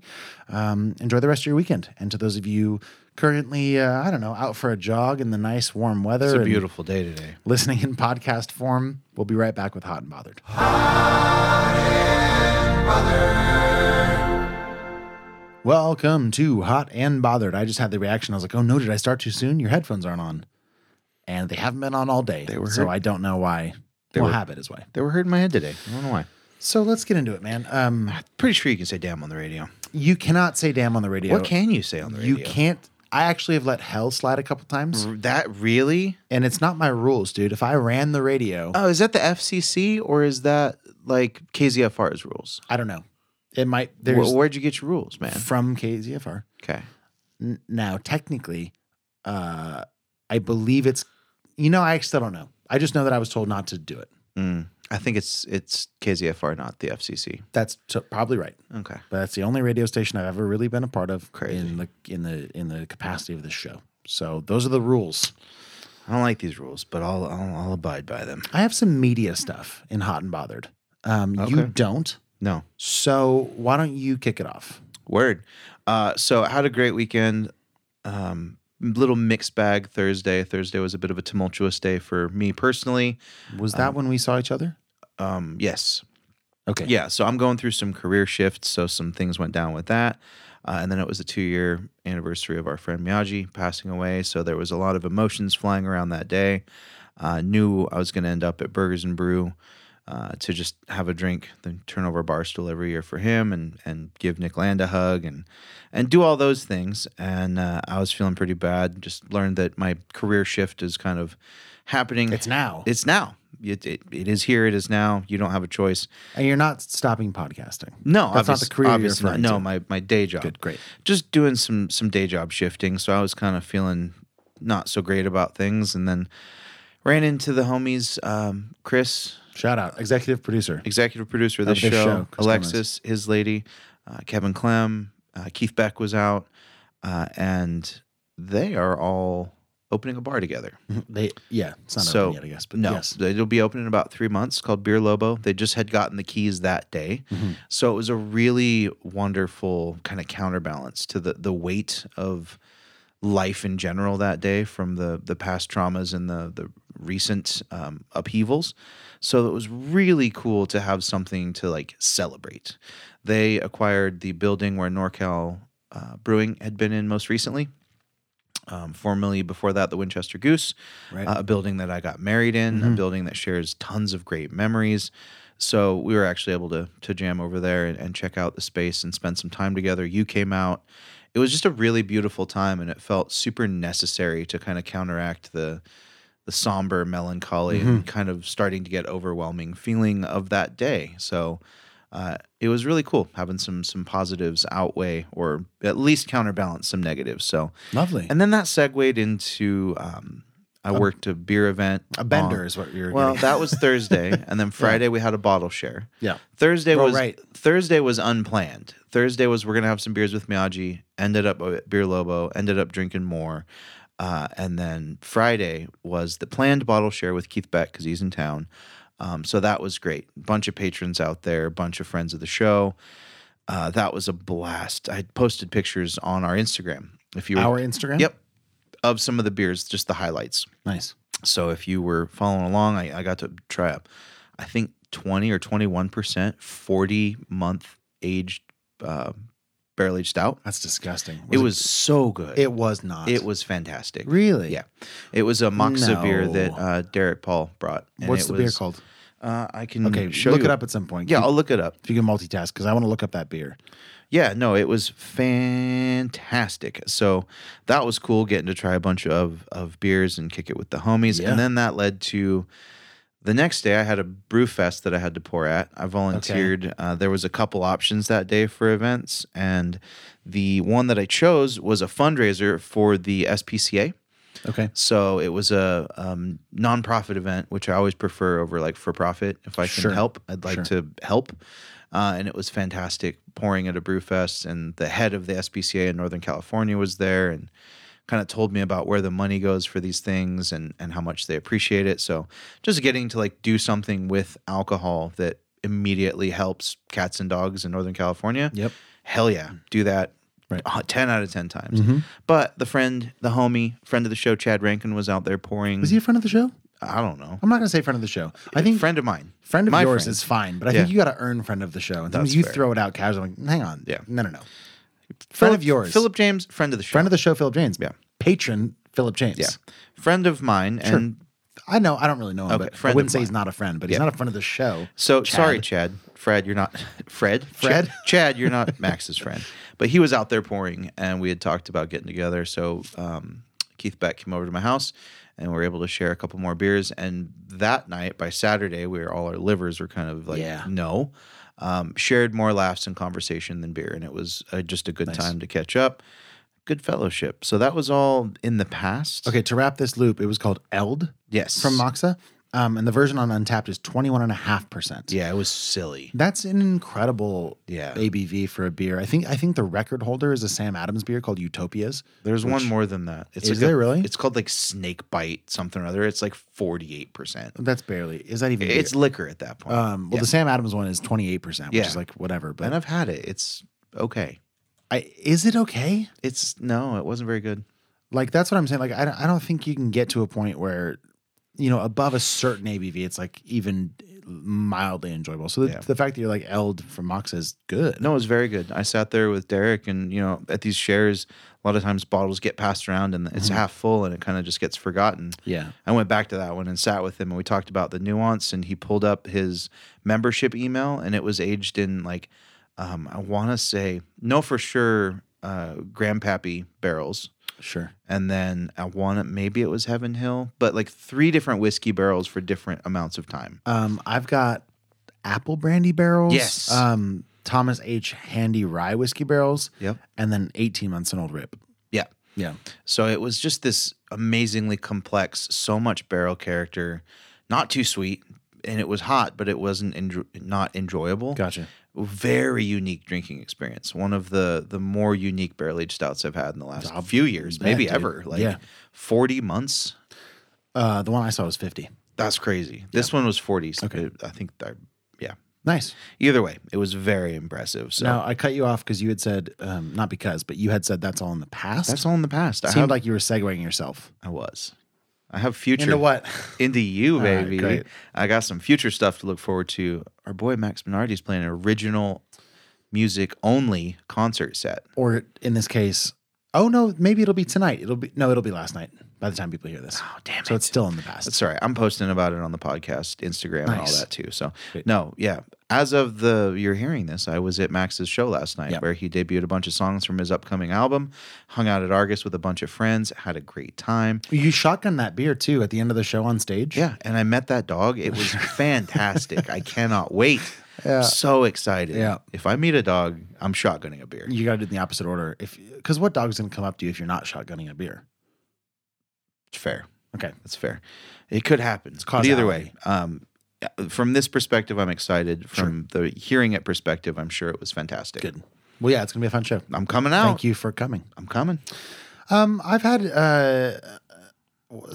Speaker 2: Um, enjoy the rest of your weekend. And to those of you currently, uh, I don't know, out for a jog in the nice warm weather,
Speaker 1: It's a
Speaker 2: and
Speaker 1: beautiful day today.
Speaker 2: listening in podcast form, we'll be right back with Hot and Bothered. Welcome to Hot and Bothered. I just had the reaction. I was like, oh no, did I start too soon? Your headphones aren't on. And they haven't been on all day. They
Speaker 1: were
Speaker 2: so
Speaker 1: hurt.
Speaker 2: I don't know why.
Speaker 1: They
Speaker 2: well,
Speaker 1: were-
Speaker 2: habit is why.
Speaker 1: They were hurting my head today. I don't know why.
Speaker 2: So let's get into it, man. Um,
Speaker 1: Pretty sure you can say damn on the radio.
Speaker 2: you cannot say damn on the radio.
Speaker 1: What can you say on the radio?
Speaker 2: You can't. I actually have let hell slide a couple times,
Speaker 1: That really?
Speaker 2: and it's not my rules, dude. If I ran the radio,
Speaker 1: Oh, is that the FCC or is that like KZFR's rules?
Speaker 2: I don't know. It might.
Speaker 1: Where,
Speaker 2: There's
Speaker 1: where'd you get your rules, man?
Speaker 2: from KZFR.
Speaker 1: Okay.
Speaker 2: N- now, technically, uh, I believe it's. You know, I still don't know. I just know that I was told not to do it.
Speaker 1: Mm. I think it's it's KZFR, not the FCC.
Speaker 2: That's t- probably right.
Speaker 1: Okay.
Speaker 2: But that's the only radio station I've ever really been a part of
Speaker 1: Crazy.
Speaker 2: in the in the in the capacity of this show. So those are the rules.
Speaker 1: I don't like these rules, but I'll I'll, I'll abide by them.
Speaker 2: I have some media stuff in Hot and Bothered. Um, You
Speaker 1: Okay.
Speaker 2: don't.
Speaker 1: No.
Speaker 2: So why don't you kick it off?
Speaker 1: Word. Uh, so I had a great weekend. Um, little mixed bag Thursday. Thursday was a bit of a tumultuous day for me personally.
Speaker 2: Was that when we saw each other?
Speaker 1: Um, yes.
Speaker 2: Okay.
Speaker 1: Yeah, so I'm going through some career shifts, so some things went down with that. Uh, and then it was the two year anniversary of our friend Miyagi passing away, so there was a lot of emotions flying around that day. Uh, knew I was going to end up at Burgers and Brew uh, to just have a drink, then turn over a bar stool every year for him, and and give Nick Land a hug, and and do all those things. And uh, I was feeling pretty bad. Just learned that my career shift is kind of happening.
Speaker 2: It's now.
Speaker 1: It's now. It, it, it is here. It is now. You don't have a choice.
Speaker 2: And you're not stopping podcasting.
Speaker 1: No,
Speaker 2: that's not
Speaker 1: obvious-
Speaker 2: the career you're
Speaker 1: obviously not.
Speaker 2: referring
Speaker 1: No,
Speaker 2: to.
Speaker 1: my my day job.
Speaker 2: Good, great.
Speaker 1: Just doing some some day job shifting, so I was kind of feeling not so great about things, and then ran into the homies, um, Chris,
Speaker 2: Shout out, executive producer.
Speaker 1: executive producer of
Speaker 2: Of
Speaker 1: this,
Speaker 2: this
Speaker 1: show,
Speaker 2: show, Chris
Speaker 1: Alexis, his lady, uh, Kevin Clem, uh, Keith Beck was out, uh, and they are all opening a bar together.
Speaker 2: They yeah, it's not
Speaker 1: so
Speaker 2: open yet, I guess. But
Speaker 1: no,
Speaker 2: yes.
Speaker 1: it'll be open in about three months. Called Beer Lobo. They just had gotten the keys that day,
Speaker 2: Mm-hmm.
Speaker 1: so it was a really wonderful kind of counterbalance to the the weight of life in general that day from the the past traumas and the the recent um, upheavals. So it was really cool to have something to like celebrate. They acquired the building where NorCal uh, Brewing had been in most recently um, formerly before that the Winchester Goose,
Speaker 2: Right.
Speaker 1: uh, a building that I got married in, a building that shares tons of great memories. So we were actually able to to jam over there and, and check out the space and spend some time together. You came out. it was just a really beautiful time and it felt super necessary to kind of counteract the the somber melancholy and kind of starting to get overwhelming feeling of that day so uh, it was really cool having some some positives outweigh or at least counterbalance some negatives so
Speaker 2: Lovely.
Speaker 1: and then that segued into um, I worked a beer event.
Speaker 2: a bender
Speaker 1: on-
Speaker 2: is what you're
Speaker 1: Well,
Speaker 2: getting
Speaker 1: that was Thursday, and then Friday we had a bottle share.
Speaker 2: Yeah.
Speaker 1: Thursday
Speaker 2: Well,
Speaker 1: was
Speaker 2: right.
Speaker 1: Thursday was unplanned. Thursday was we're gonna have some beers with Miyagi. Ended up at Beer Lobo. Ended up drinking more, uh, and then Friday was the planned bottle share with Keith Beck because he's in town. Um, so that was great. Bunch of patrons out there, bunch of friends of the show. Uh, that was a blast. I posted pictures on our Instagram. If you were,
Speaker 2: Our Instagram?
Speaker 1: yep, of some of the beers, just the highlights.
Speaker 2: Nice.
Speaker 1: So if you were following along, I, I got to try up, I think 20 or 21%, 40 month aged uh, barrel aged stout.
Speaker 2: That's disgusting.
Speaker 1: it was so good.
Speaker 2: It was not.
Speaker 1: It was fantastic.
Speaker 2: Really?
Speaker 1: Yeah. It was a moxa beer
Speaker 2: No.
Speaker 1: that uh, Derek Paul brought. and
Speaker 2: What's
Speaker 1: it
Speaker 2: the beer
Speaker 1: was-
Speaker 2: called?
Speaker 1: Uh, I can
Speaker 2: Okay,
Speaker 1: show
Speaker 2: look
Speaker 1: you.
Speaker 2: it up at some point.
Speaker 1: Yeah,
Speaker 2: Keep-
Speaker 1: I'll look it up.
Speaker 2: if you can multitask because I want to look up that beer.
Speaker 1: Yeah, no, it was fantastic. So that was cool getting to try a bunch of of beers and kick it with the homies.
Speaker 2: Yeah.
Speaker 1: And then that led to the next day I had a brew fest that I had to pour at. I volunteered. Uh, there was a couple options that day for events, and the one that I chose was a fundraiser for the SPCA.
Speaker 2: Okay.
Speaker 1: So it was a um, nonprofit event, which I always prefer over like for profit. If I can
Speaker 2: Sure.
Speaker 1: help, I'd like
Speaker 2: Sure.
Speaker 1: to help. Uh, and it was fantastic pouring at a brew fest. And the head of the SPCA in Northern California was there and kind of told me about where the money goes for these things and, and how much they appreciate it. So just getting to like do something with alcohol that immediately helps cats and dogs in Northern California.
Speaker 2: Yep.
Speaker 1: Hell yeah. Do that.
Speaker 2: Mm. Right. Mm-hmm.
Speaker 1: uh, 10 out of 10 times. But the friend, the homie, friend of the show, Chad Rankin, was out there pouring.
Speaker 2: Was he a friend of the show?
Speaker 1: I don't know.
Speaker 2: I'm not going to say friend of the show. I think
Speaker 1: friend
Speaker 2: friend,
Speaker 1: of mine.
Speaker 2: of
Speaker 1: my
Speaker 2: yours
Speaker 1: friend.
Speaker 2: is fine, but I
Speaker 1: Yeah.
Speaker 2: think you got to earn friend of the show. And sometimes
Speaker 1: That's
Speaker 2: you
Speaker 1: fair.
Speaker 2: throw it out casually. I'm like, hang on.
Speaker 1: Yeah.
Speaker 2: No, no, no. Friend
Speaker 1: Philip-
Speaker 2: of yours.
Speaker 1: Philip James, friend of the show.
Speaker 2: Friend of the show, Philip James.
Speaker 1: Yeah.
Speaker 2: Patron, Philip James.
Speaker 1: yeah. Friend of mine.
Speaker 2: Sure.
Speaker 1: And
Speaker 2: I know. I don't really know him,
Speaker 1: Okay,
Speaker 2: but
Speaker 1: friend
Speaker 2: I wouldn't
Speaker 1: of
Speaker 2: say
Speaker 1: mine.
Speaker 2: he's not a friend, but he's
Speaker 1: Yeah.
Speaker 2: not a friend of the show.
Speaker 1: So
Speaker 2: Chad.
Speaker 1: sorry, Chad. Fred, you're not Fred.
Speaker 2: Fred?
Speaker 1: Ch- Chad, you're not Max's friend. But he was out there pouring, and we had talked about getting together. So um, Keith Beck came over to my house, and we were able to share a couple more beers. And that night, by Saturday, we were all our livers were kind of like
Speaker 2: Yeah.
Speaker 1: no. Um, shared more laughs and conversation than beer, and it was uh, just a good time to catch up, good fellowship. So that was all in the past.
Speaker 2: Okay, to wrap this loop, it was called Eld
Speaker 1: Yes.
Speaker 2: from Moxa. Um, and the version on Untapped is 21.5%.
Speaker 1: Yeah, it was silly.
Speaker 2: That's an incredible
Speaker 1: Yeah.
Speaker 2: ABV for a beer. I think I think the record holder is a Sam Adams beer called Utopias.
Speaker 1: There's
Speaker 2: which-
Speaker 1: one more than that. It's like
Speaker 2: Is
Speaker 1: a-
Speaker 2: there really?
Speaker 1: It's called like snake bite something or other. It's like 48%.
Speaker 2: That's barely. Is that even?
Speaker 1: It's
Speaker 2: beer?
Speaker 1: liquor at that point.
Speaker 2: um. Well,
Speaker 1: Yeah.
Speaker 2: the Sam Adams one is twenty eight percent, which
Speaker 1: Yeah.
Speaker 2: is like whatever.
Speaker 1: and
Speaker 2: But
Speaker 1: I've had it. It's okay.
Speaker 2: I, is it okay?
Speaker 1: It's no, it wasn't very good.
Speaker 2: Like that's what I'm saying. Like I don't, I don't think you can get to a point where, you know, above a certain ABV, it's like even mildly enjoyable. So the,
Speaker 1: Yeah.
Speaker 2: the fact that you're like eld from Moxa is good.
Speaker 1: No, it was very good. I sat there with Derek and, you know, at these shares, a lot of times bottles get passed around and it's half full and it kind of just gets forgotten.
Speaker 2: Yeah.
Speaker 1: I went back to that one and sat with him and we talked about the nuance and he pulled up his membership email and it was aged in like um, I want to say no for sure uh grandpappy barrels
Speaker 2: Sure.
Speaker 1: and then I want to maybe it was Heaven Hill but like three different whiskey barrels for different amounts of time.
Speaker 2: Um, I've got apple brandy barrels.
Speaker 1: Yes.
Speaker 2: Um, Thomas H. Handy rye whiskey barrels.
Speaker 1: Yep.
Speaker 2: And then 18 months an old rip.
Speaker 1: Yeah.
Speaker 2: Yeah.
Speaker 1: So it was just this amazingly complex, so much barrel character, not too sweet, and it was hot, but it wasn't enjo- not enjoyable.
Speaker 2: Gotcha.
Speaker 1: Very unique drinking experience. One of the the more unique barrel aged stouts I've had in the last few years,
Speaker 2: bet,
Speaker 1: maybe
Speaker 2: dude.
Speaker 1: ever. Like
Speaker 2: Yeah.
Speaker 1: forty months.
Speaker 2: Uh, the one I saw was 50.
Speaker 1: That's crazy. This one was forty. So
Speaker 2: Okay.
Speaker 1: I think. I, yeah.
Speaker 2: Nice.
Speaker 1: Either way, it was very impressive. So
Speaker 2: Now I cut you off because you had said, um, not because, but you had said that's all in the past.
Speaker 1: that's all in the past. I
Speaker 2: Seemed
Speaker 1: have-
Speaker 2: like you were segueing yourself.
Speaker 1: I was. I have future.
Speaker 2: Into what?
Speaker 1: Into you,
Speaker 2: right,
Speaker 1: baby.
Speaker 2: great.
Speaker 1: I got some future stuff to look forward to. Our boy Max Minardi's playing an original music only concert set.
Speaker 2: Or in this case, oh no, maybe it'll be tonight. It'll be no, it'll be last night. by the time people hear this. Oh, damn it. So it's still in the past.
Speaker 1: That's all right. I'm posting about it on the podcast, Instagram, and all
Speaker 2: Nice.
Speaker 1: that too. So no, yeah. As of the you're hearing this, I was at Max's show last night where he debuted a bunch of songs from his upcoming album, hung out at Argus with a bunch of friends, had a great time.
Speaker 2: You shotgun that beer too at the end of the show on stage.
Speaker 1: Yeah, and I met that dog. It was fantastic. I cannot wait.
Speaker 2: Yeah.
Speaker 1: I'm so excited.
Speaker 2: Yeah.
Speaker 1: If I meet a dog, I'm shotgunning a beer.
Speaker 2: You got to do it in the opposite order. If because what dog's gonna come up to you if you're not shotgunning a beer?
Speaker 1: It's fair.
Speaker 2: Okay.
Speaker 1: That's fair. It could happen. It's but
Speaker 2: causality.
Speaker 1: either way, um, from this perspective, I'm excited. From the hearing it perspective, I'm sure it was fantastic. Good.
Speaker 2: Well, yeah, it's gonna be a fun show.
Speaker 1: I'm coming out.
Speaker 2: Thank you for coming.
Speaker 1: I'm coming.
Speaker 2: Um, I've had uh,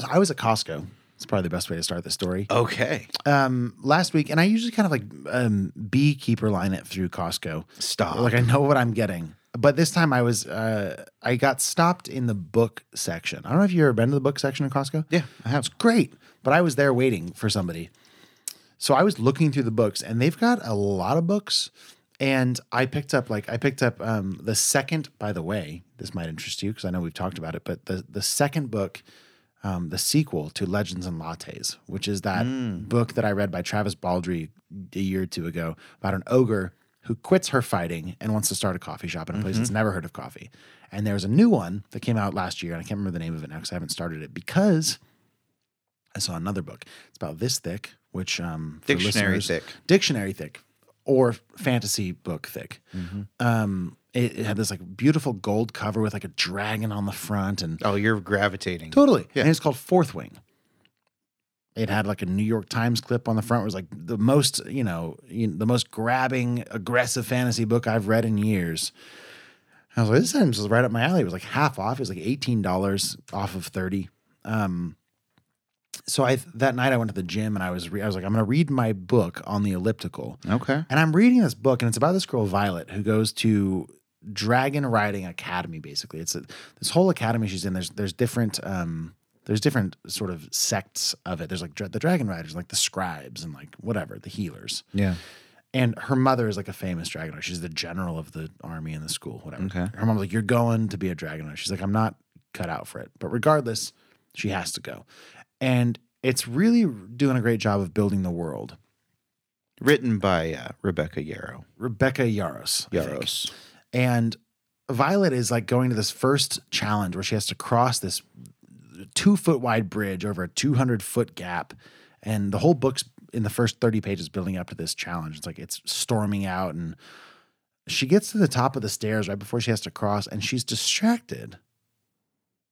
Speaker 2: I was at Costco. It's probably the best way to start the story.
Speaker 1: Oh. Okay.
Speaker 2: um last week and i usually kind of like um beekeeper line it through costco
Speaker 1: Stop.
Speaker 2: like i know what i'm getting but this time i was uh i got stopped in the book section i don't know if you've ever been to the book section in costco
Speaker 1: yeah i
Speaker 2: have it's great but i was there waiting for somebody so i was looking through the books and they've got a lot of books and i picked up like i picked up um the second by the way this might interest you because i know we've talked about it but the the second book um, the sequel to Legends and Lattes, which is that book that I read by Travis Baldry a year or two ago about an ogre who quits her fighting and wants to start a coffee shop in a place that's
Speaker 1: Mhm.
Speaker 2: never heard of coffee. And there's a new one that came out last year, and I can't remember the name of it now because I haven't started it because I saw another book. It's about this thick, which um, for
Speaker 1: Dictionary
Speaker 2: listeners-
Speaker 1: thick.
Speaker 2: dictionary thick, or fantasy book thick.
Speaker 1: Mm-hmm.
Speaker 2: Um, it, it had this like beautiful gold cover with like a dragon on the front, and
Speaker 1: Oh, you're gravitating.
Speaker 2: Totally. And it's called Fourth Wing. It had like a New York Times clip on the front. It was like the most, you know, you the most grabbing, aggressive fantasy book I've read in years. I was like, this sounds right up my alley. It was like half off. It was like eighteen dollars off of thirty. Um, so I that night I went to the gym and I was re- I was like, I'm gonna read my book on the elliptical.
Speaker 1: Okay.
Speaker 2: And I'm reading this book, and it's about this girl Violet who goes to Dragon Riding Academy. Basically, it's a, this whole academy she's in. There's there's different um there's different sort of sects of it. There's like dra- the Dragon Riders, like the scribes, and like whatever the healers.
Speaker 1: Yeah.
Speaker 2: And her mother is like a famous dragon rider. She's the general of the army in the school, whatever.
Speaker 1: Okay.
Speaker 2: Her mom's like, You're going to be a dragon rider. She's like, I'm not cut out for it. But regardless, she has to go. And it's really doing a great job of building the world.
Speaker 1: Written by uh, Rebecca Yarrow.
Speaker 2: Rebecca Yaros. I think.
Speaker 1: Yaros.
Speaker 2: And Violet is like going to this first challenge where she has to cross this two foot wide bridge over a 200 foot gap. And the whole book's in the first 30 pages building up to this challenge. It's like it's storming out. And she gets to the top of the stairs right before she has to cross and she's distracted.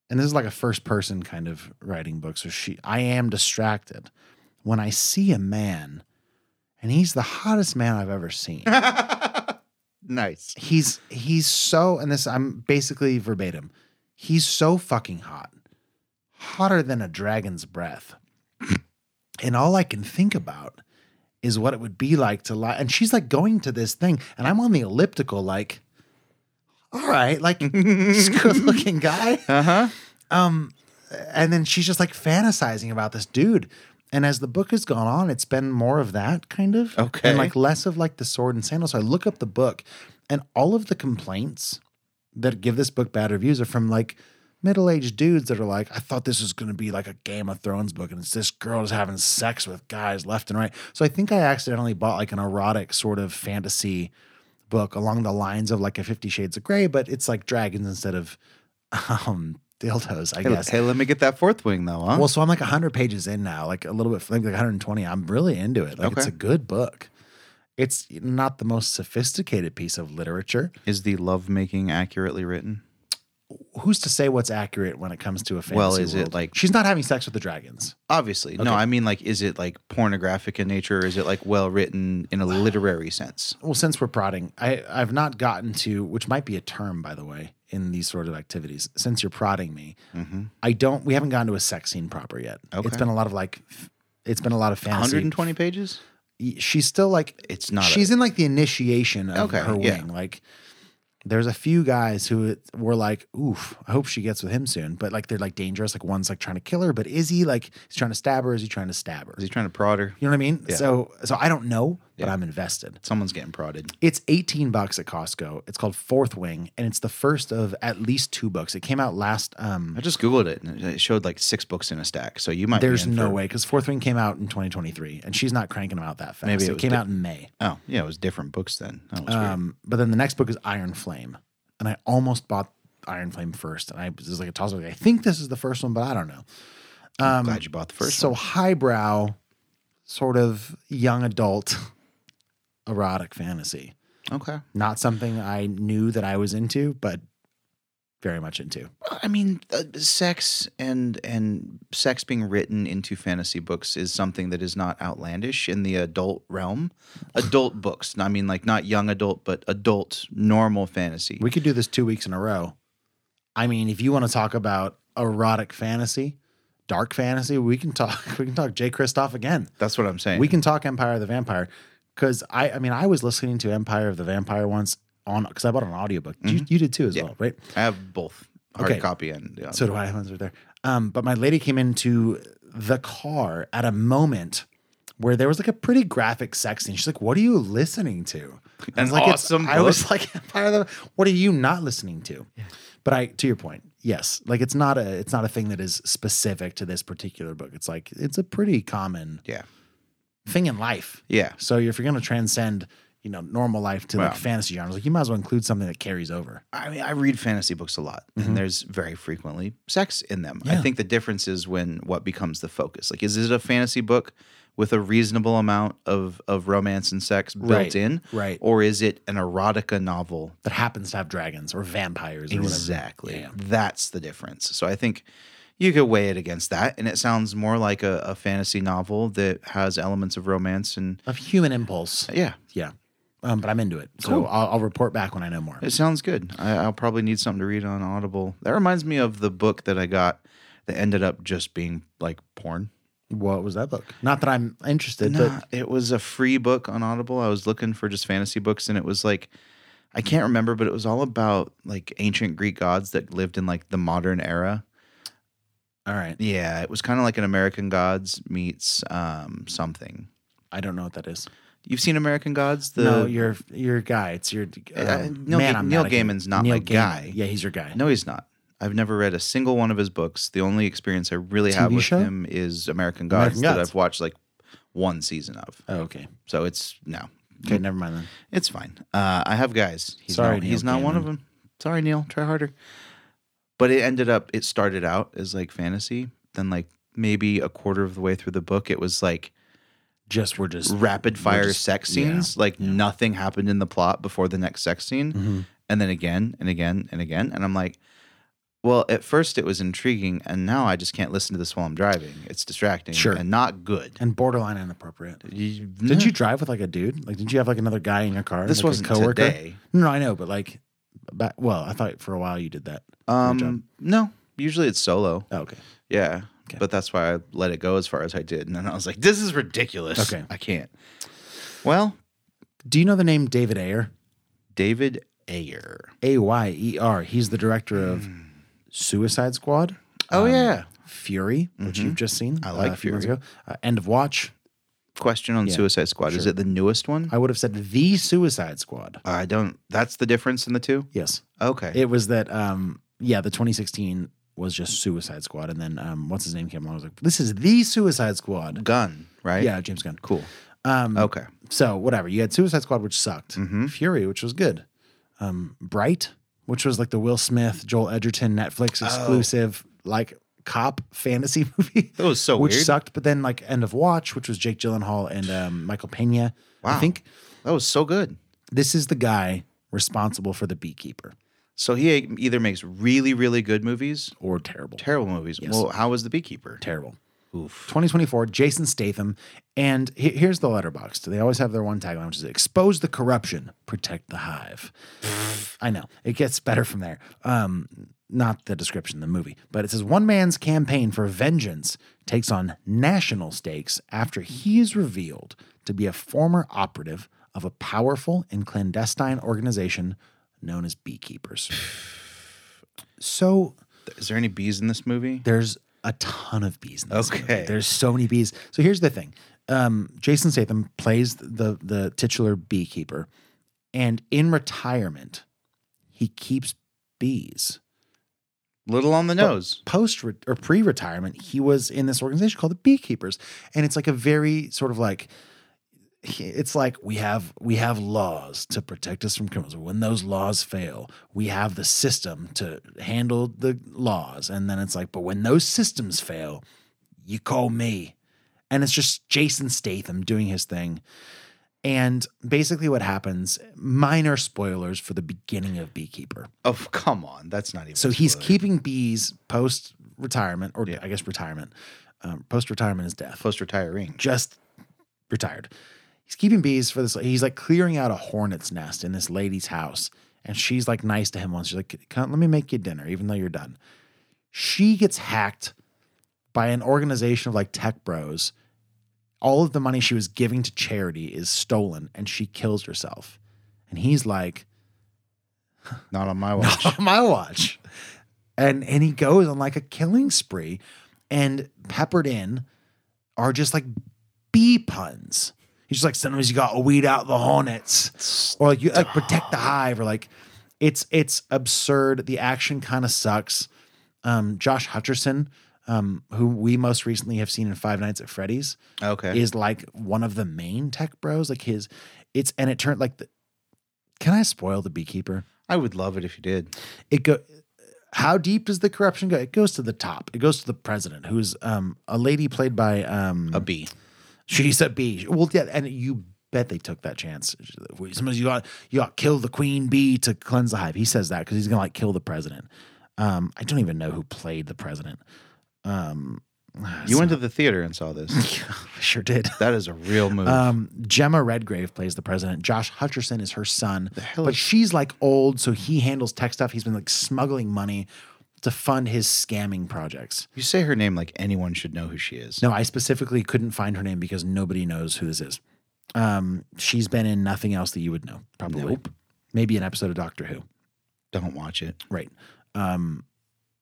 Speaker 2: And this is like a first person kind of writing book. So she, I am distracted when I see a man and he's the hottest man I've ever seen.
Speaker 1: Nice.
Speaker 2: He's he's so and this I'm basically verbatim. He's so fucking hot. Hotter than a dragon's breath. and all I can think about is what it would be like to lie. And she's like going to this thing, and I'm on the elliptical, like, all right, like he's a good looking guy.
Speaker 1: Uh-huh.
Speaker 2: Um, and then she's just like fantasizing about this dude. And as the book has gone on, it's been more of that kind of
Speaker 1: Okay.
Speaker 2: and like less of like the sword and sandals. So I look up the book, and all of the complaints that give this book bad reviews are from like middle aged dudes that are like, I thought this was going to be like a Game of Thrones book, and it's this girl is having sex with guys left and right. So I think I accidentally bought like an erotic sort of fantasy book along the lines of like a Fifty Shades of Grey, but it's like dragons instead of um, dildos, I
Speaker 1: Hey,
Speaker 2: guess.
Speaker 1: hey, let me get that fourth wing though, huh?
Speaker 2: Well, so I'm like 100 pages in now, like a little bit, like 120. I'm really into it. Like it's
Speaker 1: Okay.
Speaker 2: a good book. It's not the most sophisticated piece of literature.
Speaker 1: Is the lovemaking accurately written?
Speaker 2: Who's to say what's accurate when it comes to a fantasy
Speaker 1: Well, is it
Speaker 2: world?
Speaker 1: like-
Speaker 2: she's not having sex with the dragons?
Speaker 1: Obviously. No,
Speaker 2: Okay.
Speaker 1: I mean like is it like pornographic in nature or is it like well written in a literary sense?
Speaker 2: Well, since we're prodding, I I've not gotten to which might be a term by the way in these sort of activities. Since you're prodding me,
Speaker 1: Mhm.
Speaker 2: I don't. We haven't gotten to a sex scene proper yet.
Speaker 1: Okay.
Speaker 2: It's been a lot of like, f- it's been a lot of fantasy.
Speaker 1: 120 pages?
Speaker 2: she's still like
Speaker 1: It's not a-
Speaker 2: she's in like the initiation of
Speaker 1: Okay,
Speaker 2: her wing
Speaker 1: yeah.
Speaker 2: like there's a few guys who it- were like oof i hope she gets with him soon but like they're like dangerous like one's like trying to kill her but is he like he's trying to stab her is he trying to stab her
Speaker 1: Is he trying to prod her?
Speaker 2: you know what i mean
Speaker 1: Yeah.
Speaker 2: so so i don't know but I'm invested.
Speaker 1: Someone's getting prodded.
Speaker 2: It's 18 bucks at Costco. It's called Fourth Wing, and it's the first of at least two books. It came out last. Um,
Speaker 1: I just googled it, and it showed like six books in a stack. So you might. be
Speaker 2: There's
Speaker 1: in
Speaker 2: no
Speaker 1: for-
Speaker 2: way because Fourth Wing came out in 2023, and she's not cranking them out that fast.
Speaker 1: Maybe it
Speaker 2: it,
Speaker 1: was
Speaker 2: came
Speaker 1: di-
Speaker 2: out in May.
Speaker 1: Oh yeah, it was different books then. That was weird.
Speaker 2: Um, but then the next book is Iron Flame, and I almost bought Iron Flame first, and I it was like a toss up. Like, I think this is the first one, but I don't know. Um,
Speaker 1: glad you bought the first
Speaker 2: So
Speaker 1: one.
Speaker 2: highbrow, sort of young adult, erotic fantasy.
Speaker 1: Okay.
Speaker 2: Not something I knew that I was into, but very much into.
Speaker 1: I mean, uh, sex and and sex being written into fantasy books is something that is not outlandish in the adult realm. Adult books. I mean, like not young adult, but adult normal fantasy.
Speaker 2: We could do this two weeks in a row. I mean, if you want to talk about erotic fantasy, dark fantasy, we can talk. We can talk Jay Kristoff again.
Speaker 1: That's what I'm saying.
Speaker 2: We can talk Empire of the Vampire because I, I mean, I was listening to Empire of the Vampire once on because I bought an audiobook. You, you did too as well, right?
Speaker 1: I have both hard
Speaker 2: Okay.
Speaker 1: copy and uh, yeah.
Speaker 2: So do I. Mine's right there. Um, but my lady came into the car at a moment where there was like a pretty graphic sex scene. She's like, "What are you listening to?" And I
Speaker 1: An
Speaker 2: was like, "It's-
Speaker 1: awesome
Speaker 2: I was
Speaker 1: book.
Speaker 2: like, "Empire of the- "What are you not listening to?" But I, to your point, yes, like it's not a it's not a thing that is specific to this particular book. It's like it's a pretty common
Speaker 1: yeah
Speaker 2: thing in life.
Speaker 1: yeah.
Speaker 2: So if you're going to transcend, you know, normal life to
Speaker 1: Wow.
Speaker 2: like fantasy genres, like you might as well include something that carries over.
Speaker 1: I mean, I read fantasy books a lot, and there's very frequently sex in them. I
Speaker 2: Mm-hmm. Yeah.
Speaker 1: think the difference is when what becomes the focus. Like, is it a fantasy book with a reasonable amount of of romance and sex built
Speaker 2: Right,
Speaker 1: in,
Speaker 2: right.
Speaker 1: Or is it an erotica novel?
Speaker 2: That happens to have dragons or vampires or whatever.
Speaker 1: Exactly. That's the difference. So I think you could weigh it against that, and it sounds more like a, a fantasy novel that has elements of romance and
Speaker 2: Of human impulse.
Speaker 1: yeah.
Speaker 2: Yeah. Um, but I'm into it. So
Speaker 1: Cool.
Speaker 2: I'll, I'll report back when I know more.
Speaker 1: It sounds good. I, I'll probably need something to read on Audible. That reminds me of the book that I got that ended up just being like porn.
Speaker 2: What was that book? Not that I'm interested,
Speaker 1: Nah, it was a free book on Audible. I was looking for just fantasy books, and it was like I can't remember, but it was all about like ancient Greek gods that lived in like the modern era.
Speaker 2: but all right.
Speaker 1: Yeah, it was kind of like an American Gods meets um, something.
Speaker 2: I don't know what that is.
Speaker 1: You've seen American Gods? The
Speaker 2: no, your your guy. It's your
Speaker 1: Uh,
Speaker 2: um,
Speaker 1: Neil,
Speaker 2: man.
Speaker 1: Ga-
Speaker 2: I'm
Speaker 1: Neil
Speaker 2: mad I can't-
Speaker 1: Gaiman's not
Speaker 2: Neil
Speaker 1: my
Speaker 2: Gaiman.
Speaker 1: guy.
Speaker 2: Yeah, he's your guy.
Speaker 1: No, he's not. I've never read a single one of his books. The only experience I really have
Speaker 2: TV
Speaker 1: with
Speaker 2: show?
Speaker 1: him is American Gods,
Speaker 2: American
Speaker 1: that
Speaker 2: Gods.
Speaker 1: I've watched like one season of.
Speaker 2: Oh, okay.
Speaker 1: So it's no,
Speaker 2: Okay, never mind then.
Speaker 1: it's fine. Uh, I have guys. He's
Speaker 2: Sorry,
Speaker 1: not,
Speaker 2: Neil
Speaker 1: he's not one
Speaker 2: Gaiman.
Speaker 1: of them. Sorry, Neil. Try harder. But it ended up. It started out as like fantasy. Then like maybe a quarter of the way through the book, it was like
Speaker 2: Just we're just
Speaker 1: rapid fire sex
Speaker 2: yeah, Mm-hmm.
Speaker 1: scenes. like nothing happened in the plot before the next sex scene. And then again and again and again. And I'm like, well, at first it was intriguing. And now I just can't listen to this while I'm driving. It's distracting
Speaker 2: Sure.
Speaker 1: and not good.
Speaker 2: and borderline inappropriate.
Speaker 1: You-
Speaker 2: Did you drive with like a dude? Like, did you have like another guy in your car?
Speaker 1: This
Speaker 2: like, a
Speaker 1: wasn't
Speaker 2: coworker?
Speaker 1: today.
Speaker 2: No, no, I know, but like, back, well, I thought for a while you did that.
Speaker 1: Um, no, usually it's solo.
Speaker 2: Oh, okay.
Speaker 1: Yeah.
Speaker 2: Okay.
Speaker 1: But that's why I let it go as far as I did. And then I was like, this is ridiculous.
Speaker 2: Okay.
Speaker 1: I can't. Well,
Speaker 2: Do you know the name David Ayer?
Speaker 1: David Ayer.
Speaker 2: A Y E R. He's the director of
Speaker 1: Hmm.
Speaker 2: Suicide Squad.
Speaker 1: Oh,
Speaker 2: um,
Speaker 1: yeah.
Speaker 2: Fury, which you've just seen.
Speaker 1: Mm-hmm. I
Speaker 2: uh,
Speaker 1: like
Speaker 2: a few months
Speaker 1: Fury.
Speaker 2: ago. Uh, End of Watch.
Speaker 1: Question on
Speaker 2: Yeah,
Speaker 1: Suicide Squad. Is
Speaker 2: sure.
Speaker 1: it the newest one?
Speaker 2: I would have said the Suicide Squad.
Speaker 1: I don't. That's the difference in the two?
Speaker 2: Yes,
Speaker 1: Okay.
Speaker 2: it was that. Um, yeah, the 2016 was just Suicide Squad, and then um, what's his name came along. I was like, this is the Suicide Squad.
Speaker 1: Gun, right?
Speaker 2: Yeah, James Gunn.
Speaker 1: Cool.
Speaker 2: Um,
Speaker 1: Okay.
Speaker 2: So whatever. You had Suicide Squad, which sucked.
Speaker 1: Mm-hmm.
Speaker 2: Fury, which was good. Um, Bright, which was like the Will Smith, Joel Edgerton
Speaker 1: Oh.
Speaker 2: Netflix exclusive, like cop fantasy movie.
Speaker 1: That was so
Speaker 2: which
Speaker 1: weird.
Speaker 2: sucked. But then like End of Watch, which was Jake Gyllenhaal and um, Michael Pena.
Speaker 1: Wow.
Speaker 2: I think
Speaker 1: That was so good.
Speaker 2: this is the guy responsible for the Beekeeper
Speaker 1: So he e, either makes really, really good movies,
Speaker 2: or terrible,
Speaker 1: terrible movies.
Speaker 2: Yes.
Speaker 1: Well, how was The Beekeeper?
Speaker 2: terrible.
Speaker 1: Oof.
Speaker 2: 2024, Jason Statham. And he- here's the letterbox. They always have their one tagline, which is expose the corruption, protect the hive. I know. It gets better from there. Um, not the description, the movie. But it says one man's campaign for vengeance takes on national stakes after he is revealed to be a former operative of a powerful and clandestine organization known as beekeepers. So
Speaker 1: Is there any bees in this movie?
Speaker 2: there's a ton of bees in this movie.
Speaker 1: Okay.
Speaker 2: There's so many bees. So here's the thing. um, Jason Statham plays the the titular beekeeper, and in retirement, he keeps bees.
Speaker 1: Little on the nose.
Speaker 2: Post re- or pre retirement, he was in this organization called the Beekeepers, and it's like a very sort of like it's like we have we have laws to protect us from criminals. When those laws fail, we have the system to handle the laws. And then it's like, but when those systems fail, you call me. And it's just Jason Statham doing his thing. And basically what happens, minor spoilers for the beginning of Beekeeper.
Speaker 1: Oh, come on. That's not even
Speaker 2: So he's keeping bees post retirement, or I guess retirement. Um, post retirement is death.
Speaker 1: Post retiring.
Speaker 2: Just retired he's keeping bees for this. He's like clearing out a hornet's nest in this lady's house. And she's like nice to him once. She's like, Come, let me make you dinner, even though you're done. She gets hacked by an organization of like tech bros. All of the money she was giving to charity is stolen and she kills herself. And he's like,
Speaker 1: Not on my watch.
Speaker 2: on my watch. And and he goes on like a killing spree. And peppered in are just like bee puns. He's just like sometimes you gotta weed out the hornets. Or like you like protect the hive or like it's it's absurd. The action kind of sucks. Um Josh Hutcherson, um, who we most recently have seen in Five Nights at Freddy's,
Speaker 1: Okay.
Speaker 2: is like one of the main tech bros. Like his it's and it turned like the can I spoil the beekeeper?
Speaker 1: I would love it if you did.
Speaker 2: it go how deep does the corruption go? It goes to the top. It goes to the president, who's um, a lady played by um, a
Speaker 1: bee.
Speaker 2: She's a bee. Well, yeah, and you bet they took that chance. Sometimes you got you got to kill the queen bee to cleanse the hive. He says that because he's gonna like kill the president. Um, I don't even know who played the president. Um,
Speaker 1: You went to the theater and saw this.
Speaker 2: I sure did.
Speaker 1: That is a real move.
Speaker 2: Um, Gemma Redgrave plays the president. Josh Hutcherson is her son, but she's like old, so he handles tech stuff. He's been like smuggling money to fund his scamming projects.
Speaker 1: you say her name like anyone should know who she is.
Speaker 2: No, I specifically couldn't find her name because nobody knows who this is. Um, she's been in nothing else that you would know, probably. Maybe an episode of Doctor Who.
Speaker 1: Don't watch it.
Speaker 2: Right. Um,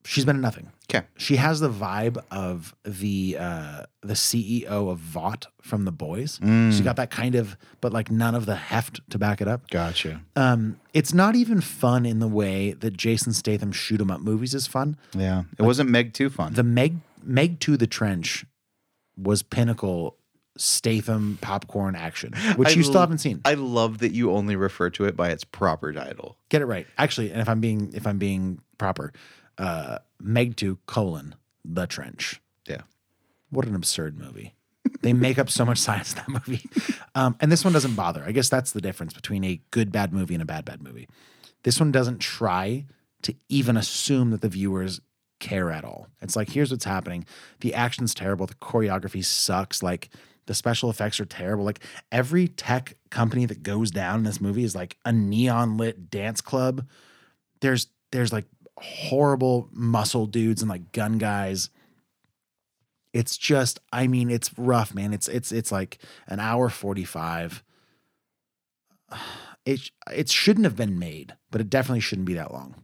Speaker 2: she's been in nothing.
Speaker 1: Okay.
Speaker 2: She has the vibe of the uh, the CEO of Vought from The Boys.
Speaker 1: Mm.
Speaker 2: She got that kind of, but like none of the heft to back it up.
Speaker 1: Gotcha.
Speaker 2: Um, it's not even fun in the way that Jason Statham shoot 'em up movies is fun.
Speaker 1: Yeah. It wasn't Meg too fun.
Speaker 2: uh, The Meg Meg to the Trench was pinnacle Statham popcorn action, which
Speaker 1: I
Speaker 2: you still
Speaker 1: l-
Speaker 2: haven't seen.
Speaker 1: I love that you only refer to it by its proper title.
Speaker 2: Get it right, actually. And if I'm being if I'm being proper, uh, Meg to colon the Trench.
Speaker 1: Yeah.
Speaker 2: What an absurd movie. they make up so much science in that movie. Um, and this one doesn't bother. I guess that's the difference between a good bad movie and a bad bad movie. This one doesn't try to even assume that the viewers care at all. It's like, here's what's happening. The action's terrible. The choreography sucks. Like, the special effects are terrible. Like, every tech company that goes down in this movie is like a neon lit dance club. There's, there's like horrible muscle dudes and like gun guys it's just i mean it's rough man it's it's it's like an hour 45 it it shouldn't have been made but it definitely shouldn't be that long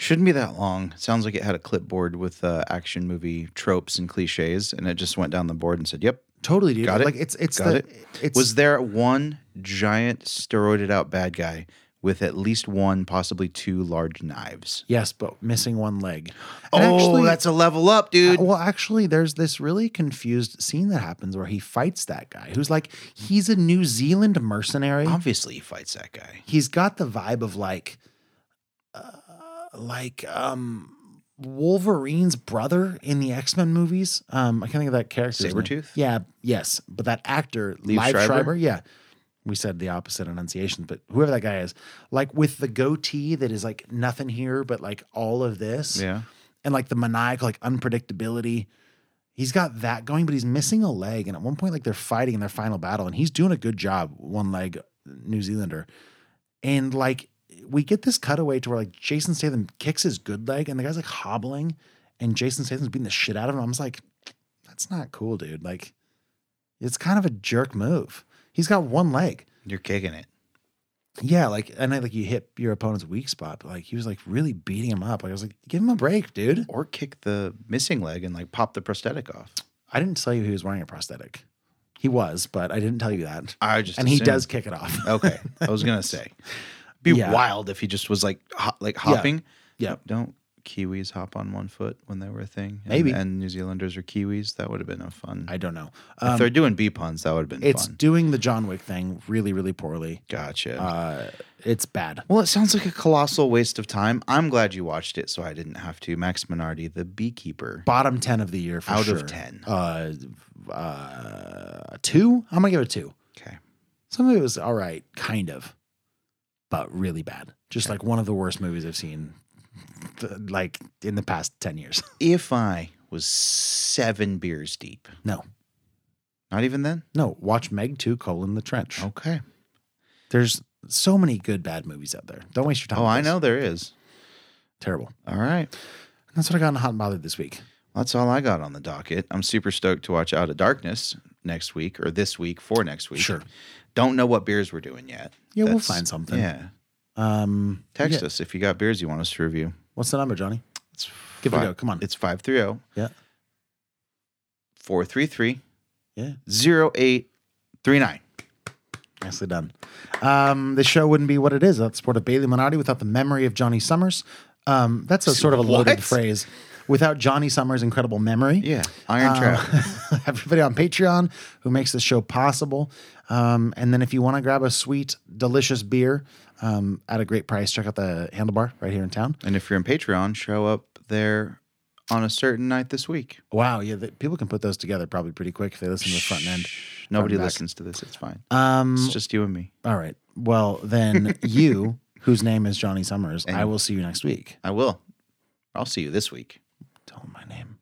Speaker 1: Shouldn't be that long. Sounds like it had a clipboard with uh, action movie tropes and cliches, and it just went down the board and said, "Yep,
Speaker 2: totally dude
Speaker 1: got it."
Speaker 2: like it's it's
Speaker 1: got
Speaker 2: the,
Speaker 1: it.
Speaker 2: it's
Speaker 1: Was there one giant steroided out bad guy with at least one, possibly two large knives?
Speaker 2: yes but missing one leg
Speaker 1: oh, that's a level up, dude.
Speaker 2: Uh, Well, actually, there's this really confused scene that happens where he fights that guy who's like, he's a New Zealand mercenary.
Speaker 1: Obviously, he fights that guy.
Speaker 2: He's got the vibe of like, uh, like um, Wolverine's brother in the X Men movies. Um, I can't think of that character.
Speaker 1: Sabretooth?
Speaker 2: Yeah, yes, but that actor,
Speaker 1: Liev
Speaker 2: Live
Speaker 1: Schreiber?
Speaker 2: Schreiber? yeah. We said the opposite enunciation, but whoever that guy is, like with the goatee that is like nothing here, but like all of this
Speaker 1: Yeah.
Speaker 2: and like the maniacal like unpredictability. He's got that going, but he's missing a leg. And at one point, like they're fighting in their final battle, and he's doing a good job, one leg New Zealander. And like we get this cutaway to where like Jason Statham kicks his good leg, and the guy's like hobbling, and Jason Statham's beating the shit out of him. I was like, that's not cool, dude. Like it's kind of a jerk move. He's got one leg.
Speaker 1: You're kicking it.
Speaker 2: Yeah, like and I like you hit your opponent's weak spot, but like he was like really beating him up. Like I was like, give him a break, dude.
Speaker 1: Or kick the missing leg and like pop the prosthetic off.
Speaker 2: I didn't tell you he was wearing a prosthetic. He was, but I didn't tell you that.
Speaker 1: I just Oh.
Speaker 2: and he
Speaker 1: assumed.
Speaker 2: does kick it off.
Speaker 1: Okay, I was gonna say, be
Speaker 2: Yeah.
Speaker 1: wild if he just was like ho- like hopping.
Speaker 2: Yeah.
Speaker 1: Don't Kiwis hop on one foot when they were a thing? And-
Speaker 2: Maybe.
Speaker 1: And, New Zealanders are Kiwis. That would have been a fun. I
Speaker 2: don't know.
Speaker 1: if
Speaker 2: Um,
Speaker 1: they're doing bee puns, that would have been
Speaker 2: It's
Speaker 1: fun.
Speaker 2: doing the John Wick thing really, really poorly.
Speaker 1: Gotcha.
Speaker 2: Uh, it's bad.
Speaker 1: Well, it sounds like a colossal waste of time. I'm glad you watched it, so I didn't have to. Max Minardi, the beekeeper.
Speaker 2: Bottom ten of the year for
Speaker 1: Out
Speaker 2: sure.
Speaker 1: of 10.
Speaker 2: Uh, uh, two. I'm gonna give it a two.
Speaker 1: Okay.
Speaker 2: Some of it was all right, kind of, but really bad. Just like one of the worst movies I've seen, th- like in the past ten years.
Speaker 1: If I was seven beers deep,
Speaker 2: No,
Speaker 1: not even then.
Speaker 2: no. Watch Meg Two: Colon the Trench.
Speaker 1: Okay.
Speaker 2: There's so many good bad movies out there. Don't waste your time.
Speaker 1: Oh,
Speaker 2: with
Speaker 1: I
Speaker 2: this.
Speaker 1: know there is.
Speaker 2: Terrible.
Speaker 1: All right.
Speaker 2: That's what I got in hot and bothered this week.
Speaker 1: That's all I got on the docket. I'm super stoked to watch Out of Darkness next week or this week for next week.
Speaker 2: Sure.
Speaker 1: Don't know what beers we're doing yet.
Speaker 2: Yeah, we'll find something.
Speaker 1: Yeah.
Speaker 2: Um,
Speaker 1: Text
Speaker 2: yeah.
Speaker 1: us if you got beers you want us to review.
Speaker 2: What's the number, Johnny?
Speaker 1: It's
Speaker 2: Give it a
Speaker 1: fi-
Speaker 2: go. Come on.
Speaker 1: It's 530
Speaker 2: Yeah.
Speaker 1: 433
Speaker 2: Yeah.
Speaker 1: 0839.
Speaker 2: Nicely done. Um, the show wouldn't be what it is without the support of Bailey Minotti, without the memory of Johnny Summers. Um, that's a sort of a loaded
Speaker 1: What?
Speaker 2: phrase. Without Johnny Summers' incredible memory.
Speaker 1: Yeah. Iron
Speaker 2: Um,
Speaker 1: Trap.
Speaker 2: everybody on Patreon who makes this show possible. Um, and then if you want to grab a sweet, delicious beer um, at a great price, check out the Handlebar right here in town.
Speaker 1: And if you're in Patreon, show up there on a certain night this week.
Speaker 2: Wow, yeah, the, people can put those together probably pretty quick if they listen to the front end. front
Speaker 1: Nobody
Speaker 2: and back.
Speaker 1: listens to this. It's fine.
Speaker 2: Um,
Speaker 1: it's just you and me.
Speaker 2: All right. Well, then you, whose name is Johnny Summers, I will see you next week.
Speaker 1: I will. I'll see you this week.
Speaker 2: Tell him my name.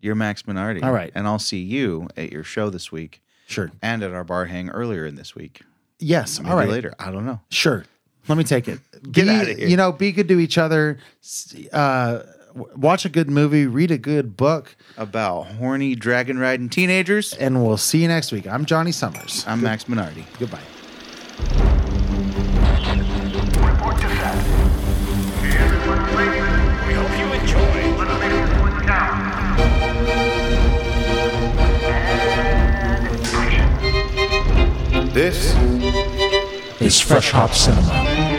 Speaker 1: You're Max Minardi.
Speaker 2: All right.
Speaker 1: And I'll see you at your show this week
Speaker 2: Sure.
Speaker 1: and at our bar hang earlier in this week.
Speaker 2: Yes.
Speaker 1: Maybe
Speaker 2: all right.
Speaker 1: later. I don't know.
Speaker 2: Sure. Let me take it.
Speaker 1: Get
Speaker 2: Be-
Speaker 1: outta here.
Speaker 2: You know, be good to each other. S- Uh, w- watch a good movie. Read a good book.
Speaker 1: About horny dragon riding teenagers.
Speaker 2: And we'll see you next week. I'm Johnny Summers.
Speaker 1: I'm Max Minardi.
Speaker 2: Goodbye.
Speaker 4: Report to set. Everyone ready? We hope you enjoy. Let's make this one count.
Speaker 5: This
Speaker 6: is Fresh Hop Cinema.